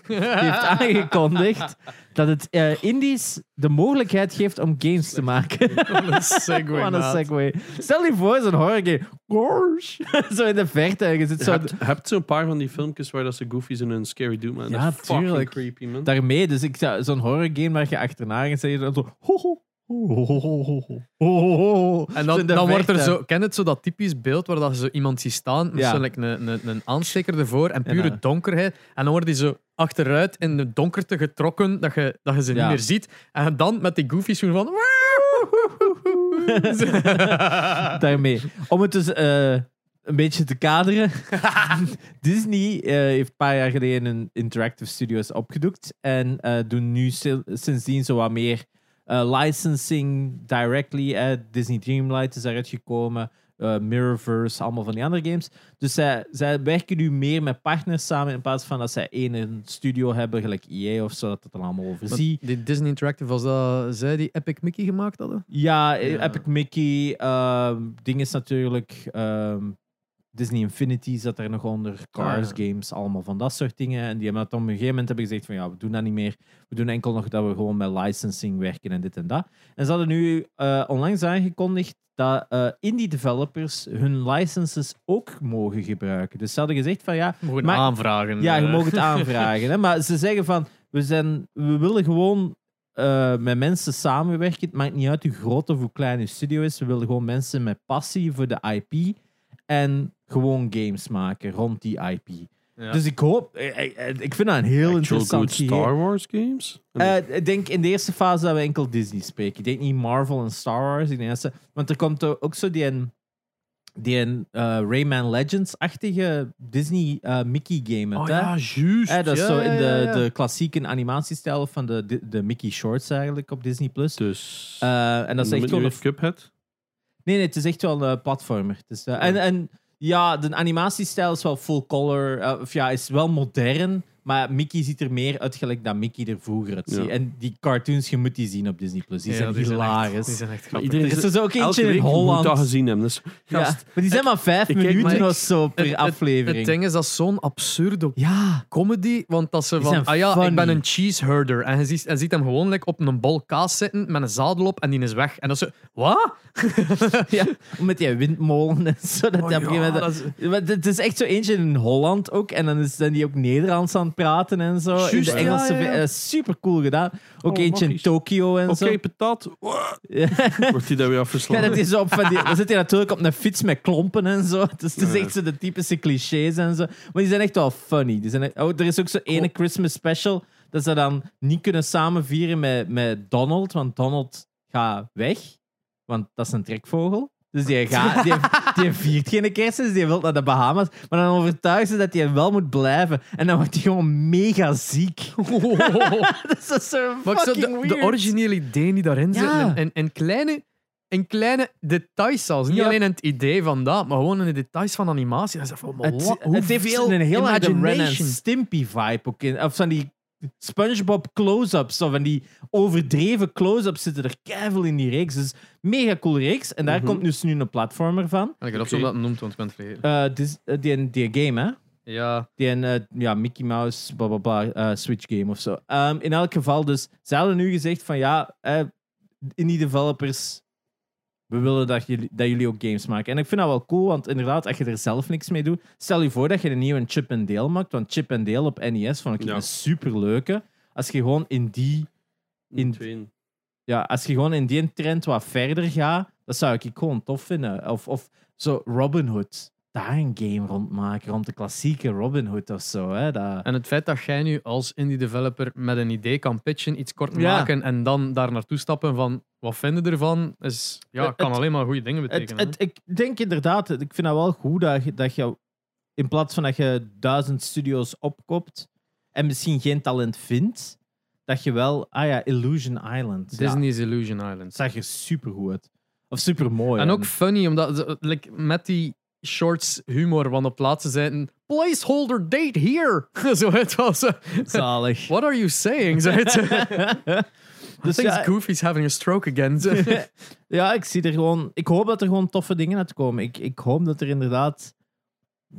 heeft aangekondigd dat het eh, Indies de mogelijkheid geeft om games te maken.
Wat een segway,
Wat een
maat.
segue. Stel je voor zo'n horror game. Gosh. zo in de verte. en Je zit
Je
zo
hebt, je hebt zo'n paar van die filmpjes waar dat ze goofies en een scary doen, man.
Ja,
dat is fucking
tuurlijk.
creepy, man.
daarmee. Dus ik zou zo'n horror game waar je achterna gaat en je dan zo. Ho, ho. ho, ho, ho, ho, ho, ho, ho.
En
Zo
dan,
in de
dan wordt er
verte.
zo, ken het zo dat typisch beeld waar dat ze zo iemand ziet staan, met
Ja.
zo'n like, een, een, een aansteker ervoor en pure
Ja.
donkerheid. En dan wordt die zo achteruit in de donkerte getrokken, dat je, dat je ze
Ja.
niet meer ziet. En dan met die goofy schoen van.
daarmee. Om het dus eh, een beetje te kaderen. Disney eh, heeft een paar jaar geleden een Interactive Studios opgedoekt. En eh, doen nu sil- sindsdien zo wat meer eh, licensing directly. eh, Disney Dreamlight is daaruit gekomen. eh, Mirrorverse, allemaal van die andere games. Dus zij, zij werken nu meer met partners samen in plaats van dat zij één een studio hebben, gelijk EA of zo, dat het dan allemaal overzie.
Die Disney Interactive, was dat zij die Epic Mickey gemaakt hadden?
Ja, eh,
Ja.
Epic Mickey. ehm, ding is natuurlijk. ehm, Disney Infinity zat er nog onder. Cars
Ah,
games, allemaal van dat soort dingen. En die hebben dat op een gegeven moment hebben gezegd: van ja, we doen dat niet meer. We doen enkel nog dat we gewoon met licensing werken en dit en dat. En ze hadden nu eh, onlangs aangekondigd dat eh, indie developers hun licenses ook mogen gebruiken. Dus ze hadden gezegd: van ja,
Mogen
Maar-
aanvragen.
ja, je
eh.
mag het aanvragen. Hè? Maar ze zeggen van, we, zijn, we willen gewoon eh, met mensen samenwerken. Het maakt niet uit hoe groot of hoe klein je studio is. We willen gewoon mensen met passie voor de IP. En gewoon games maken rond die IP.
Ja.
Dus ik hoop... eh, eh, eh, Ik vind dat een heel
Actual
interessant
good
idee.
Star Hm. Wars games?
ik denk in de eerste fase dat we enkel Disney spreken. Ik denk niet Marvel en Star Wars. Ik denk dat ze- want er komt ook zo die, een- die een, eh, Rayman Legends-achtige Disney eh, Mickey game.
Oh
hebt, hè?
ja, juist.
Eh, dat is
Ja,
zo
ja,
in de,
ja, ja.
de klassieke animatiestijl van de, de, de Mickey Shorts eigenlijk op Disney+. Plus.
Dus.
Eh, en dat is echt gewoon een
Cuphead.
Nee, nee, het is echt wel een platformer. Het is, eh, en, en ja, de animatiestijl is wel full color. eh, of ja, is wel modern. Maar Mickey ziet er meer uit gelijk dan Mickey er vroeger uit ziet.
Ja.
En die cartoons, je moet die zien op Disney+. Plus. Die
Ja,
zijn
die echt-
hilarisch.
die zijn echt
Maar
grappig.
iedereen
er is
is
dus ook
elke
eentje in
week moet dat
Holland.
gezien hebben. Dus,
Ja,
gast,
maar die zijn maar vijf
ik kijk
minuten
maar-
of zo per
het-
aflevering.
Het ding is, dat is zo'n absurde
ja,
comedy. Want dat ze
Die
van,
zijn
ah ja, ik ben
funny.
een cheeseherder. En je ziet, en ziet hem gewoon like, op een bol kaas zitten met een zadel op en die is weg. En dat ze, wat?
ja, met die windmolen en zo. Dat
Oh
die op een
ja,
gegeven moment-
dat is-
Maar Het is echt zo eentje in Holland ook. En dan is dan die ook Nederlands aan het praten en zo. in
Juist,
de
ja,
Engelse
ja, ja.
super cool gedaan. Ook
Oh,
eentje in
magisch.
Tokio en
Oké,
zo.
patat. Wah,
Ja,
Wordt die daar weer afgeslagen?
dat is zo op van die, dan zit hij natuurlijk op een fiets met klompen en zo. Dus het is
Ja.
echt zo de typische clichés en zo. Maar die zijn echt wel funny. Die zijn echt- oh, er is ook zo'n ene Christmas special dat ze dan niet kunnen samen vieren met, met Donald. Want Donald gaat weg, want dat is een trekvogel. Dus die, gaat, die, die viert geen kerstmis, dus die wil naar de Bahamas. Maar dan overtuigen ze dat hij wel moet blijven. En dan wordt hij gewoon mega ziek. dat is zo
Maar ik zou
fucking
de,
weird.
de originele ideeën die daarin
Ja.
zitten. En, en, en kleine, en kleine details zelfs. Niet
Ja.
alleen in het idee van dat, maar gewoon in de details van animatie. Dat is van, maar
Het,
wat-
het heeft
hoeveel
een heel erg de Ren en
imagination.
Stimpy vibe ook in. Of van die SpongeBob close-ups. Of van die overdreven close-ups zitten er keivel in die reeks. Dus mega cool reeks. En daar
Mhm.
komt dus nu een platformer van.
Ik heb dat
Oké.
zo dat noemt, want ik ben het vergeten.
Eh, dus, eh, die, die game, hè?
Ja,
Die een, eh, ja, Mickey Mouse, bla bla bla, eh, Switch game of zo. Ehm, in elk geval, dus ze hadden nu gezegd van ja, eh, in die developers, we willen dat jullie, dat jullie ook games maken. En ik vind dat wel cool, want inderdaad, als je er zelf niks mee doet, stel je voor dat je een nieuwe Chip and Dale maakt, want Chip and Dale op NES vond ik
Ja.
een superleuke. Als je gewoon in die in-
Twin.
ja, als je gewoon in die trend wat verder gaat, dat zou ik gewoon tof vinden. Of, of zo Robin Hood. Daar een game rondmaken, rond de klassieke Robin Hood of zo. Hè? Dat...
en het feit dat jij nu als indie developer met een idee kan pitchen, iets kort
Ja.
maken en dan daar naartoe stappen van wat vinden we ervan, is, ja,
Het-
kan
het-
alleen maar goede dingen
Het,
betekenen. hè.
het, ik denk inderdaad, het- ik vind dat wel goed dat je, dat je in plaats van dat je duizend studio's opkoopt en misschien geen talent vindt, dat je wel, ah ja, Illusion Island. Ja,
Disney's Illusion Island.
dat zag er supergoed uit. Of supermooi.
En ook funny, omdat ze- like, met die shorts humor, want op plaatsen zeiden placeholder date here. zo het was. eh,
zalig.
What are you saying? Zo het. eh, I
dus
think
ja,
Goofy's having a stroke again. Ah Zo.
ja, ik zie er gewoon. Ik hoop dat er gewoon toffe dingen uitkomen. Ik, ik hoop dat er inderdaad.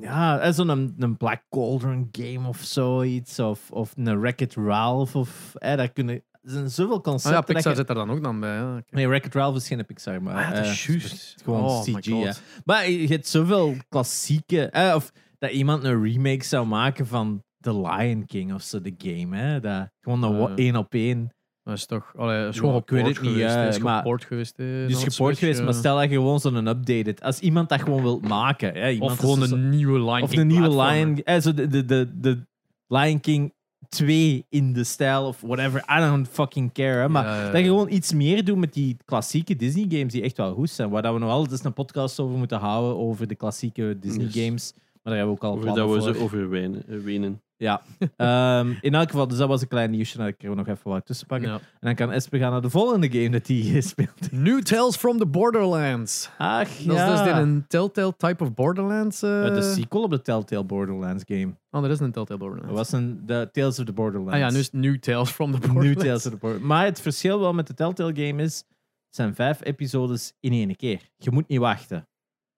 Ja, eh, zo'n een, een Black Cauldron game of zoiets. Of, of een Wreck-It Ralph. Of, eh, daar kunnen, er zijn zoveel
Ah ja,
concepten. dat
Pixar
je-
zit er dan ook dan bij. Ja, oké.
Nee, Wreck-It Ralph is geen Pixar, maar...
Ah ja, dat
eh,
is juist.
het is Gewoon
Oh
CG,
my God.
ja. Maar je hebt zoveel klassieke... eh, of dat iemand een remake zou maken van The Lion King of zo, de game, hè. Dat, gewoon een wa-
Ah, ja.
één op één.
Dat is toch. Allee, is
Ja,
gewoon
ik weet
gepoord
het niet,
geweest. hè.
eh,
is
maar-
gepoord geweest. eh, dan
Dus
op
geport
Switch,
geweest,
ja.
maar stel dat je gewoon zo'n updated... Als iemand dat gewoon wilt maken, hè. iemand
Of
is
gewoon
dus zo-
een nieuwe Lion
Of
King
een nieuwe
platformer.
Lion... eh, zo de, de, de, de Lion King 2 in de stijl of whatever. I don't fucking care, hè. Maar
Ja, ja, ja.
dat je gewoon iets meer doet met die klassieke Disney games die echt wel goed zijn. Waar dat we nog altijd een podcast over moeten houden over de klassieke Disney
Dus-
games. Maar daar hebben we ook al
Over
plannen
dat we ze
voor.
overwenen. eh, wenen.
Ja. Ehm, in elk geval, dus dat was een klein nieuwsje dat ik er nog even wou tussenpakken.
Ja.
En dan kan Espen gaan naar de volgende game dat hij speelt.
New Tales from the Borderlands.
Ach ja.
Dat is dus dit een Telltale type of Borderlands. eh?
Eh, de sequel op de Telltale Borderlands game.
Oh, dat is een Telltale
Dat
Borderlands.
was een de Tales of the Borderlands.
Ah ja, nu is het New Tales from the
New
Borderlands.
Tales of the Borderlands. Maar het verschil wel met de Telltale game is, het zijn vijf episodes in één keer. Je moet niet wachten.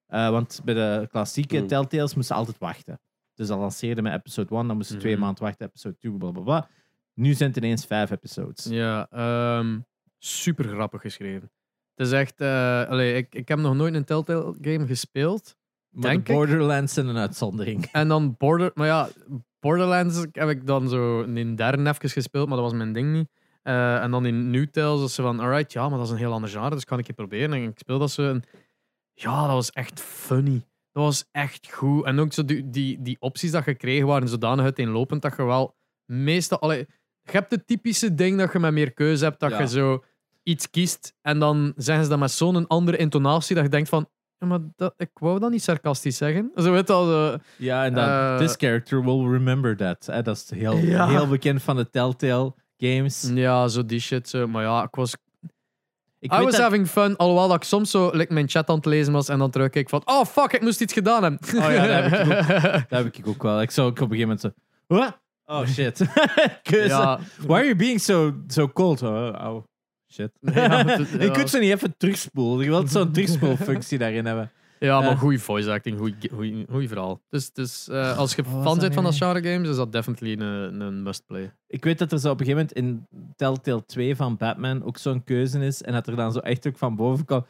Eh, want bij de klassieke
Mm.
Telltales moesten ze altijd wachten. Dus dat lanceerde met episode 1, dan moesten ze
Mhm.
twee maanden wachten, episode 2, blablabla. Nu zijn het ineens vijf episodes.
Ja, ehm, super grappig geschreven. Het is echt... eh, allee, ik, ik heb nog nooit een Telltale game gespeeld.
maar
denk
de
ik.
Borderlands zijn een uitzondering.
En dan Border... Maar ja, Borderlands heb ik dan zo in derde even gespeeld, maar dat was mijn ding niet. Eh, en dan in New Tales was ze van, alright, ja, maar dat is een heel ander genre, dus kan ik je proberen. En ik speel dat ze... en Ja, dat was echt funny. Dat was echt goed. En ook zo die, die, die opties dat je kreeg waren zodanig uiteenlopend dat je wel meestal... Allee, je hebt het typische ding dat je met meer keuze hebt, dat
Ja.
je zo iets kiest en dan zeggen ze dat met zo'n andere intonatie dat je denkt van, Ja, maar dat, ik wou dat niet sarcastisch zeggen. Zo weet al. zo-
Ja, en dan,
Eh,
this character will remember that. hè. dat is heel,
Ja.
heel bekend van de Telltale games.
ja, zo die shit. zo. Maar ja, ik was.
Ik
I
weet
was
dat-
having fun. Alhoewel dat ik soms zo like, mijn chat aan het lezen was en dan terugkeek van. Oh fuck, ik moest iets gedaan hebben.
Oh ja, dat heb Dat heb ik ook wel. Ik zou ook op een gegeven moment zo... What? Oh, shit. Kus.
Ja,
Why are you being so, so cold? Oh, oh, shit.
Ja, het-
je
ja.
kunt ze niet even terugspoelen. Je wilt zo'n terugspoelfunctie daarin hebben.
ja, maar
Eh.
goede voice acting, goed verhaal. Dus, dus eh, als je
Wat was
fan
dat
bent van
nu
dat genre games, is dat definitely een, een must-play.
Ik weet dat er zo op een gegeven moment in Telltale 2 van Batman ook zo'n keuze is. En dat er dan zo echt ook van boven kwam...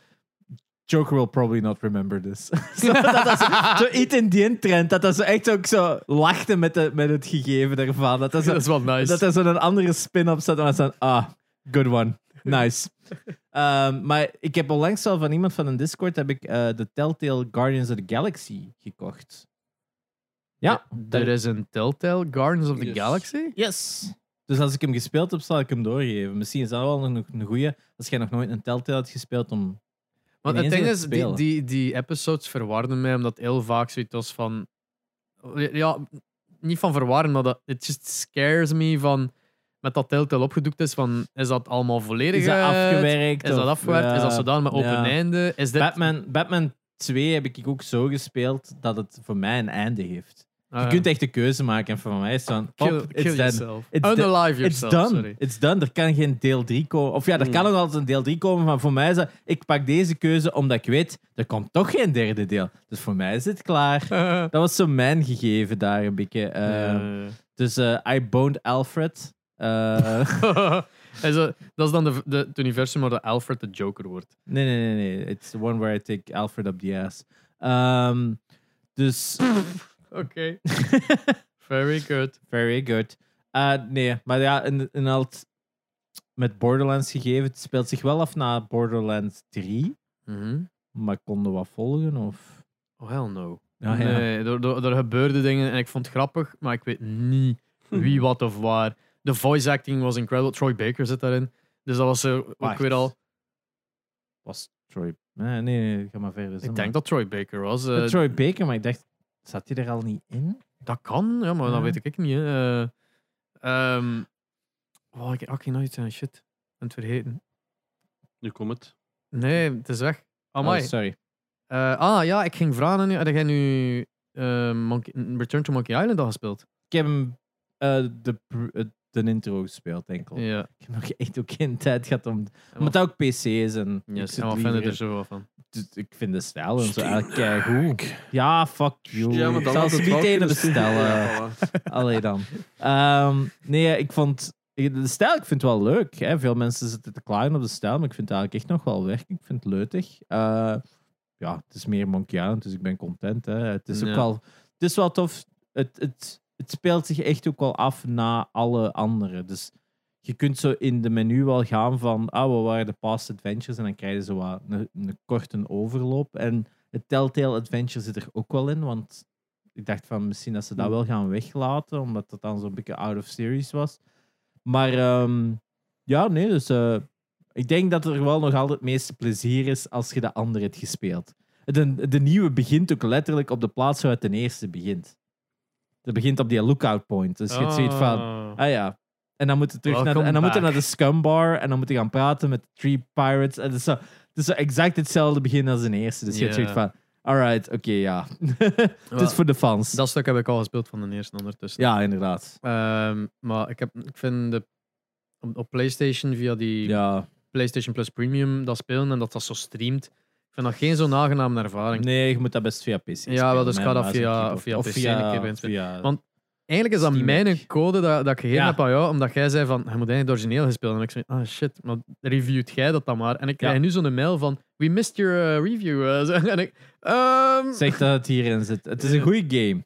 Joker will probably not remember this. zo, dat dat zo, zo iets in die trend. Dat dat zo echt ook zo lachte met, de, met het gegeven daarvan. Dat dat zo,
Dat is wel nice.
Dat er zo'n andere spin op staat. En dan staat, ah, good one. Nice. Ehm, maar ik heb onlangs al van iemand van een Discord heb ik eh, de Telltale Guardians of the Galaxy gekocht. Ja,
Er is een Telltale Gardens of the
Yes.
Galaxy?
Yes. Dus als ik hem gespeeld heb, zal ik hem doorgeven. Misschien is dat wel nog een goeie. Als jij nog nooit een Telltale hebt gespeeld om...
Want
Ineens
het ding
wil
is,
het
die,
spelen.
die, die episodes verwarden mij, omdat heel vaak zoiets was van... Ja, niet van verwarren, maar dat it just scares me van... Met dat Telltale opgedoekt is, van... Is dat allemaal volledig
Is dat
uit?
afgewerkt?
eh, Is dat
of-
afgewerkt? Is dat
Ja.
zodanig met open
Ja.
einde? Is dit...
Batman, Batman 2 heb ik ook zo gespeeld dat het voor mij een einde heeft.
Ah,
Je kunt echt de keuze maken en voor mij is dan...
Kill,
pop,
kill
it's done.
yourself.
It's
Unalive
It's
yourself,
done.
sorry.
It's done. Er kan geen deel 3 komen. Of ja, er kan nog altijd een deel 3 komen, maar voor mij is dat... Ik pak deze keuze omdat ik weet, er komt toch geen derde deel. Dus voor mij is het klaar. Dat was zo mijn gegeven daar een beetje. eh. Dus eh, I boned Alfred. Eh,
En zo, dat is dan de, de, het universum waar de Alfred de Joker wordt.
nee, nee, nee, nee. It's the one where I take Alfred up the ass. Ehm, dus...
Oké. Very good.
Very good. Eh, nee, maar ja, in, in al het- met Borderlands gegeven, het speelt zich wel af na Borderlands 3. Maar konden wat volgen, of...
Mhm. Oh, hell no.
Ja, ja.
nee, er, er, er gebeurden dingen en ik vond het grappig, maar ik weet niet wie, wat of waar. De voice acting was incredible. Troy Baker zit daarin. Dus dat was zo ook
Wacht.
weer al.
Was Troy... Nee, nee, nee, ga maar verder. zeg
Ik
maar.
denk dat Troy Baker was. eh,
Met Troy Baker, maar ik dacht... Zat hij er al niet in?
Dat kan, ja, maar dat
Ja.
weet ik ook niet. Hè. Eh, ehm, oh, ik ik nog iets aan shit. Ik ben het vergeten.
Nu komt het.
Nee, het is weg. Amai.
Oh, sorry.
Eh, ah ja, ik ging vragen aan u. Had jij nu eh, Monkey- Return to Monkey Island al gespeeld?
Ik heb hem eh, de, pr- eh, de intro gespeeld, enkel.
Ja.
Ik heb nog echt ook geen tijd gehad om...
wat-
Omdat het ook PC is en... ik
Yes,
zit
en wat
liever
vinden er
in-
zo wel van?
Dus ik vind de stijl en zo eigenlijk keigoed. Ja, fuck you.
Ja, maar
ik
dan
zal
had
ze
het
niet
wel
tegen eh.
kunnen
bestellen.
Ja, voilà.
Allee dan. Ehm, nee, ik vond... De stijl, ik vind het wel leuk. Hè. Veel mensen zitten te klagen op de stijl, maar ik vind het eigenlijk echt nog wel werk. Ik vind het leutig. Eh, ja, het is meer Monkey Island, dus ik ben content. Hè. Het is ook
Ja.
wel... Het is wel tof. Het, het, het speelt zich echt ook wel af na alle anderen. Dus je kunt zo in de menu wel gaan van... Ah, wat waren de past adventures? En dan krijg je zo wat een, een korte overloop. En het Telltale Adventure zit er ook wel in, want ik dacht van misschien dat ze dat wel gaan weglaten, omdat dat dan zo'n beetje out of series was. Maar ehm, ja, nee, dus eh, ik denk dat er wel nog altijd het meeste plezier is als je de andere hebt gespeeld. De, de nieuwe begint ook letterlijk op de plaats waar het de eerste begint. Dat begint op die lookout point. Dus je hebt zoiets van, ah ja. En dan moeten terug naar de,
Welcome
en dan moeten
back.
naar de scumbar en dan moeten gaan praten met de Three Pirates. En het is zo, het is zo exact hetzelfde begin als de eerste. Dus je hebt
Ja.
zoiets van, alright, oké, ja. het
Wel,
is voor de fans.
Dat stuk heb ik al gespeeld van de eerste ondertussen.
Ja, inderdaad.
Ehm, maar ik, heb, ik vind de, op, op PlayStation via die
Ja.
PlayStation Plus Premium dat spelen en dat dat zo streamt. Ik vind dat geen zo'n aangename ervaring.
Nee, je moet dat best via PC
Ja, wel, dus
spelen,
ik
hè,
ga dat
maar
via-
zo'n keyboard.
via
Of
PC een keer beginnen spelen.
via-
Want- Eigenlijk is dat
Steam
mijn
Deck.
code dat, dat ik gegeven
Ja.
heb aan jou, omdat jij zei van, je moet eigenlijk het origineel gespeeld. En ik zei, ah shit, maar reviewt jij dat dan maar? En ik krijg
Ja.
nu zo'n mail van, we missed your eh, review. eh, zo. en ik, ehm,
Zeg dat het hierin zit. Het is een
Ja.
goede game.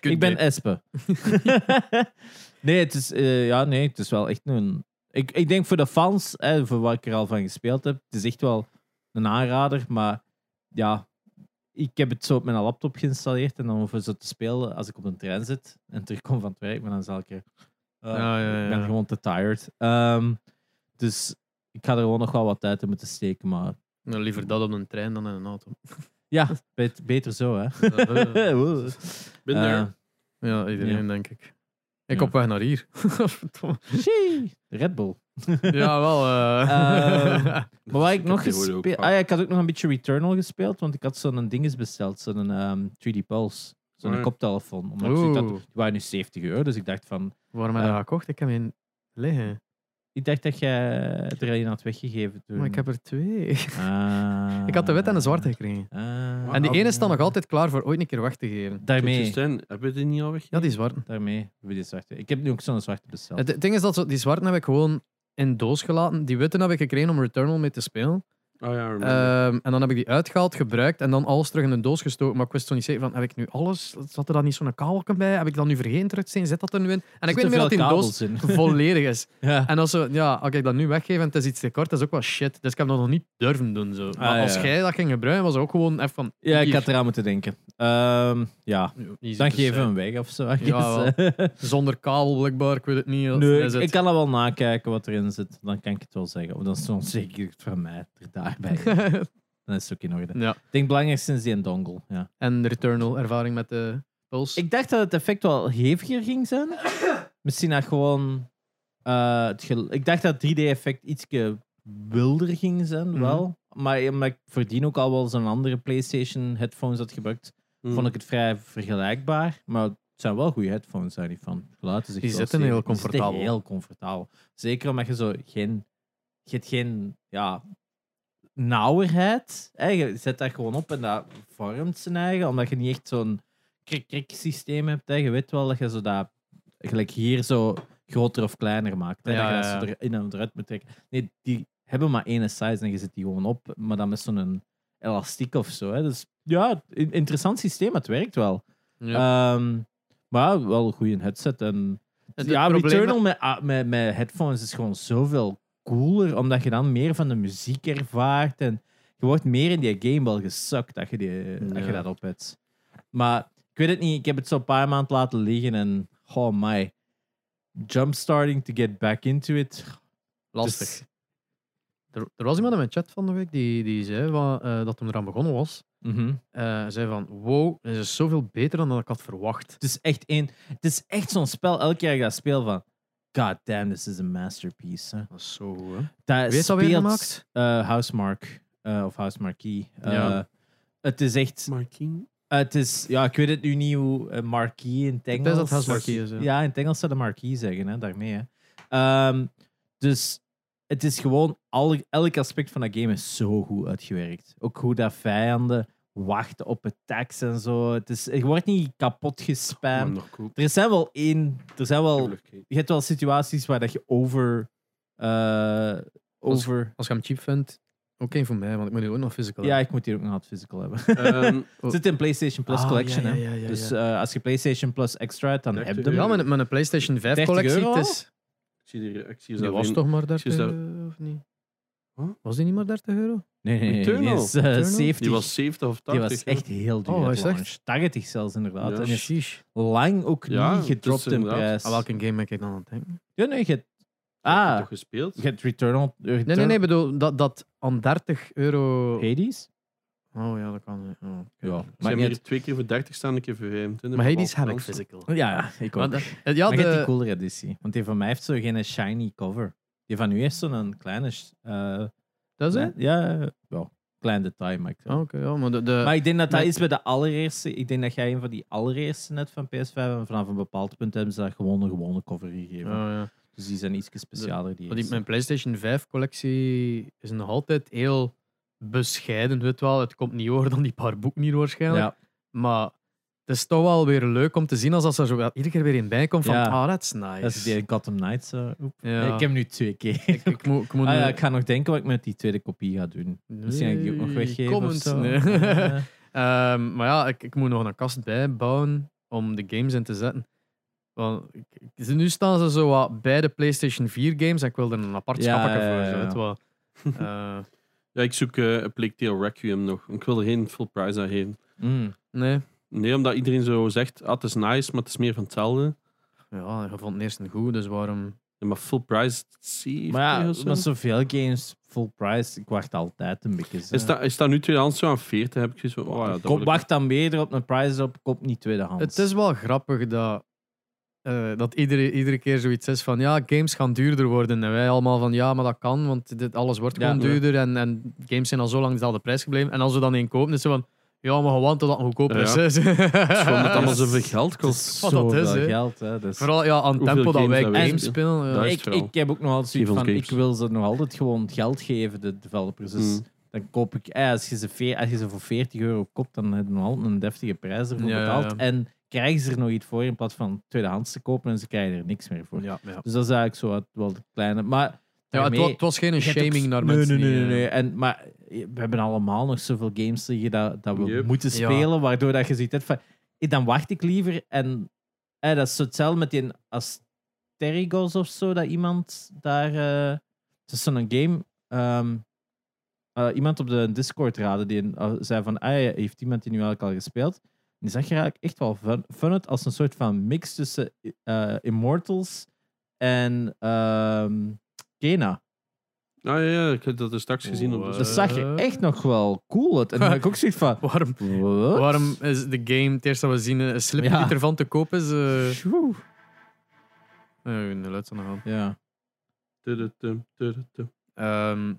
ik ben
game.
Espe. nee, het is, eh, ja, nee, het is wel echt een... Ik, ik denk voor de fans, hè, voor wat ik er al van gespeeld heb, het is echt wel een aanrader, maar ja, ik heb het zo op mijn laptop geïnstalleerd en dan hoef ik zo te spelen als ik op een trein zit en terugkom van het werk, maar dan zal ik er... eh,
Ah, Ja, ja,
Ik ben
ja.
gewoon te tired. Ehm, dus ik ga er gewoon nog wel wat tijd in moeten steken, maar
Nou, liever dat op een trein dan in een auto.
Ja, bet- beter zo, hè. Wow.
Been
Eh,
there.
ja, iedereen,
Ja.
denk ik. Ik
Ja.
op weg naar hier.
shee, Eh, Red Bull.
ja, wel. eh.
Ehm, Maar wat ik nog
die woorden ook
gespeeld...
vaak.
Ah ja, ik had ook nog een beetje Returnal gespeeld, want ik had zo'n dinges besteld, zo'n ehm 3D Pulse. Zo'n
Ah ja.
koptelefoon. Omdat ik zoiets had,
Oeh.
die waren nu 70 euro, dus ik dacht van...
Waarom heb je
Eh.
dat gekocht? Ik heb één liggen.
Ik dacht dat jij er alleen had weggegeven toen.
Maar ik heb er twee.
Ah.
Ik had de wit en de zwarte gekregen.
Ah.
En die
Ah,
ene staat nog altijd klaar voor ooit een keer weg te geven.
Daarmee.
Justin, hebben we die niet al weg?
Ja, die zwarte.
Daarmee hebben we die zwarte. Ik heb nu ook zo'n zwarte besteld.
Het, het ding is dat zo- die zwarte heb ik gewoon in doos gelaten. Die witte heb ik gekregen om Returnal mee te spelen.
Eh,
Oh ja, remember.
Ehm, en dan heb ik die uitgehaald, gebruikt en dan alles terug in een doos gestoken. Maar ik wist zo niet zeker van, heb ik nu alles? Zat er dan niet zo'n kabelken bij? Heb ik dat nu vergeten terug te zien? Zit dat er nu in? En ik weet niet meer dat die doos
in.
volledig is.
ja.
En als, ze, ja, als ik dat nu weggeef en het is iets te kort, dat is ook wel shit. Dus ik heb dat nog niet durven doen. Zo. Maar
Ah,
als
ja.
jij dat ging gebruiken, was het ook gewoon even van...
ja, ik
hier.
had eraan moeten denken. Ehm, ja,
Easy
dan geven we
te zeggen.
hem weg of zo. I guess.
dus, eh, Ja, eh, Zonder kabel, blijkbaar. Ik weet het niet.
eh, nee,
Is
ik,
het-
ik kan er wel nakijken wat erin zit. Dan kan ik het wel zeggen. Of dan is het onzekerheid van mij er daarbij. Dan is het ook in orde.
ja.
Ik denk belangrijk sinds die een dongle. Ja.
En de Returnal ervaring met de Pulse.
Ik dacht dat het effect wel heviger ging zijn. Misschien dat gewoon. eh, het gel- ik dacht dat 3D-effect ietsje wilder ging zijn,
Mhm.
wel. Maar omdat ik voordien ook al wel zo'n andere PlayStation headphones had gebruikt,
Hmm.
vond ik het vrij vergelijkbaar. Maar het zijn wel goede headphones, daar niet van. Het Geluid Dus is echt
Die
wel
zitten
zeer-
heel
die zitten
comfortabel.
heel comfortabel. Zeker omdat je zo geen... Je hebt geen, ja... Nauwerheid. Hè? Je zet dat gewoon op en dat vormt zijn eigen. Omdat je niet echt zo'n krik-krik systeem hebt. Hè? Je weet wel dat je zo dat... Gelijk hier zo groter of kleiner maakt. Hè?
Ja,
dat je
ja,
dat zo erin en eruit moet trekken. Nee, die hebben maar één size en je zet die gewoon op. Maar dan met zo'n elastiek of zo. Hè? Dus ja, in- interessant systeem. Het werkt wel.
ja.
Ehm, maar ja, wel een goede headset. En,
Het-
ja,
het probleem-
Returnal met, ah, met, met headphones is gewoon zoveel cooler, omdat je dan meer van de muziek ervaart en je wordt meer in die game wel gesukt als je, die, als
Ja.
je dat op hebt. Maar ik weet het niet, ik heb het zo'n paar maanden laten liggen en oh my, jumpstarting to get back into it.
Lastig.
Dus-
Er, er was iemand in mijn chat van de week die, die zei wa- eh, dat hem eraan begonnen was.
Mhm.
Eh zei van, wow, dit is zoveel beter dan dat ik had verwacht.
Het is echt één, het is echt zo'n spel, elke keer dat ik dat speel van, god damn, this is a masterpiece. hè.
Dat is zo goed, hè.
Dat
Wie heeft dat
speelt
weer gemaakt?
eh, Housemark eh, of Housemarquee. Eh,
Ja.
Het is echt.
Markeen?
het is, ja, ik weet het nu niet hoe eh, Marquee in het Engels.
dat het Housemarquee is, ja.
Ja, in het Engels zou de Marquee zeggen, hè, daarmee. Hè. Ehm, dus het is gewoon. Al, elk aspect van dat game is zo goed uitgewerkt. Ook hoe dat vijanden wachten op attacks en zo. Het is, je wordt niet kapot
Maar
gespamd.
nog cool.
Er zijn wel één. Er zijn wel
Tuurlijk.
je hebt wel situaties waar dat je over. eh, over.
Als je hem cheap vindt, ook één voor mij, want ik moet hier ook nog physical
Ja, ik moet hier ook nog hard physical hebben.
Ehm,
Het zit in PlayStation Plus
Ah,
Collection.
ja,
hè.
ja, ja, ja,
dus
ja.
eh, als je PlayStation Plus extra hebt, dan heb je
30
hem.
Ja, met, een- met een PlayStation 5
€30
collectie.
euro
het is-
ik zie hier, ik zie
die
zelf
was
één.
toch maar
is
30
dat-
euro, of niet?
Huh?
Was die niet maar 30 euro?
Nee, nee, nee. Die
Returnal.
is, eh,
Returnal?
70.
Die was 70 of 80.
Die was
hè.
echt heel duur.
Oh,
uit
is
launch.
echt?
80 zelfs inderdaad.
Ja.
En is
Sheesh.
lang ook
Ja,
niet
het is
gedropt in
inderdaad-
prijs.
Aan Ah, welke game ben ik dan aan het denken?
Ja, nee, je hebt-
Heb je
Ah.
toch gespeeld?
je hebt Returnal. eh, Returnal
Nee, nee, nee, bedoel, dat, dat aan 30 euro...
Hades?
Oh ja, dat kan. niet. Oh, oké.
Ja,
Ze
maar
hebben hier twee keer voor 30 staan, een keer voor 25.
Maar Hades heb ik
Fransen.
physical.
Ja, ik ook.
Want, eh, ja,
maar je hebt die
de,
coolere editie. Want die van mij heeft zo geen shiny cover. Die van u heeft zo'n kleine... sh- eh,
dat is het?
Ja, ja, wel. Klein detail, maar ik...
Oh, Oké, ja, maar de... de
Maar ik denk dat dat
Nee.
is bij de allereerste... Ik denk dat jij een van die allereerste net van PS5 en vanaf een bepaald punt hebben ze daar gewoon een gewone cover gegeven.
Oh, ja.
Dus die zijn iets specialer. Die
Want die-
eerste.
mijn PlayStation 5 collectie is nog altijd heel bescheiden, weet wel. Het komt niet hoger dan die paar boeken hier waarschijnlijk.
ja.
Maar het is toch wel weer leuk om te zien als dat er zo wel iedere keer weer in bij komt van,
Ja.
ah, that's nice.
Dat is die Gotham Knights. eh, oep.
Ja.
Ik heb nu twee keer.
Ik, ik moet, ik moet
Ah
nu-
ja, ik ga nog denken wat ik met die tweede kopie ga doen. Misschien ga ik die ook nog
Nee,
weggeven
comments,
of zo.
nee.
Eh,
Ehm, maar ja, ik, ik moet nog een kast bijbouwen om de games in te zetten. Want ik- ik- ze- nu staan ze zo wat bij de PlayStation 4 games en ik wil er een apart
Ja,
schapje
ja, ja,
voor. zo,
ja.
weet wel. Eh,
Ja, ik zoek eh, een Plague Tale Requiem nog. Ik wil er geen full price aan geven.
mm.
nee.
Nee, omdat iedereen zo zegt, ah, het is nice, maar het is meer van hetzelfde.
Ja, je vond het eerst een goed, dus waarom...
Ja, maar full price, 70
Maar ja,
of zo.
met zoveel games, full price, ik wacht altijd een beetje.
Is, dat, is dat nu tweedehands zo aan 40? Heb ik zoiets van, oh ja, dat
Koop-
wil ik-
wacht dan beter op een prijs op, koop niet tweedehands.
Het is wel grappig dat, eh, dat iedere, iedere keer zoiets is van ja, games gaan duurder worden. En wij allemaal van ja, maar dat kan, want dit, alles wordt
Ja.
gewoon
Ja.
duurder. En, en games zijn al zo lang dezelfde prijs gebleven. En als we dan één kopen, is het van ja, maar gewoon dat het goedkoper is.
Ja.
hè.
Het is gewoon dat het allemaal
is-
zoveel geld
Het
kost.
is
Wat Oh, dat is,
zoveel
hè.
geld. Hè, dus.
Vooral ja, aan het
Hoeveel
tempo dat
games
wij
dat wij
games
spelen.
spelen. eh. ja.
Dat is
ik,
vooral.
ik heb ook nog altijd zoiets
Evil
van,
games.
ik wil ze nog altijd gewoon geld geven, de developers. Dus
Mm.
Hmm.
dan koop ik, eh, als, je ze veer- als je ze voor 40 euro koopt, dan heb je nog altijd een deftige prijs ervoor
Ja, ja,
betaald. En krijgen ze er nog iets voor in plaats van tweedehands te kopen en ze krijgen er niks meer voor.
Ja, ja.
Dus dat is eigenlijk zo wat- wel de kleine... Maar
Ja, het,
daarmee-
wa- het was geen
je hebt ook-
shaming naar
nee,
mensen.
Nee, nee,
die,
nee.
eh,
nee. En, maar eh, we hebben allemaal nog zoveel games liggen dat, dat we
Yep.
moeten
Ja.
spelen, waardoor dat je ziet hebt van... eh, Dan wacht ik liever en... eh, dat is zo hetzelfde met die Asterigos of zo, dat iemand daar... eh, het is zo'n game... ehm, eh, iemand op de Discord raadde die eh, zei van... Ah, ja, heeft iemand die nu eigenlijk al gespeeld? En die zag er eigenlijk echt wel fun, fun uit als een soort van mix tussen eh, Immortals en ehm Kena.
Ah, ja, ja, ik heb dat er straks gezien. Op de
Wow.
Dat zag
Eh.
er echt nog wel cool uit. En dan heb ik ook zoiets van...
Waarom,
What?
waarom is de game, het eerste dat we zien, eh, een slip
Ja.
die ervan te koop is? eh
Sjoe.
eh, in de luid aan de hand.
Ja.
Tudutum, tudutum.
Ehm,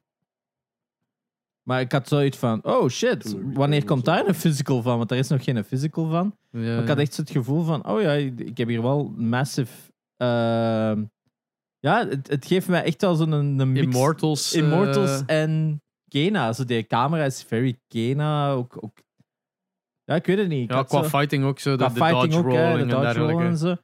Maar ik had zoiets van... Oh shit, wanneer komt daar een physical van? Want daar is nog geen physical van.
ja,
Maar ik had echt zo het gevoel van... Oh ja, ik heb hier wel massive... ehm, ja, het, het geeft mij echt wel zo'n een, een mix.
Immortals. eh,
Immortals en Kena. Zo die camera is very Kena. Ook, ook... Ja, ik weet het niet. Ik
ja,
had
qua
zo-
fighting ook zo.
qua
de,
hè,
de dodge
de
rolling en
dodge
dergelijke.
rollen en zo.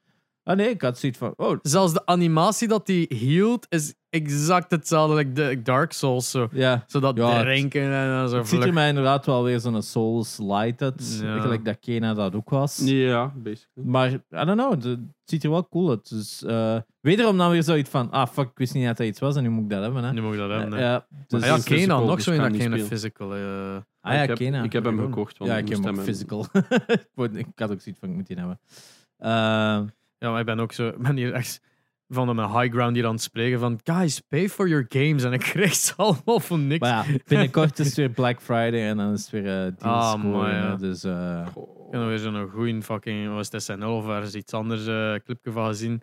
Ah nee, ik had zoiets van... Oh,
Zelfs de animatie dat hij hield is exact hetzelfde als de Dark Souls. Zo,
ja.
zo dat
Ja, het-
drinken en dan zo
Het ziet er
vlug.
mij inderdaad wel weer zo'n Souls Light uit.
Ja.
Gelijk dat Kena dat ook was.
Ja, basically.
Maar, I don't know, de- het ziet er wel cool uit. Dus, eh, wederom dan weer zoiets van, ah fuck, ik wist niet dat dat iets was en nu moet ik dat hebben. Hè.
Nu moet ik dat hebben.
Eh,
hè.
ja, dus,
Ah ja,
is een
Kenan,
physical,
nog
dus
zo in
kan
dat
niet
Kenan
spelen.
physical. eh.
ah ja,
ik, heb,
Kena.
ik heb hem
Ook.
gekocht. want
Ja, ik heb
moest
hem ook
hem-
physical. ik, wou- ik had ook zoiets van, ik moet die hebben. Eh,
Ja, maar ik ben ook zo. Ik ben hier echt van op mijn high ground hier aan het spreken van guys, pay for your games. En ik kreeg ze allemaal voor niks.
maar ja, binnenkort is het weer Black Friday en dan is het weer eh deals
Ah,
scoren,
mooi,
hè.
ja.
Dus, eh,
Ik heb nog weer zo'n goeie fucking, was het SNL of ergens iets anders eh clipje van gezien.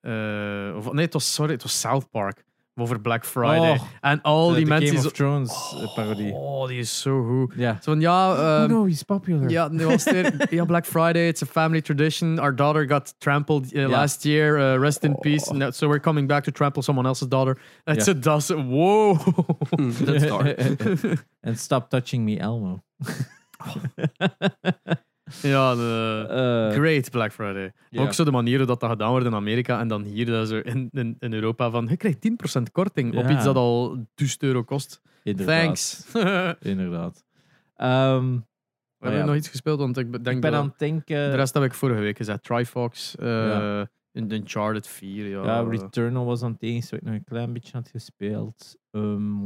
Eh, of, nee, het was, sorry, het was South Park. Over Black Friday.
Oh,
en al
de-
die
de
mensen...
Game
die
of Thrones eh, parodie.
zo, oh, die is zo goed.
Ja.
Zo van, ja...
Oh
ehm,
no, he's popular.
ja, nu was het weer, ja, Black Friday, it's a family tradition. Our daughter got trampled eh,
Ja. Oh.
last year. eh, rest in peace. Now- so we're coming back to trample someone else's daughter. It's
Ja. Hmm.
a dozen. Wow.
Hm, That's dark.
En stop touching me, Elmo.
ja, de-
Eh,
Great Black Friday. Maar
Ja.
Ook zo de manieren dat dat gedaan wordt in Amerika en dan hier dat ze in, in, in Europa van je krijgt 10% korting op
Ja.
iets dat al 1000 euro kost.
inderdaad.
Thanks. We hebben
Inderdaad. Ehm,
we
ja.
nog iets gespeeld, want ik be- denk
ik ben
dat...
aan het denken.
De rest heb ik vorige week gezegd. Trifox, eh
Ja.
in Uncharted 4. Ja,
ja, Returnal was aan het enige wat ik nog een klein beetje had gespeeld. Ehm,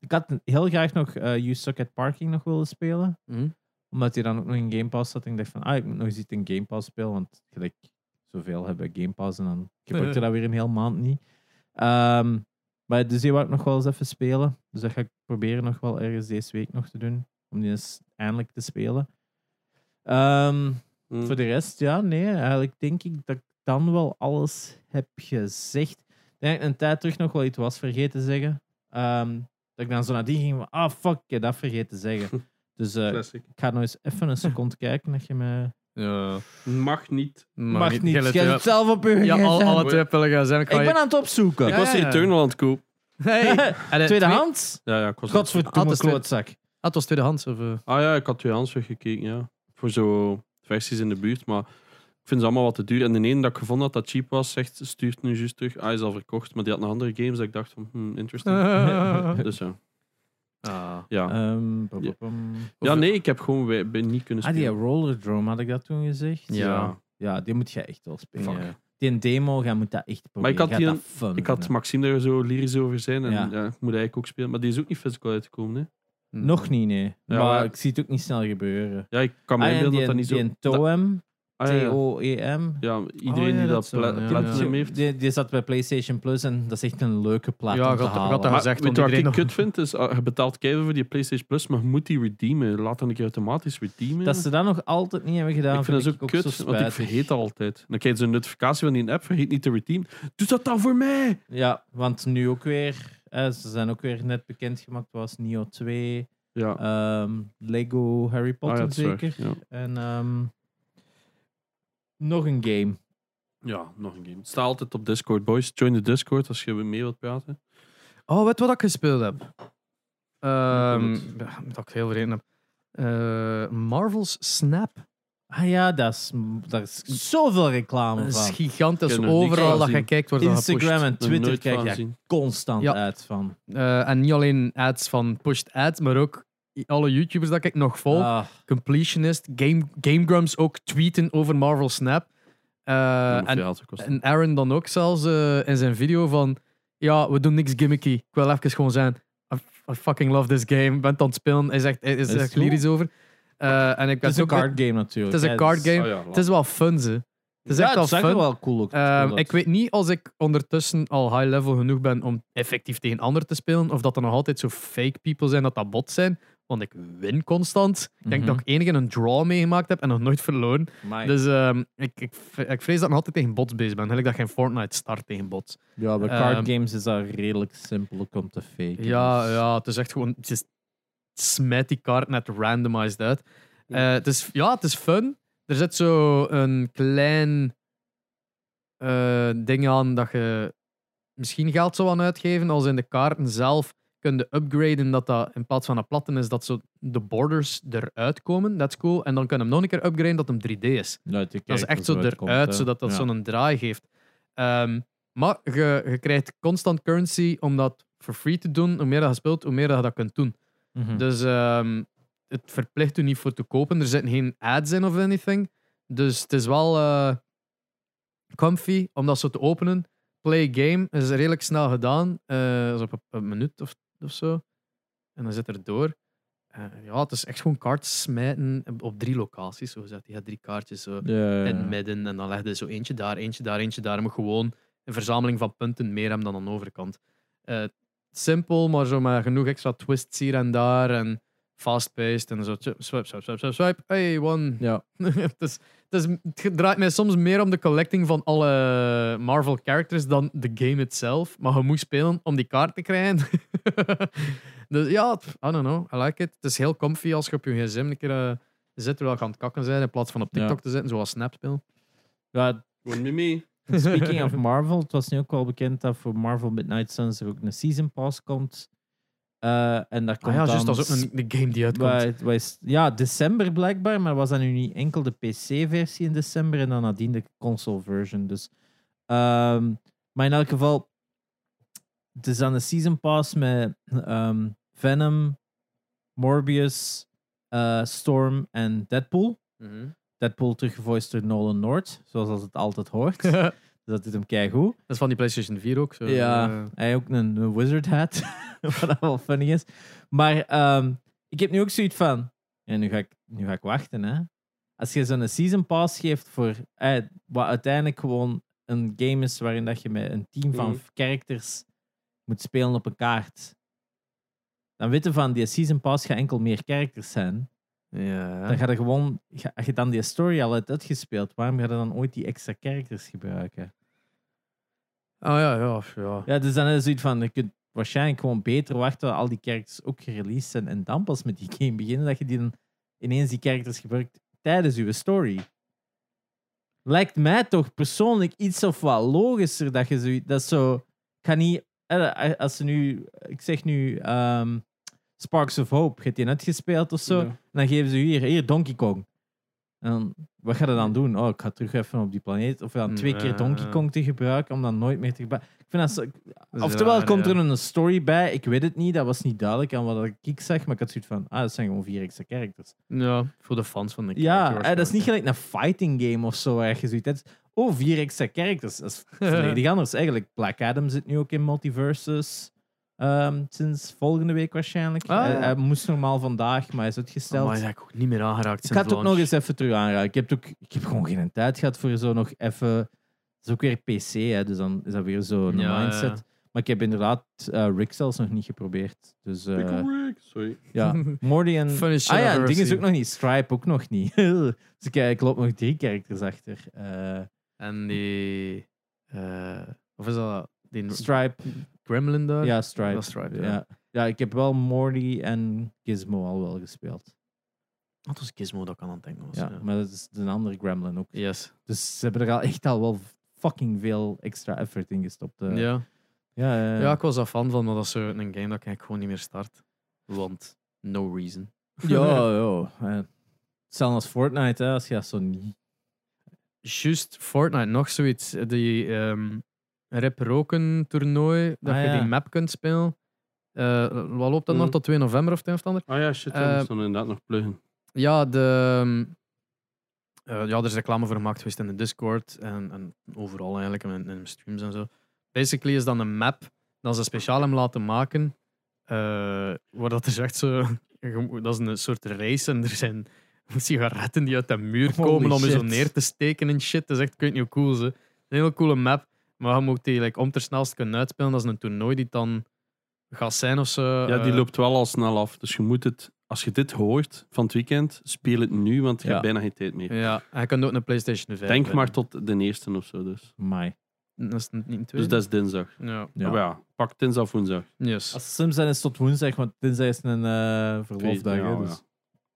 ik had heel graag nog eh You Suck at Parking nog willen spelen.
Hm?
Omdat hij dan ook nog in Game Pass zat. En ik dacht van, ah, ik moet nog eens iets in Game Pass spelen. Want gelijk zoveel hebben Game Pass en dan gebruik je dat weer een hele maand niet. Ehm, maar dus die wou ik nog wel eens even spelen. Dus dat ga ik proberen nog wel ergens deze week nog te doen. Om die eens eindelijk te spelen. Ehm,
Hm.
Voor de rest, ja, nee. Eigenlijk denk ik dat ik dan wel alles heb gezegd. Ik denk dat ik een tijd terug nog wel iets was vergeten te zeggen. Ehm, dat ik dan zo naar die ging van, ah fuck, ik heb dat vergeten te
Hm.
zeggen. Dus eh,
Classic.
ik ga nog eens even een seconde kijken dat je me...
Ja.
Mag niet.
Maar
Mag niet,
Gilles,
je
ja.
hebt het zelf op je
Ja,
gsm.
al, alle twee pillen gaan zijn. Ik
Ik ben aan het opzoeken.
Ik
Ja,
was
ja, ja.
Returnal aan het koop.
Hey. En, eh,
Tweedehands?
Ja, ja, ik was
Godverdomme
Altijd twee-
klootzak.
Ah, het was tweedehands. Of, eh?
Ah ja, ik had twee hands weggekeken, ja. Voor zo versies in de buurt, maar ik vind ze allemaal wat te duur. En de ene dat ik gevonden had dat cheap was, zegt, stuurt nu juist terug. Ah, Hij is al verkocht, maar die had nog andere games dat ik dacht van, hmm, interesting. Dus ja.
Ah.
Ja,
Ehm, pam, pam, pam.
ja nee, ik heb gewoon we- ben niet kunnen
Ah, die
spelen.
rollerdrome had ik dat toen gezegd?
Ja.
Ja, die moet je echt wel spelen.
Fuck.
Die een demo, je moet dat echt proberen.
Maar ik had
Je gaat
die
dat fun
Ik
vinden.
had Maxime daar zo lyrisch over zijn en ja.
Ja.
ik moet eigenlijk ook spelen. Maar die is ook niet physical uitgekomen, hè.
Nog niet, nee.
Mm.
Hmm.
Ja,
maar
maar-
ik zie het ook niet snel gebeuren.
Ja, ik kan me
Ah, en
inbeelden
die,
dat dat niet zo...
die Toem,
Ah, ja, ja.
T-O-E-M.
Ja,
Oh,
iedereen
ja,
die
dat
dat
zo,
pla-
ja.
platinum heeft.
Die, die zat bij PlayStation Plus en dat is echt een leuke plaat
Ja,
om te
gaat- gaat
halen. Dus
daar-
Maar
gezegd,
weet
want
je wat ik
iedereen nog-
kut vind? Is, eh, je betaalt keihard voor die PlayStation Plus, maar je moet die redeemen. Laat dan een keer automatisch redeemen.
Dat ze dat nog altijd niet hebben gedaan.
ik vind dat zo
ook
kut,
zo
want ik
spijtig.
vergeet dat altijd. Dan krijg je een notificatie van die app, vergeet niet te redeemen. Doe dat dan voor mij!
Ja, want nu ook weer. eh, ze zijn ook weer net bekendgemaakt. Was Neo 2,
Ja, Ah,
ehm, Lego Harry
ja,
Potter
dat is waar.
zeker.
Ja.
En ehm, nog een game.
Ja, nog een game. Het staat altijd op Discord, boys. Join de Discord als je mee wilt praten.
Oh, weet wat ik gespeeld heb? Ehm
Goed.
ja, dat ik heel vergeten heb. Eh, Marvel's Snap.
Ah ja, dat is, daar is zoveel
Dat
reclame
is
van.
Ik
gigantisch.
heb nog niks
Overal
van
dat je
gezien.
kijkt wordt dat
Instagram en
gepusht.
Nog
Twitter
nooit
krijg
van
je
gezien.
constant
Ja.
uit van.
Eh, en niet alleen ads van pushed ads, maar ook i- alle YouTubers dat ik nog volg.
Ah,
Completionist, Game, Game Grumps ook tweeten over Marvel Snap. Eh,
Hoeveel
en,
geld dat kost.
en Aaron dan ook zelfs eh, in zijn video van... Ja, we doen niks gimmicky. Ik wil even gewoon zijn... I, I fucking love this game. Ik Ben het aan het spelen. Hij zegt, hij is
Is het
echt
goed?
lyrisch over. Eh, en ik
het is
ben
een
ook
card game natuurlijk.
het is een
hè,
card
dus-
game.
Oh ja,
Het is wel fun, ze. Het is
ja,
echt al
het zag er
fun.
wel cool ook.
Ehm,
dat-
ik weet niet als ik ondertussen al high level genoeg ben om effectief tegen anderen te spelen, of dat er nog altijd zo fake people zijn dat dat bots zijn. Want ik win constant. Ik denk
Mhm.
dat ik enige een draw meegemaakt heb en nog nooit verloren.
Amai.
Dus ehm, ik, ik, v- ik vrees dat ik nog altijd tegen bots bezig ben. Eigenlijk dat geen Fortnite start tegen bots.
ja, bij
ehm,
card games is dat redelijk simpel ook om te faken.
Ja,
dus-
ja, het is echt gewoon. Het is, smijt die kaart net randomized uit. Eh, het is, ja, het is fun. Er zit zo een klein eh, ding aan dat je misschien geld zou aan uitgeven. Als in de kaarten zelf kunnen upgraden, dat dat in plaats van een platten is, dat zo de borders eruit komen. Dat is cool. En dan kunnen we hem nog een keer upgraden dat hem 3D is.
Uit de
Dat is
kerk
echt zo
dat komt,
eruit,
hè.
zodat dat
Ja.
zo'n draai geeft. Ehm, maar je, je krijgt constant currency om dat for free te doen. Hoe meer dat je speelt, hoe meer dat je dat kunt doen.
Mhm.
Dus ehm, het verplicht u niet voor te kopen. Er zitten geen ads in of anything. Dus het is wel eh, comfy om dat zo te openen. Play game is redelijk snel gedaan. Eh, dat is op een, een minuut of, of zo. En dan zit er door. Eh, ja, het is echt gewoon kaartjes smijten op drie locaties. Zo gezegd. Je hebt drie kaartjes zo
Ja, ja,
in het
ja.
midden. En dan legde zo eentje daar, eentje daar, eentje daar. Je moet gewoon een verzameling van punten meer hebben dan aan de overkant. Eh, simpel, maar zo met genoeg extra twists hier en daar. En fast-paced en zo. tju- Swipe, swipe, swipe, swipe, swipe. Hey, one.
Ja.
het, is, het, is, het draait mij soms meer om de collecting van alle Marvel characters dan de game itself. Maar je moet spelen om die kaart te krijgen. dus ja, pff, I don't know. I like it. Het is heel comfy als je op je gsm een keer eh, zit terwijl je aan het kakken zijn in plaats van op
Ja.
TikTok te zitten, zoals Snap spelen.
Ja,
Gewoon mee mee.
Speaking of Marvel, het was nu ook wel bekend dat voor Marvel Midnight Suns er ook een season pass komt. Eh, en daar komt
Ah ja,
dan
juist, dat is ook een, de game die uitkomt.
Wij- wij- ja, december blijkbaar, maar was dat nu niet enkel de PC-versie in december en dan nadien de console-version. Dus, ehm, maar in elk geval, het is dan de Season Pass met ehm, Venom, Morbius, eh, Storm en Deadpool.
Mhm.
Deadpool teruggevoiced door Nolan North, zoals als het altijd hoort. dus
dat
dat doet hem keigoed.
is van die PlayStation 4 ook. Zo.
Ja.
eh,
Hij heeft ook een, een wizard hat. wat wel funny is. Maar ehm, ik heb nu ook zoiets van. Ja, nu ga ik, nu ga ik wachten. Hè. Als je zo'n season pass geeft voor. eh, wat uiteindelijk gewoon een game is waarin dat je met een team van
Mhm.
characters moet spelen op een kaart. Dan weten van die season pass gaat enkel meer characters zijn.
ja.
Dan ga je gewoon. Ga, als je dan die story al hebt uitgespeeld, waarom ga je dan ooit die extra characters gebruiken?
Oh ja, ja, ja.
Ja, dus dan is het zoiets van, je kunt waarschijnlijk gewoon beter wachten tot al die characters ook gereleased zijn en dan pas met die game beginnen, dat je die dan ineens die characters gebruikt tijdens je story. Lijkt mij toch persoonlijk iets of wat logischer dat je zoiets... Dat is zo... ik Ga niet... eh, Als ze nu... Ik zeg nu... ehm, Sparks of Hope, gaat die net gespeeld of zo?
Ja.
En dan geven ze u hier, hier Donkey Kong. En dan, wat ga je dan doen? Oh, ik ga terug even op die planeet. Of dan twee keer Donkey
Ja.
Kong te gebruiken om dan nooit meer te gebruiken. Ik vind dat zo-
Dat is
Oftewel,
raar,
komt
ja.
er een story bij. Ik weet het niet, dat was niet duidelijk aan wat ik zeg. Maar ik had zoiets van, ah, dat zijn gewoon vier extra characters.
Ja, voor de fans van de Oh character
Ja, eh, dat is niet gelijk een fighting game of zo. Waar je zoiets hebt. Oh, vier extra characters. Dat is volledig anders. Eigenlijk, Black Adam zit nu ook in multiverses. Ehm, sinds volgende week waarschijnlijk.
Ah,
hij,
ja.
hij moest normaal vandaag, maar hij is
Maar
uitgesteld.
dat heb ik ook niet meer aangeraakt.
ik
sinds
ga het ook
launch.
nog eens even terug aanraken. Ik heb, het ook, ik heb gewoon geen tijd gehad voor zo nog even... Het is ook weer PC, hè, dus dan is dat weer zo'n
Ja, ja, ja.
mindset. Maar ik heb inderdaad eh Rick zelfs nog niet geprobeerd. Dus eh,
oh. Sorry.
ja, Morty en...
Funny shit
Ah
I've
ja,
ever
het ding is
seen.
ook nog niet. Stripe ook nog niet. dus ik, eh, ik loop nog drie characters achter. Eh,
En die. eh, of is dat. Die
Stripe.
Gremlin daar?
Ja, Stripe.
Dat is Stripe, ja.
ja. Ja, ik heb wel Morty en Gizmo al wel gespeeld.
Dat was Gizmo dat ik aan het denken was.
Ja,
ja.
maar dat is een andere Gremlin ook.
Yes.
Dus ze hebben er al echt al wel fucking veel extra effort in gestopt. eh.
ja.
Ja, eh,
ja, ik was daar fan van, maar dat is zo een game dat ik eigenlijk gewoon niet meer start. Want no reason.
ja, ja. eh, Hetzelfde als Fortnite, hè, als je dat zo niet...
Juist Fortnite, nog zoiets. Die ehm Rip Roken toernooi, dat
Ah,
je
ja.
die map kunt spelen. Eh, wat loopt dat nog
Mhm.
tot 2 november of het een of het ander?
Ah ja, shit,
Eh,
dat moest dan inderdaad nog pluggen.
Ja, de, ehm, eh, ja, er is reclame voor gemaakt geweest in de Discord en, en overal eigenlijk, en in, in streams en zo. Basically is dan een map dat ze speciaal hem laten maken, eh, waar dat is echt zo... je moet- Dat is een soort race en er zijn sigaretten die uit de muur
Holy
komen om je zo
shit.
neer te steken en shit. Dat is echt, ik weet niet hoe cool ze. Een hele coole map, maar je moet die like, om ter snelst kunnen uitspelen. Dat is een toernooi die het dan gaat zijn of zo.
Ja, die
eh,
loopt wel al snel af. Dus je moet het, als je dit hoort van het weekend, speel het nu, want je
Ja.
hebt bijna geen tijd meer.
Ja, en je kunt ook een PlayStation 5
Denk
winnen.
maar tot de eerste of zo. Dus,
Mai.
Dat is niet een tweede.
dus dat is dinsdag.
Ja.
Ja.
Oh, Ja. ja, pak dinsdag of woensdag.
Yes.
Als het slim zijn is het tot woensdag, want dinsdag is een eh verlofdag.
Tweede,
hè,
ja,
dus
ja.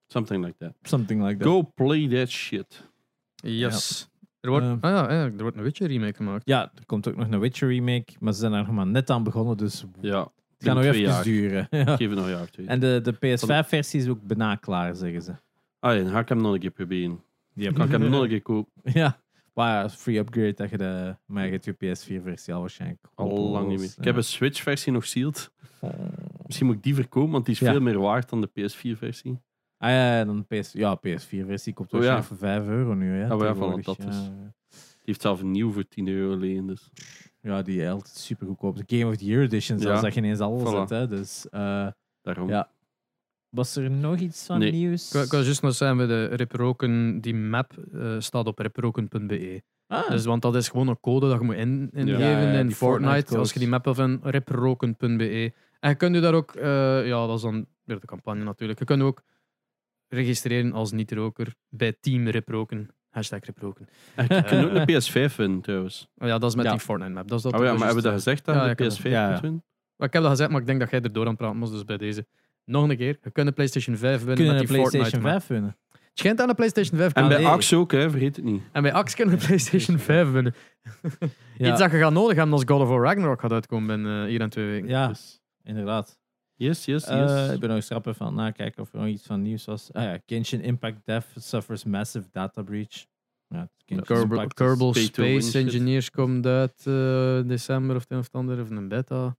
Something like that.
Something like that.
Go play that shit.
yes. Er, wordt,
Eh.
ah, ja, ja, er wordt een Witcher remake gemaakt.
Ja, er komt ook nog een Witcher remake, maar ze zijn daar nog maar net aan begonnen, dus het
Ja,
gaat nog
twee
even
jaar.
duren. Ja.
geef het nog een jaar. Twee.
En de, de PS5-versie is ook bijna klaar, zeggen ze.
Ah ja, dan ga ik hem nog een keer proberen.
Die
Dan kan ik hem nog een keer kopen.
Ja, maar ja, free upgrade dat je de... Maar je hebt je PS4-versie al waarschijnlijk.
Al lang niet meer. Ik heb een Switch-versie nog sealed.
een...
Misschien moet ik die verkopen, want die is
Ja.
veel meer waard dan de PS4-versie.
Ah ja, ja, dan PS, ja, PS4-versie komt
ja.
Oh,
waarschijnlijk voor 5 euro nu.
Ah,
Hè,
ja, voilà,
tegenwoordig.
dat is-
Ja,
Die heeft zelf een nieuw voor 10 euro leen. Dus.
ja, die is altijd super goedkoop. De Game of the Year Edition, zelfs
Ja.
dat je ineens alles
Voilà.
zet. Hè, dus, eh,
Daarom.
Ja. was er nog iets van
Nee.
nieuws?
Ik, wou- ik was juist nog zeggen bij de Riproken, die map eh, staat op riproken.be.
Ah,
Dus, want dat is gewoon een code dat je moet in, ingeven
Ja, ja, ja,
in
die
Fortnite.
Fortnite-code.
Als je die map wil vinden, riproken.be. En je kunt je daar ook, eh, ja, dat is dan weer de campagne natuurlijk. Je kunt je ook registreren als niet-roker bij Team Riproken. Hashtag Riproken.
En je kunt ook een PS5 winnen, trouwens.
Oh ja, dat is met
Ja.
die Fortnite map. Dat is dat
Oh ja,
dat
maar hebben we
juist,
dat gezegd dat
Ja,
je
ik
de
heb
PS5
dat- ja,
kunt
ja.
winnen?
Maar ik heb dat gezegd, maar ik denk dat jij er door aan het praten was, dus bij deze. Nog een keer, je kunt een PlayStation 5 winnen
kunnen
met
een
die
PlayStation
Fortnite.
5 winnen.
map. Het schijnt aan de PlayStation 5
En
Ah,
kunnen.
bij
nee.
Axe ook, hè, vergeet het niet.
En bij Axe kunnen de PlayStation 5 winnen.
Ja,
Iets dat je gaat nodig hebben als God of War Ragnarok gaat uitkomen binnen eh, hier en twee weken.
ja
Dus-
inderdaad.
Yes, yes, yes.
Eh, ik ben nog eens rap even aan het nakijken of er nog iets van nieuws was. Ah ja, Genshin Impact Dev suffers massive data breach. Ja, Genshin
Kerbal,
Impact is-
Kerbal
pay to win
Space
shit.
Engineers komt uit eh, december of het een of het ander, of een beta.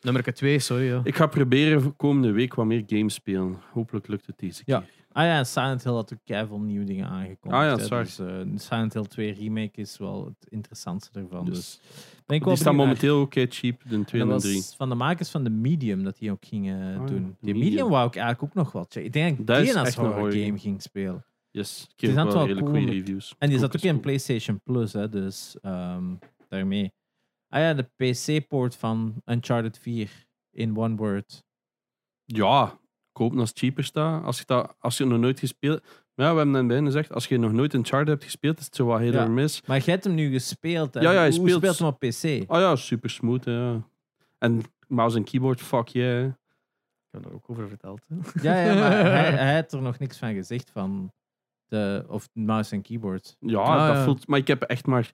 Nummer 2, sorry. Ja.
ik ga proberen komende week wat meer games spelen. Hopelijk lukt het deze keer.
Ja. Ah ja, Silent Hill had ook keiveel nieuwe dingen aangekondigd.
Ah ja,
hè.
sorry.
Dus, eh, Silent Hill 2 remake is wel het interessantste ervan. Dus,
Dus,
ben ik wel
die
benieuwd
staan momenteel ook kei cheap, de
naar.
2
En
en de
dat
3.
was van de makers van de Medium dat die ook gingen
ja,
doen.
de
Die Medium.
Medium
wou ik eigenlijk ook nog wat. checken. Ik denk dat ik
Dat is
die als
echt een
horror
goeie
game
game.
ging spelen.
Yes, ik
is
heb
net
wel
wel
hele
cool
goede
met-
reviews.
En die
Ook
zat ook
is
in
cool.
PlayStation Plus, hè, dus ehm, daarmee. Ah ja, de PC-port van Uncharted 4 in one word.
Ja, koop als het cheaper staat. Als je, dat, als je nog nooit gespeeld... Maar ja, we hebben net bijna gezegd, als je nog nooit een chart hebt gespeeld, is het zo wat heel
Ja.
erg mis.
Maar jij hebt hem nu gespeeld. Hè?
Ja, ja, hij
Hoe
speelt-
speelt hem op PC?
Ah ja, super smooth, hè, ja. En mouse en keyboard, fuck yeah.
Ik heb daar ook over verteld. hè.
Ja, ja maar hij, hij had er nog niks van gezegd van de, of mouse en keyboard.
Ja,
Ah,
dat
ja.
voelt... Maar ik heb echt maar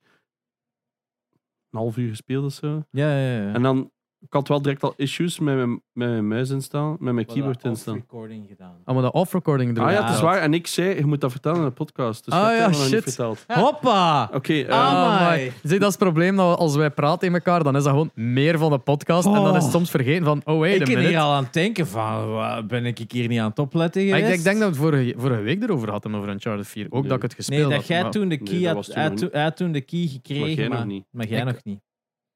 een half uur gespeeld of zo.
Ja, ja, ja.
En dan... Ik had wel direct al issues met mijn, met mijn muis instaan, met mijn keyboard instaan.
recording gedaan.
Ah, maar dat off-recording
Ah
erover.
ja, het is waar. En ik zei, je moet dat vertellen in de podcast. Dus
Ah
ik heb
ja,
dat nog niet
shit.
verteld.
Hoppa!
Oké, eh,
Ah,
Amai.
Amai.
Zie, dat is het probleem. Dat we- als wij praten in elkaar, dan is dat gewoon meer van de podcast. En dan is het soms vergeten van, oh wait
ik
a
ben
minute.
hier al aan het denken van, wa- ben ik hier niet aan het opletten
Maar
geweest?
ik denk, ik denk dat we het vorige, vorige week erover hadden, over Uncharted 4. Ook
Nee.
dat ik het gespeeld
Nee, dat
had,
jij
maar-
toen de key
Nee, dat
had,
was toen
hij
nog
toen- hij had toen de key gekregen,
Maar jij nog
maar,
niet.
maar jij
Ik-
nog niet.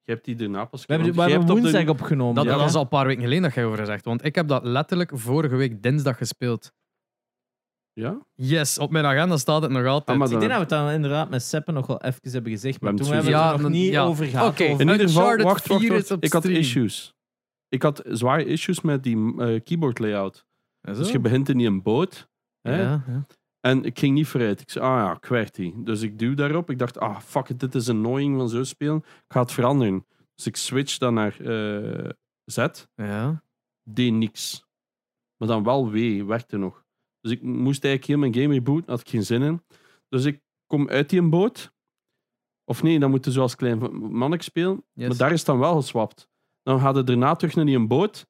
Je hebt die daarna pas
We hebben,
want
we
jij
hebben
hebt op de-
woensdag opgenomen.
Dat,
ja.
dat is al een paar weken geleden dat jij over gezegd. Want ik heb dat letterlijk vorige week dinsdag gespeeld.
Ja?
Yes, op mijn agenda staat het nog altijd.
Ah, maar
Ik denk dat we het dan inderdaad met Seppen nog wel even hebben gezegd, maar
We hebben
toen
het
hebben we het er nog
sowieso-
niet
Ja, dan-
over
ja.
gehad.
Oké.
over-
In ieder geval, wacht,
Uncharted
wacht,
4
wacht.
is op
ik had
stream.
issues. Ik had zware issues met die eh, keyboard layout.
Ja, zo.
Dus je begint in die boot. Hè?
Ja, ja.
En ik ging niet vooruit. Ik zei, ah ja, kwijt die. Dus ik duw daarop. Ik dacht, ah fuck it, dit is annoying van zo spelen. Ik ga het veranderen. Dus ik switch dan naar eh, Z.
Ja.
Deed niks. Maar dan wel W, werkte nog. Dus ik moest eigenlijk heel mijn game rebooten. Had ik geen zin in. Dus ik kom uit die boot. Of nee, dan moeten zoals klein mannetje spelen.
Yes.
Maar daar is dan wel geswapt. Dan gaat het daarna terug naar die een boot.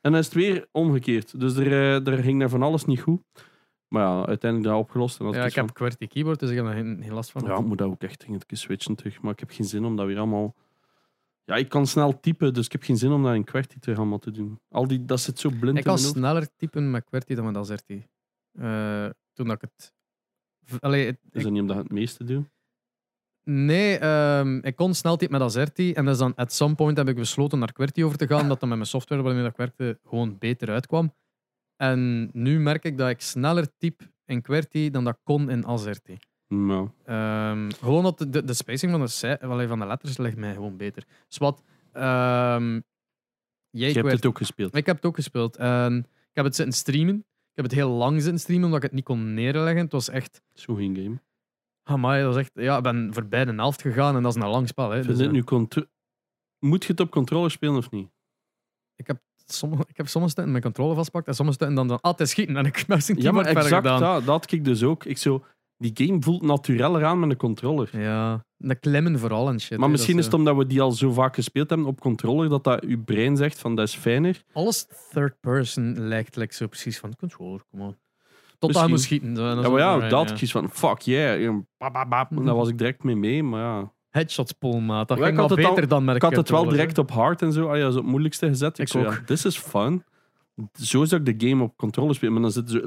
En dan is het weer omgekeerd. Dus er, eh, er ging daar van alles niet goed. Maar ja, uiteindelijk dat opgelost. En dat
ja,
is
ik heb QWERTY keyboard, dus ik heb er geen, geen last van.
van- Ja, ik moet dat ook echt dringend een keer switchen terug. Maar ik heb geen zin om dat weer allemaal... Ja, ik kan snel typen, dus ik heb geen zin om dat in QWERTY terug allemaal te doen. Al die, dat zit zo blind
ik
in
kan
mijn hoofd.
sneller typen met QWERTY dan met AZERTY. Eh, toen dat ik het... v- Allee, het-
Is
ik-
Dus dat niet omdat je het meeste doet?
nee, ehm, ik kon snel typen met AZERTY. En dus dan, at some point heb ik besloten naar QWERTY over te gaan. Omdat dan met mijn software waarmee dat ik werkte gewoon beter uitkwam. En nu merk ik dat ik sneller typ in QWERTY dan dat ik kon in AZERTY.
Nou,
Ehm, gewoon dat de, de spacing van de, ci- allee, van de letters ligt mij gewoon beter. Dus wat... ehm, jij
je hebt
QWERTY
het ook gespeeld.
ik heb het ook gespeeld. En ik heb het zitten streamen. Ik heb het heel lang zitten streamen, omdat ik het niet kon neerleggen. Het was echt...
Zo geen game.
Amai, dat was echt... Ja, ik ben voorbij de helft gegaan en dat is een lang spel. Hè.
Vind je
Dus,
het
eh,
nu contro- Moet je het op controller spelen of niet?
sommige- ik heb sommige stukken mijn controle vastpakt en sommige stukken dan... dan ah, het is schieten en ik heb zijn
Ja, maar
keyboard verder
exact
gedaan.
dat, dat had ik dus ook. Ik zo, die game voelt natureller aan met een controller.
Ja, de klemmen vooral en shit. hè,
maar
dat
misschien is
eh,
het omdat we die al zo vaak gespeeld hebben op controller, dat dat uw brein zegt van dat is fijner.
Alles third person lijkt like, zo precies van controller, come on. Tot aan
Misschien.
moet schieten. zo, en dan
Ja, maar
zo-
ja,
right,
dat kies van fuck yeah. En bap, bap, bap. En daar was ik direct mee mee, maar ja.
Headshots pool, maat. Dat
Ja,
ging
ik had
wel
het al-
beter dan met
Ik had het wel
controllers, hè.
direct op hard en zo. Allee, dat is op het moeilijkste gezet. Ik,
Ik
zo, ja,
ook.
this is fun. Zo zou ik de game op controller spelen, maar dan zitten ze...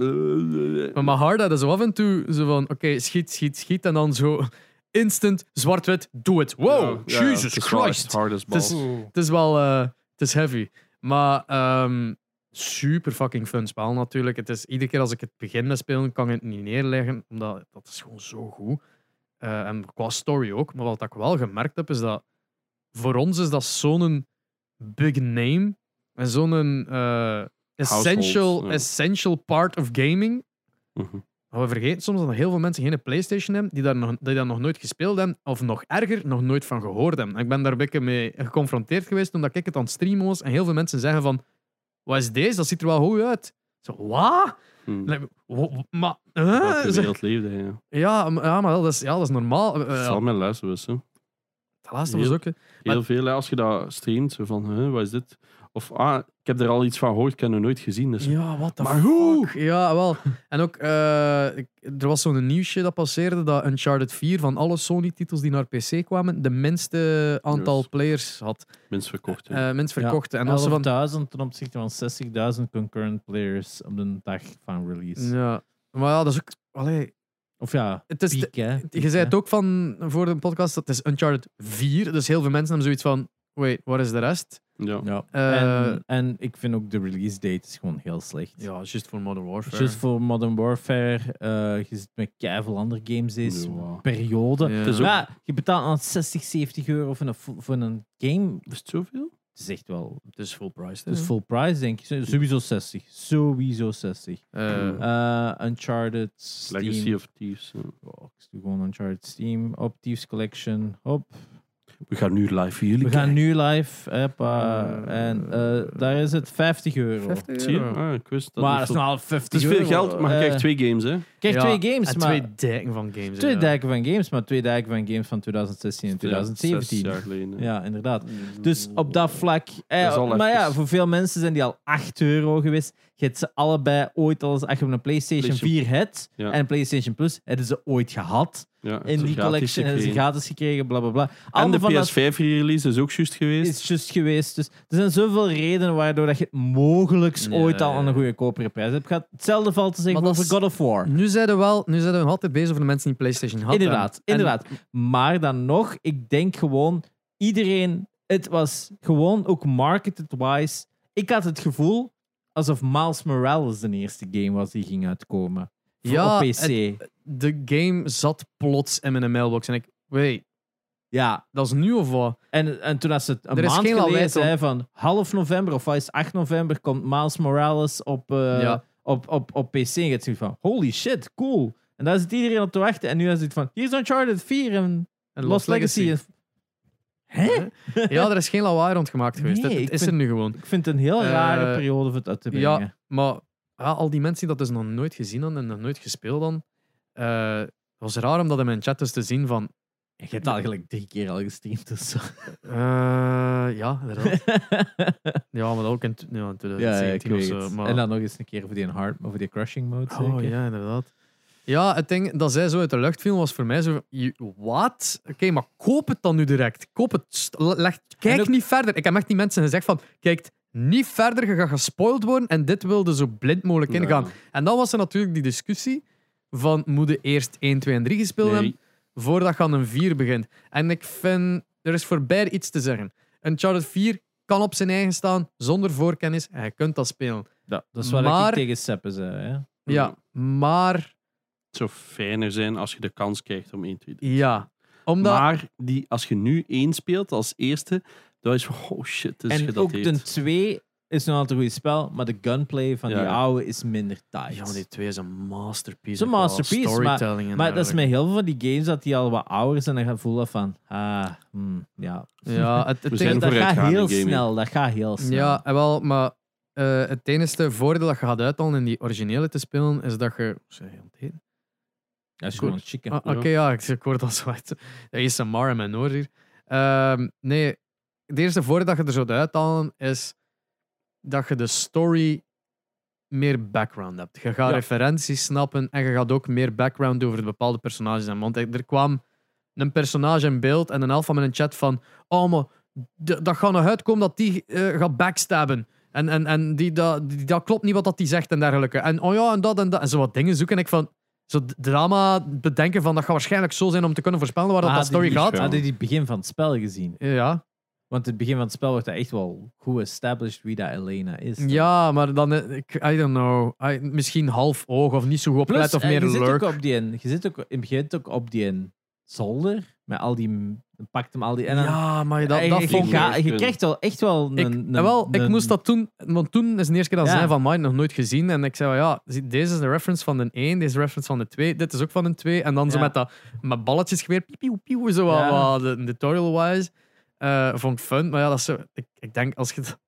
eh,
Maar mijn hard dat is zo af en toe zo van: oké, schiet, schiet, schiet. En dan zo instant zwart-wit, doe het. Wow,
Ja, ja,
Jesus
het is wel echt
Christ.
Hard as
Het is-
balls.
Het is wel eh, het is heavy. Maar ehm, super fucking fun spel natuurlijk. Het is, iedere keer als ik het begin met spelen, kan ik het niet neerleggen, omdat dat is gewoon zo goed. Eh, en qua story ook. Maar wat ik wel gemerkt heb, is dat voor ons is dat zo'n big name en zo'n eh, essential,
Household, ja.
essential part of gaming.
Mhm.
Maar we vergeten soms dat er heel veel mensen geen PlayStation hebben, die daar, nog, die daar nog nooit gespeeld hebben, of nog erger, nog nooit van gehoord hebben. En Ik ben daar een beetje mee geconfronteerd geweest omdat ik het aan het streamen was en heel veel mensen zeggen van, wat is deze? Dat ziet er wel goed uit. Zo, wat?
Hm.
Like, wo- wo- maar, eh?
Welke
Zeg-
wereld leefde hij, ja.
ja, maar- ja, maar dat is, ja, dat is normaal. Eh, eh,
Vooral met luisterbussen.
de laatste was
heel-
ook... eh,
Heel veel, hè, als je dat streamt, zo van, hè, wat is dit? Of, ah, ik heb er al iets van gehoord, ik heb het nooit gezien. Dus,
Ja, wat
Maar hoe?
Ja, wel. En ook, eh, ik- er was zo'n nieuwsje dat passeerde dat Uncharted 4 van alle Sony-titels die naar PC kwamen, de minste aantal
Yes.
players had.
Mensen verkocht. hè.
eh mensen
Ja,
verkochten. En als ze van.
11.000 ten opzichte van 60.000 concurrent players op de dag van release.
Ja. Maar ja, dat is ook. Allee,
Of ja,
het is
piek, hè.
Dus je zei het ook van voor de podcast, dat is Uncharted 4. Dus heel veel mensen hebben zoiets van: wait, waar is de rest?
ja.
Ja.
Eh,
en, en ik vind ook de release date is gewoon heel slecht.
Ja, just voor Modern Warfare.
Just voor Modern Warfare, eh je zit met keiveel andere games deze
Ja.
periode.
Ja.
Ja.
Het is ook-
je betaalt aan 60, 70 euro voor een, fu- voor een game.
Is het zoveel?
Het is echt wel.
het is full price.
Het is full price, denk ik. Sowieso 60. Sowieso 60. Eh, Uncharted. Steam.
Legacy of Thieves. ja.
Oh, ik doe gewoon Uncharted Steam. Op Thieves Collection. Hop.
We gaan nu live voor jullie
We gaan
kijken.
nu live. Hoppa.
Eh,
en eh, daar is het 50 euro.
Zie je? Ah, ik wist dat
maar
niet
dat is
zo-
nou al 50
Het is veel geld, maar je krijgt twee games, hè.
krijg twee games, maar...
twee dijken van games.
Twee dijken van games, maar twee dijken van games van 2016 en
Zes
2017.
jaar geleden. hè.
Ja, inderdaad.
Mm.
Dus op dat vlak. eh,
Dat is al
maar ja,
even.
voor veel mensen zijn die al 8 euro geweest. Je hebt ze allebei ooit al eens, als je een PlayStation,
PlayStation.
4 hebt
Ja.
en een PlayStation Plus, hebben ze ooit gehad.
Ja, het is
In die
gratis
collection hebben ze
gekregen.
gratis gekregen, bla bla bla.
En
Allemaal
de
van dat
PS5-release is ook juist geweest.
is just geweest. Dus er zijn zoveel redenen waardoor dat je het mogelijk
Ja,
ooit al
ja,
aan een
ja.
goede kopere prijs hebt gehad. Hetzelfde valt te zeggen
Maar dat
over
is-
God of War.
Nu zijn we wel, nu zijn we nog altijd bezig voor de mensen die PlayStation hadden.
Inderdaad,
En-
inderdaad. Maar dan nog, ik denk gewoon, Iedereen, het was gewoon ook marketed-wise. Ik had het gevoel alsof Miles Morales de eerste game was die ging uitkomen. Voor-
Ja,
op PC.
De game zat plots in mijn mailbox. En ik, wait,
Ja,
dat is nu of wat?
en, en toen had ze het een
Er is
maand
geen
geleden
lawaai, Tom.
zei van half november of wat is het, 8 november komt Miles Morales op, eh,
Ja.
op, op, op PC. En je hebt zoiets van, holy shit, cool. En daar zit iedereen op te wachten. En nu is het van, hier is Uncharted 4 en
En
Lost Legacy. Hè?
Ja, er is geen lawaai rondgemaakt geweest.
Nee,
het het
ik
is
vind-
er nu gewoon.
Ik vind het een heel
Eh,
rare periode om het uit te brengen.
ja. Maar ja, al die mensen die dat dus nog nooit gezien hadden en nog nooit gespeeld hadden, eh, het was raar om dat in mijn chat dus te zien van...
Je hebt eigenlijk drie keer al gestreamd. Dus. zo.
eh, ja, inderdaad. ja, maar dat ook in, t- ja, in 2017 of zo. Maar...
En dan nog eens een keer over die hard, over die crushing mode.
Oh
zeker?
ja, inderdaad. Ja, het ding dat zij zo uit de lucht viel was voor mij zo. van, je- Wat? Oké, maar koop het dan nu direct. Koop het. st- le- leg- kijk
ook-
niet verder. Ik heb echt die mensen gezegd van. Kijk niet verder, je gaat gespoild worden. En dit wilde zo blind mogelijk ingaan. En dan was er natuurlijk die discussie van. Moet je eerst 1, 2 en 3 gespeeld
Nee.
hebben? Voordat je aan een 4 begint. En ik vind. Er is voor beide iets te zeggen. Een Charlotte 4 kan op zijn eigen staan zonder voorkennis. En je kunt dat spelen.
Ja, dat is wat
Maar-
ik tegen Seppen zei. Hè?
Ja, maar.
Het zou fijner zijn als je de kans krijgt om 1, 2, 3.
Ja. Omdat.
Maar die, als je nu 1 speelt als eerste, dan is van, oh shit, dit is
en ook
gedateerd.
de 2 is nog altijd een goed spel, maar de gunplay van
Ja,
die
ja.
oude is minder tight.
Ja, maar die twee is een masterpiece.
Is een
ook wel.
masterpiece, maar-
Storytelling en
maar dat is
dergelijke.
met heel veel van die games dat die al wat ouder zijn en gaan voelen van, ah, hmm, ja.
Ja, het,
We
het
zijn
ene-
Dat gaat
vooruitgaan in
heel
gaming.
snel, dat gaat heel snel.
ja en wel, maar eh, het enige voordeel dat je gaat uithalen in die originele te spelen is dat je. Wat zei je aan het eten?
Dat is gewoon
Goed.
chicken.
Ah, Oké, ja, ik, ik word al zo uit. Dat is Samara in mijn oor hier. Ehm, nee, het eerste voordeel dat je er zo uit uithalen is dat je de story meer background hebt. Je gaat
Ja.
referenties snappen en je gaat ook meer background over de bepaalde personages hebben. Want er kwam een personage in beeld en een helft van mijn chat van oh, maar d- dat gaat nog uitkomen dat die eh, gaat backstabben. En, en, en die, dat, die, dat klopt niet wat dat die zegt en dergelijke. En oh ja, en dat en dat. En zo wat dingen zoeken. En ik van, zo d- drama bedenken van dat gaat waarschijnlijk zo zijn om te kunnen voorspellen waar dat,
Ah,
dat story
die-
gaat.
Ja.
Hadden die het begin van het spel gezien?
Ja.
Want het begin van het spel wordt dat echt wel goed established wie dat Elena is.
ja, maar dan, eh, ik, I don't know. I- misschien half oog of niet zo goed oplet
Plus,
of
eh,
meer
je
een
zit ook
lurk.
op die, je zit ook, je begint ook op die zolder met al die, dan pakt hem al die en dan,
Ja, maar dat, dat
je,
vond ik.
ga-
je, je krijgt wel echt wel een,
Ik,
een-
jawel, ik
een-
moest dat toen, want toen is de eerste keer dat ze
Ja.
zei van Mine nog nooit gezien. En ik zei van ja, zie, deze is de reference van de 1, deze is de reference van de 2, dit is ook van de 2. En dan zo
Ja.
met, dat, met balletjes geweer, piep, piep, piep, zo wat,
Ja.
wat de- tutorial-wise. Eh, vond ik fun, maar ja, dat is zo, ik, ik denk als je, dat-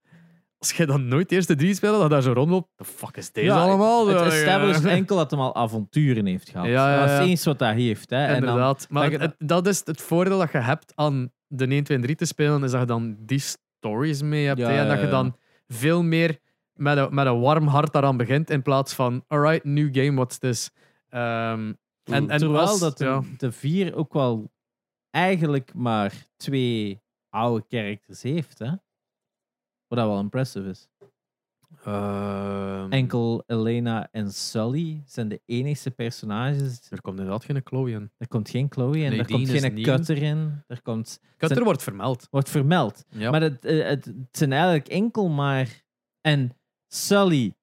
als je dan nooit de eerste drie speelt, dat daar zo rond loopt, the fuck is deze
Ja,
allemaal? eh,
Het
Zo,
established
ja.
enkel dat hem al avonturen heeft gehad.
Ja, ja,
Dat is
ja.
het enige wat hij heeft. Hè. En dan,
Inderdaad. maar
dat je-
het- dat is het voordeel dat je hebt aan de 1, 2 en 3 te spelen, is dat je dan die stories mee hebt.
Ja,
hè, en
ja,
dat je
ja.
dan veel meer met een, met een warm hart daaraan begint, in plaats van, alright, new game, what's this? Ehm, en, en
terwijl
als-
dat de,
ja,
de vier ook wel eigenlijk maar twee oude characters heeft. Hè. Wat dat wel impressive is.
ehm,
Enkel Elena en Sully zijn de enigste personages.
Er komt inderdaad geen Chloe in.
Er komt geen Chloe in, er
Nadine
komt
is
geen
nieuw.
Cutter in. Er komt,
Cutter
Zijn-
wordt vermeld.
wordt vermeld.
Ja.
Maar het, eh, het, het zijn eigenlijk enkel maar. En Sully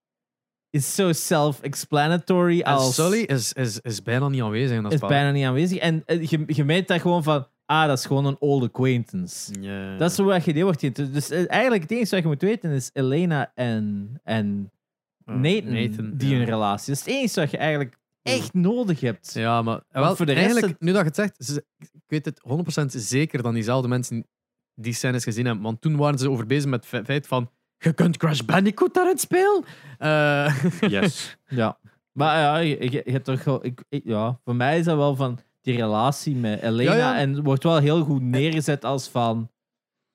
is zo self-explanatory
en
als.
Sully is, is, is bijna niet aanwezig in dat
is
spel.
bijna niet aanwezig. En eh, je, je meet daar gewoon van. Ah, dat is gewoon een old acquaintance.
Ja.
Dat is hoe dat je die wordt geïntroduceerd. Dus eh, eigenlijk het enige wat je moet weten is Elena en, en
Ja,
Nathan, die
Mm, ja.
een relatie. Dat is het enige wat je eigenlijk echt nodig hebt.
Ja, maar wel,
voor de rest
eigenlijk,
het-
nu dat je het zegt, ze- ik weet het 100% zeker dat diezelfde mensen die scènes gezien hebben. Want toen waren ze over bezig met het feit van. Je kunt Crash Bandicoot daarin spelen. Eh,
Yes.
Ja. Maar ja, je, je- je hebt toch wel. Ik, ik- ja, voor mij is dat wel van die relatie met Elena.
Ja, ja.
En wordt wel heel goed neergezet als van.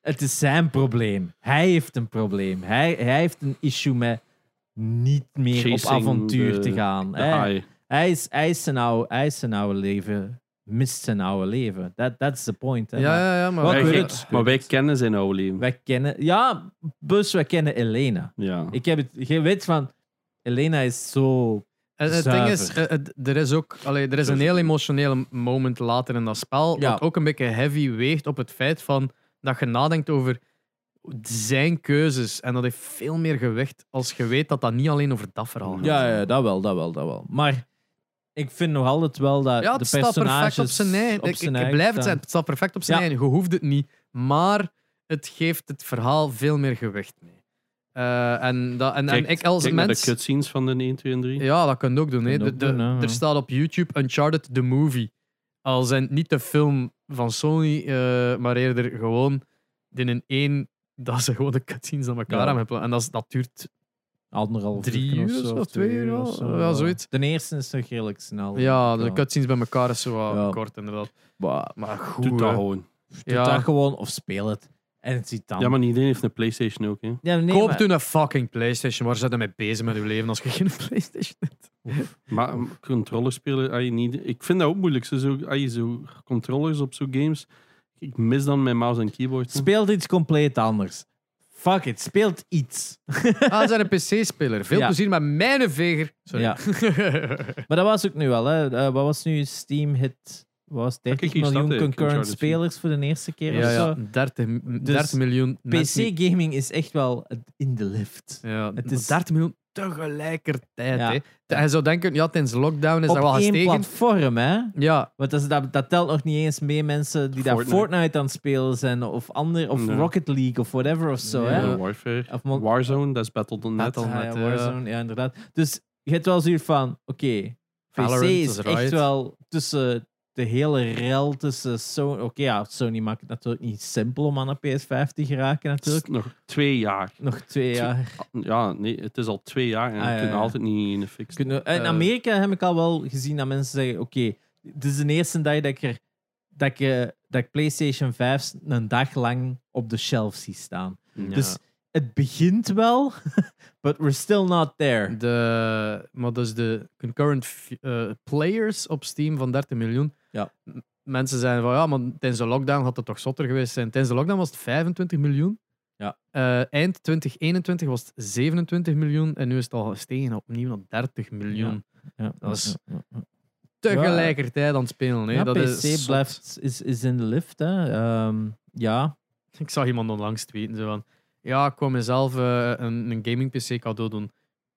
Het is zijn probleem. Hij heeft een probleem. Hij, hij heeft een issue met niet meer op
Chasing
avontuur
the-
te gaan.
De
Hij,
haai.
hij, is, hij, is zijn oude, hij is zijn oude leven. Mist zijn oude leven. That, that's the point. Hè?
ja, ja, ja, maar
Wat
Wij-
ik weet
wij-
het.
Maar wij kennen zijn oude leven.
Wij kennen... Ja, dus wij kennen Elena.
Ja.
Ik heb het... Je weet van... Elena is zo...
En het ding is,
zuiver.
eh, het- er is ook allee, er is een heel emotionele moment later in dat spel.
Ja.
Wat ook een beetje heavy weegt op het feit van dat je nadenkt over zijn keuzes. En dat heeft veel meer gewicht als je weet dat dat niet alleen over dat verhaal gaat.
Ja, ja, dat wel, dat wel, dat wel. Maar ik vind nog altijd wel dat
Ja,
de
het staat
personages
perfect op zijn eigen.
op
Ik,
zijn
ik
eigen
blijf het
staan.
zijn. Het staat perfect op zijn
Ja.
eigen. Je hoeft het niet. Maar het geeft het verhaal veel meer gewicht mee. Eh, en, dat, en, en ik als
kijk naar
mens...
de cutscenes van de 1, 2 en 3.
Ja, dat kun je ook doen. hè.
Kun je
De-
ook
de-
doen, hè, ja.
Er staat op YouTube Uncharted The Movie. Al zijn niet de film van Sony, eh, maar eerder gewoon die in één... Dat ze gewoon de cutscenes aan elkaar
Ja.
hebben geplakt. En dat, is- dat duurt...
Anderhalf
Drie
uur
uur of twee uur al? Ja, zoiets.
De eerste is nog redelijk snel.
Ja, de cutscenes bij elkaar is zo wat
Oh, Ja.
kort, inderdaad.
Bah,
Maar goed,
Doe
hè.
dat gewoon.
Doe
Ja.
dat gewoon of speel het. En het ziet dan.
Ja, maar iedereen heeft een PlayStation ook. Hè.
Ja, nee,
Koop
maar-
toen een fucking PlayStation. Waar zit je mee bezig met je leven als je geen PlayStation hebt?
Maar um, controllers spelen, als je niet, ik vind dat ook moeilijk. Zo, zo, als je zo controllers op zo'n games, ik mis dan mijn mouse en keyboard. hè.
Speelt iets compleet anders. Fuck it, speelt iets.
Ah, ze zijn een PC-speler. Veel
Ja.
plezier met mijn veger. Sorry.
Ja. Maar dat was ook nu wel, hè. Eh, wat was nu Steam hit? Wat was het?
kijk,
30
hier staat
miljoen
hij,
concurrent
Uncharted vier.
spelers voor de eerste keer
ja,
of
ja.
zo.
30, m-
Dus
30 miljoen mensen-
PC-gaming is echt wel in de lift.
Ja,
Het is-
30 miljoen tegelijkertijd.
Ja.
Hè. Te- Je zou denken, ja, tijdens lockdown is
Op
dat wel
één
gestegen.
platform, hè.
Ja,
Want dat, is- dat, dat telt nog niet eens mee mensen die daar
Fortnite.
Fortnite aan het spelen zijn. Of, ander, of
Nee.
Rocket League of whatever of zo, hè.
Ja.
Eh, Warfare.
Of Mon-
Warzone, dat is Battle.net.
Battle.
Ah,
met,
ja,
eh,
Warzone, ja, inderdaad. Dus je hebt wel zoiets van, oké, PC
Valorant,
is
dat
echt
is Riot.
wel tussen de hele rel tussen Sony... Oké, ja, Sony maakt het natuurlijk niet simpel om aan een PS5 te geraken
Dat is
natuurlijk.
nog twee jaar. Ah,
Nog twee jaar.
Ja, nee, het is al twee jaar en
Ah,
we
ja,
kunnen
ja.
altijd niet in de fix.
Kunnen, in
Eh.
Amerika heb ik al wel gezien dat mensen zeggen, oké, dit is de eerste dag dat ik er... Dat ik, eh, dat ik PlayStation 5 een dag lang op de shelf zie staan. Dus het begint wel, but we're still not
Mm,
there.
de, maar dus de concurrent f- eh, players op Steam van 30 miljoen.
Ja.
M- Mensen zeiden van ja, maar tijdens de lockdown had het toch zotter geweest zijn. Tijdens de lockdown was het 25 miljoen.
Ja.
Eh, eind 2021 was het 27 miljoen en nu is het al gestegen opnieuw naar 30 miljoen.
Ja,
Dat is-
ja, ja, ja.
Tegelijkertijd aan het spelen. Hè.
ja,
dat
PC
is zot.
blijft is, is in de lift. Hè. Ehm, ja.
Ik zag iemand onlangs tweeten zo van... Ja, ik wou mezelf eh, een, een gaming PC cadeau doen.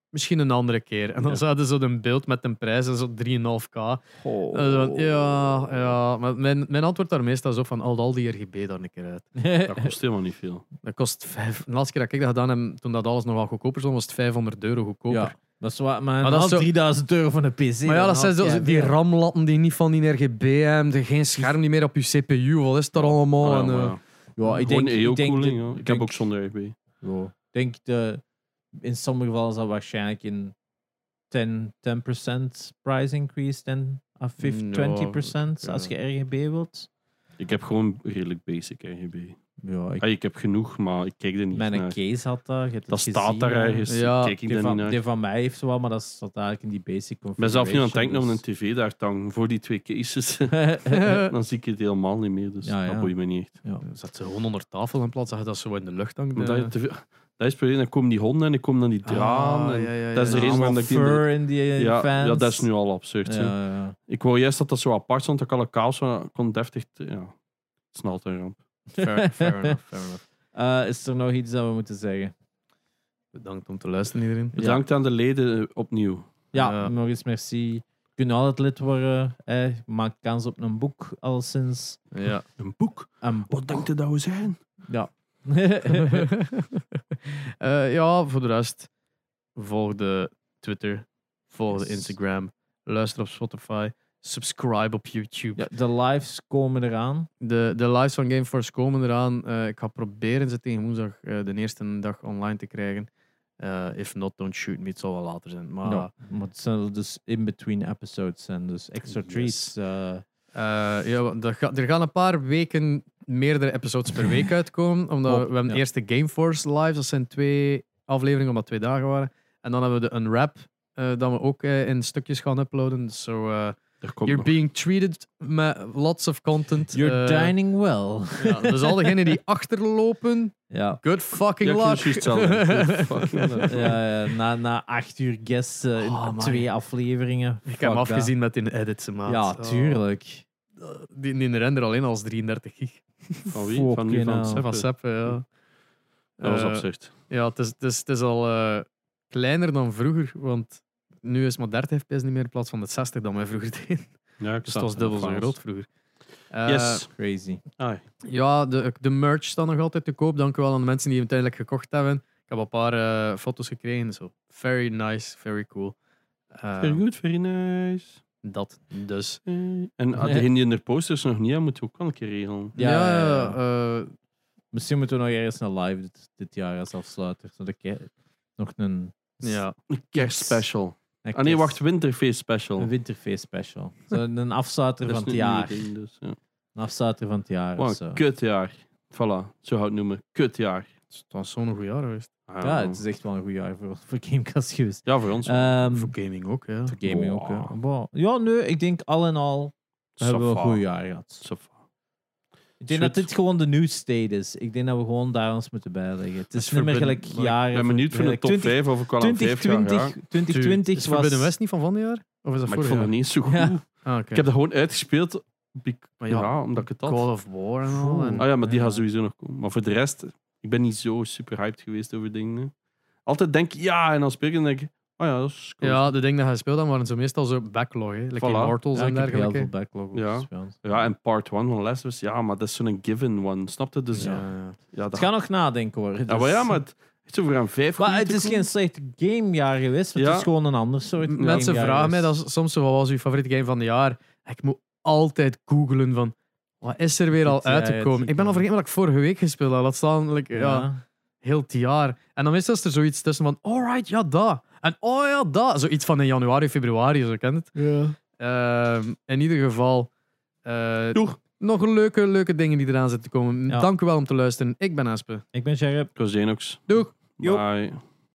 Misschien een andere keer. En dan
Ja.
zouden ze een beeld met een prijs en zo 3,5k. En Eh, zo
Oh.
van, ja, ja. Maar mijn, mijn antwoord daar meestal zo van... Al, al die RGB daar een keer uit.
Dat kost helemaal niet veel.
Dat kost vijf... De laatste keer dat ik dat gedaan heb, toen dat alles nog wel goedkoper stond, was het 500 euro goedkoper.
ja, dat is waar. Maar,
dat
dat
is zo-
3000 euro van een PC.
Maar ja,
dan
dat zijn
had
zo,
jij
die
weer-
ramlatten die niet van die RGB hebben, de- geen scherm niet meer op je CPU, wat is dat allemaal?
Ah, ja,
En, eh,
maar ja.
Ja, Oh, ik
Gewoon E
denk, ik denk,
EO-koeling,
de-
ja. Ik
denk-
heb ook zonder RGB.
ja, ik denk de, in sommige gevallen is dat waarschijnlijk in 10, 10% price increase, 10 à 50,
Ja,
20% als je RGB wilt.
Ik heb gewoon redelijk basic RGB.
Ja, ik,
Ah, ik heb genoeg, maar ik kijk er niet
mijn
naar.
case had dat. je hebt
Dat
het
staat
gezien,
daar
hè.
ergens.
Ja,
kijk
Die
ik daar niet naar.
van, die van mij heeft wel, maar dat zat eigenlijk in die basic configuration.
Ik ben zelf nu aan het denken om een
dus-
tv daar te hangen voor die twee cases.
eh?
dan zie ik het helemaal niet meer, dus
Ja, ja.
dat boeit me niet echt.
ja.
Zat ze gewoon onder tafel in plaats dat je dat zo in de lucht hangt.
Want
eh. Ah,
dat, je te veel- dat is het probleem, dan komen die honden en dan komen dan die
Ah,
draden. en
ja, ja,
dat is de
ja.
reden waarom dat ik die... in de-
fur in die eh,
Ja,
fans.
ja, dat is nu al absurd. hè.
Ja, ja.
Ik wou juist dat dat zo apart stond, dat ik alle kaas van- kon deftig... te- Ja, het is een altijd een ramp.
Fair, fair enough, fair enough.
Eh, is er nog iets dat we moeten zeggen?
Bedankt om te luisteren, iedereen.
Bedankt aan de leden eh, opnieuw.
Ja,
Ja.
nog eens merci. Kunnen altijd lid worden. Eh, maak kans op een boek, alleszins.
Ja.
Een boek?
Een boek.
Wat denkt je dat we zijn?
Ja.
Eh, ja, voor de rest, volg de Twitter, volg de
Yes.
Instagram, luister op Spotify, subscribe op YouTube.
ja, de lives komen eraan.
De, de lives van Gameforce komen eraan. Eh, ik ga proberen ze tegen woensdag eh, de eerste dag online te krijgen. Eh, if not, don't shoot me. Het zal wel later zijn. Maar
Ja, maar het zijn dus in-between episodes en dus extra
Yes.
treats. eh.
Eh, ja, want er, ga- er gaan een paar weken meerdere episodes per week uitkomen. Omdat we,
Klopt,
we hebben
ja.
eerst de Gameforce Lives, dat zijn twee afleveringen, omdat twee dagen waren. En dan hebben we de Unwrap, eh dat we ook eh, in stukjes gaan uploaden. Dus zo, eh,
Er komt
you're
nog.
being treated met lots of content.
you're
Eh,
dining well.
ja, dus al diegenen die achterlopen,
ja.
good fucking
Ja, ik
luck.
vind het juist hetzelfde. Good fucking luck.
Ja, ja, na, na acht uur guests eh, in
Oh, man.
twee afleveringen.
Ik heb hem afgezien met in edits, maat.
Ja,
Oh.
tuurlijk.
die, die render alleen als 33 gig.
Van wie? Van nu
Fucking
van
hell.
Sepp.
Van Sepp, ja.
Dat was
Eh,
absurd.
Ja, het is, het is, het is al eh, kleiner dan vroeger, want nu is maar 30 fps niet meer in plaats van de 60 dat wij vroeger deden.
Ja, ik
Dus
snap
het was dubbel zo
Frans.
groot vroeger. Eh,
Yes.
Crazy.
Ah,
Ja, de, de merch staat nog altijd te koop. Dank u wel aan de mensen die hem uiteindelijk gekocht hebben. Ik heb een paar eh, foto's gekregen. Zo. Very nice, very cool. Eh,
very good, very nice.
dat dus.
Eh, En ah, degene die er posters nog niet hebben, moeten we ook wel een keer regelen.
Ja,
Ja,
ja, ja.
eh,
Misschien moeten we nog ergens een live dit, dit jaar als afsluiter. Zodat ik eh, nog een...
ja.
Een kerstspecial.
een
Ah nee,
kerst-
wacht, winterfeest special.
Een winterfeest special. Zo een afsluiter
Dat
van
is
het
nu
jaar.
een ding, dus, ja.
Een afsluiter van het jaar of
Wat
zo.
een kutjaar. Voilà, zo hou het noemen. Kutjaar.
Het was zo'n goed jaar geweest.
Ah,
Ja, het is echt wel een goed jaar voor, voor Gamecast geweest.
ja, voor ons.
Ehm,
Voor gaming ook, ja.
voor gaming ook,
Boah.
hè. Boah. Ja, nee, ik denk al en al hebben we
Safa.
een goed jaar gehad.
Safa.
Ik denk dat
Shoot.
dit gewoon de new state is. Ik denk dat we gewoon daar ons moeten bijleggen. Het
Dat
is
is
niet meer
verbind-
gelijk
maar
jaren...
Ik ben benieuwd van de
gelijk
top
20
5 of ik wel aan 5 ga.
2020
ja.
2020
Is
was...
Forbidden West niet van van dit jaar? Of is dat
Maar ik
vorig
vond
jaar?
het niet zo goed.
Ja.
Ah, oké.
Ik heb dat gewoon uitgespeeld. bec-
Maar ja,
ja, omdat ik het had.
Call of War en al. En...
Ah ja, maar die
Ja.
gaat sowieso nog komen. Maar voor de rest, ik ben niet zo super hyped geweest over dingen. hè. Altijd denk ik ja, en dan speel ik en denk ik, oh ja, dat is cool.
Ja, de dingen die hij speelde waren zo meestal zo backlog, hè. Like
Voilà.
Immortals
Ja,
en
ik heb heel
dergelijke.
veel backlog op
Ja.
gespeeld.
Ja, en part 1 van Last of Us, ja, maar dat is zo'n given one. Snap je? Dus ja,
Ja.
ja,
Het
dat... Ah,
gaat nog nadenken hoor. Dus-
ja, maar, ja, maar het het is over aan 5
Maar het is geen slecht gamejaar geweest. want
Ja.
Het is gewoon een ander soort
Mensen
gamejaar
vragen mij
geweest.
dat soms zo, wat was uw favoriete game van het jaar? Ik moet altijd googlen van, wat is er weer al
Het- ja,
uit te
het-
komen? Ik ben al vergeten wat ik vorige week gespeeld had. Dat staan, like, ja. heel het jaar. En dan meestal is er zoiets tussen van, alright, ja, dat. En oh ja, dat. Zoiets van in januari, februari, zo kent het. Ehm, in ieder geval... eh,
Doeg.
Nog leuke, leuke dingen die eraan zitten te komen.
Ja.
Dank u wel om te luisteren. Ik ben Aspe.
Ik ben Sherp.
Ik was Xenox.
Doeg.
Joep.
Bye.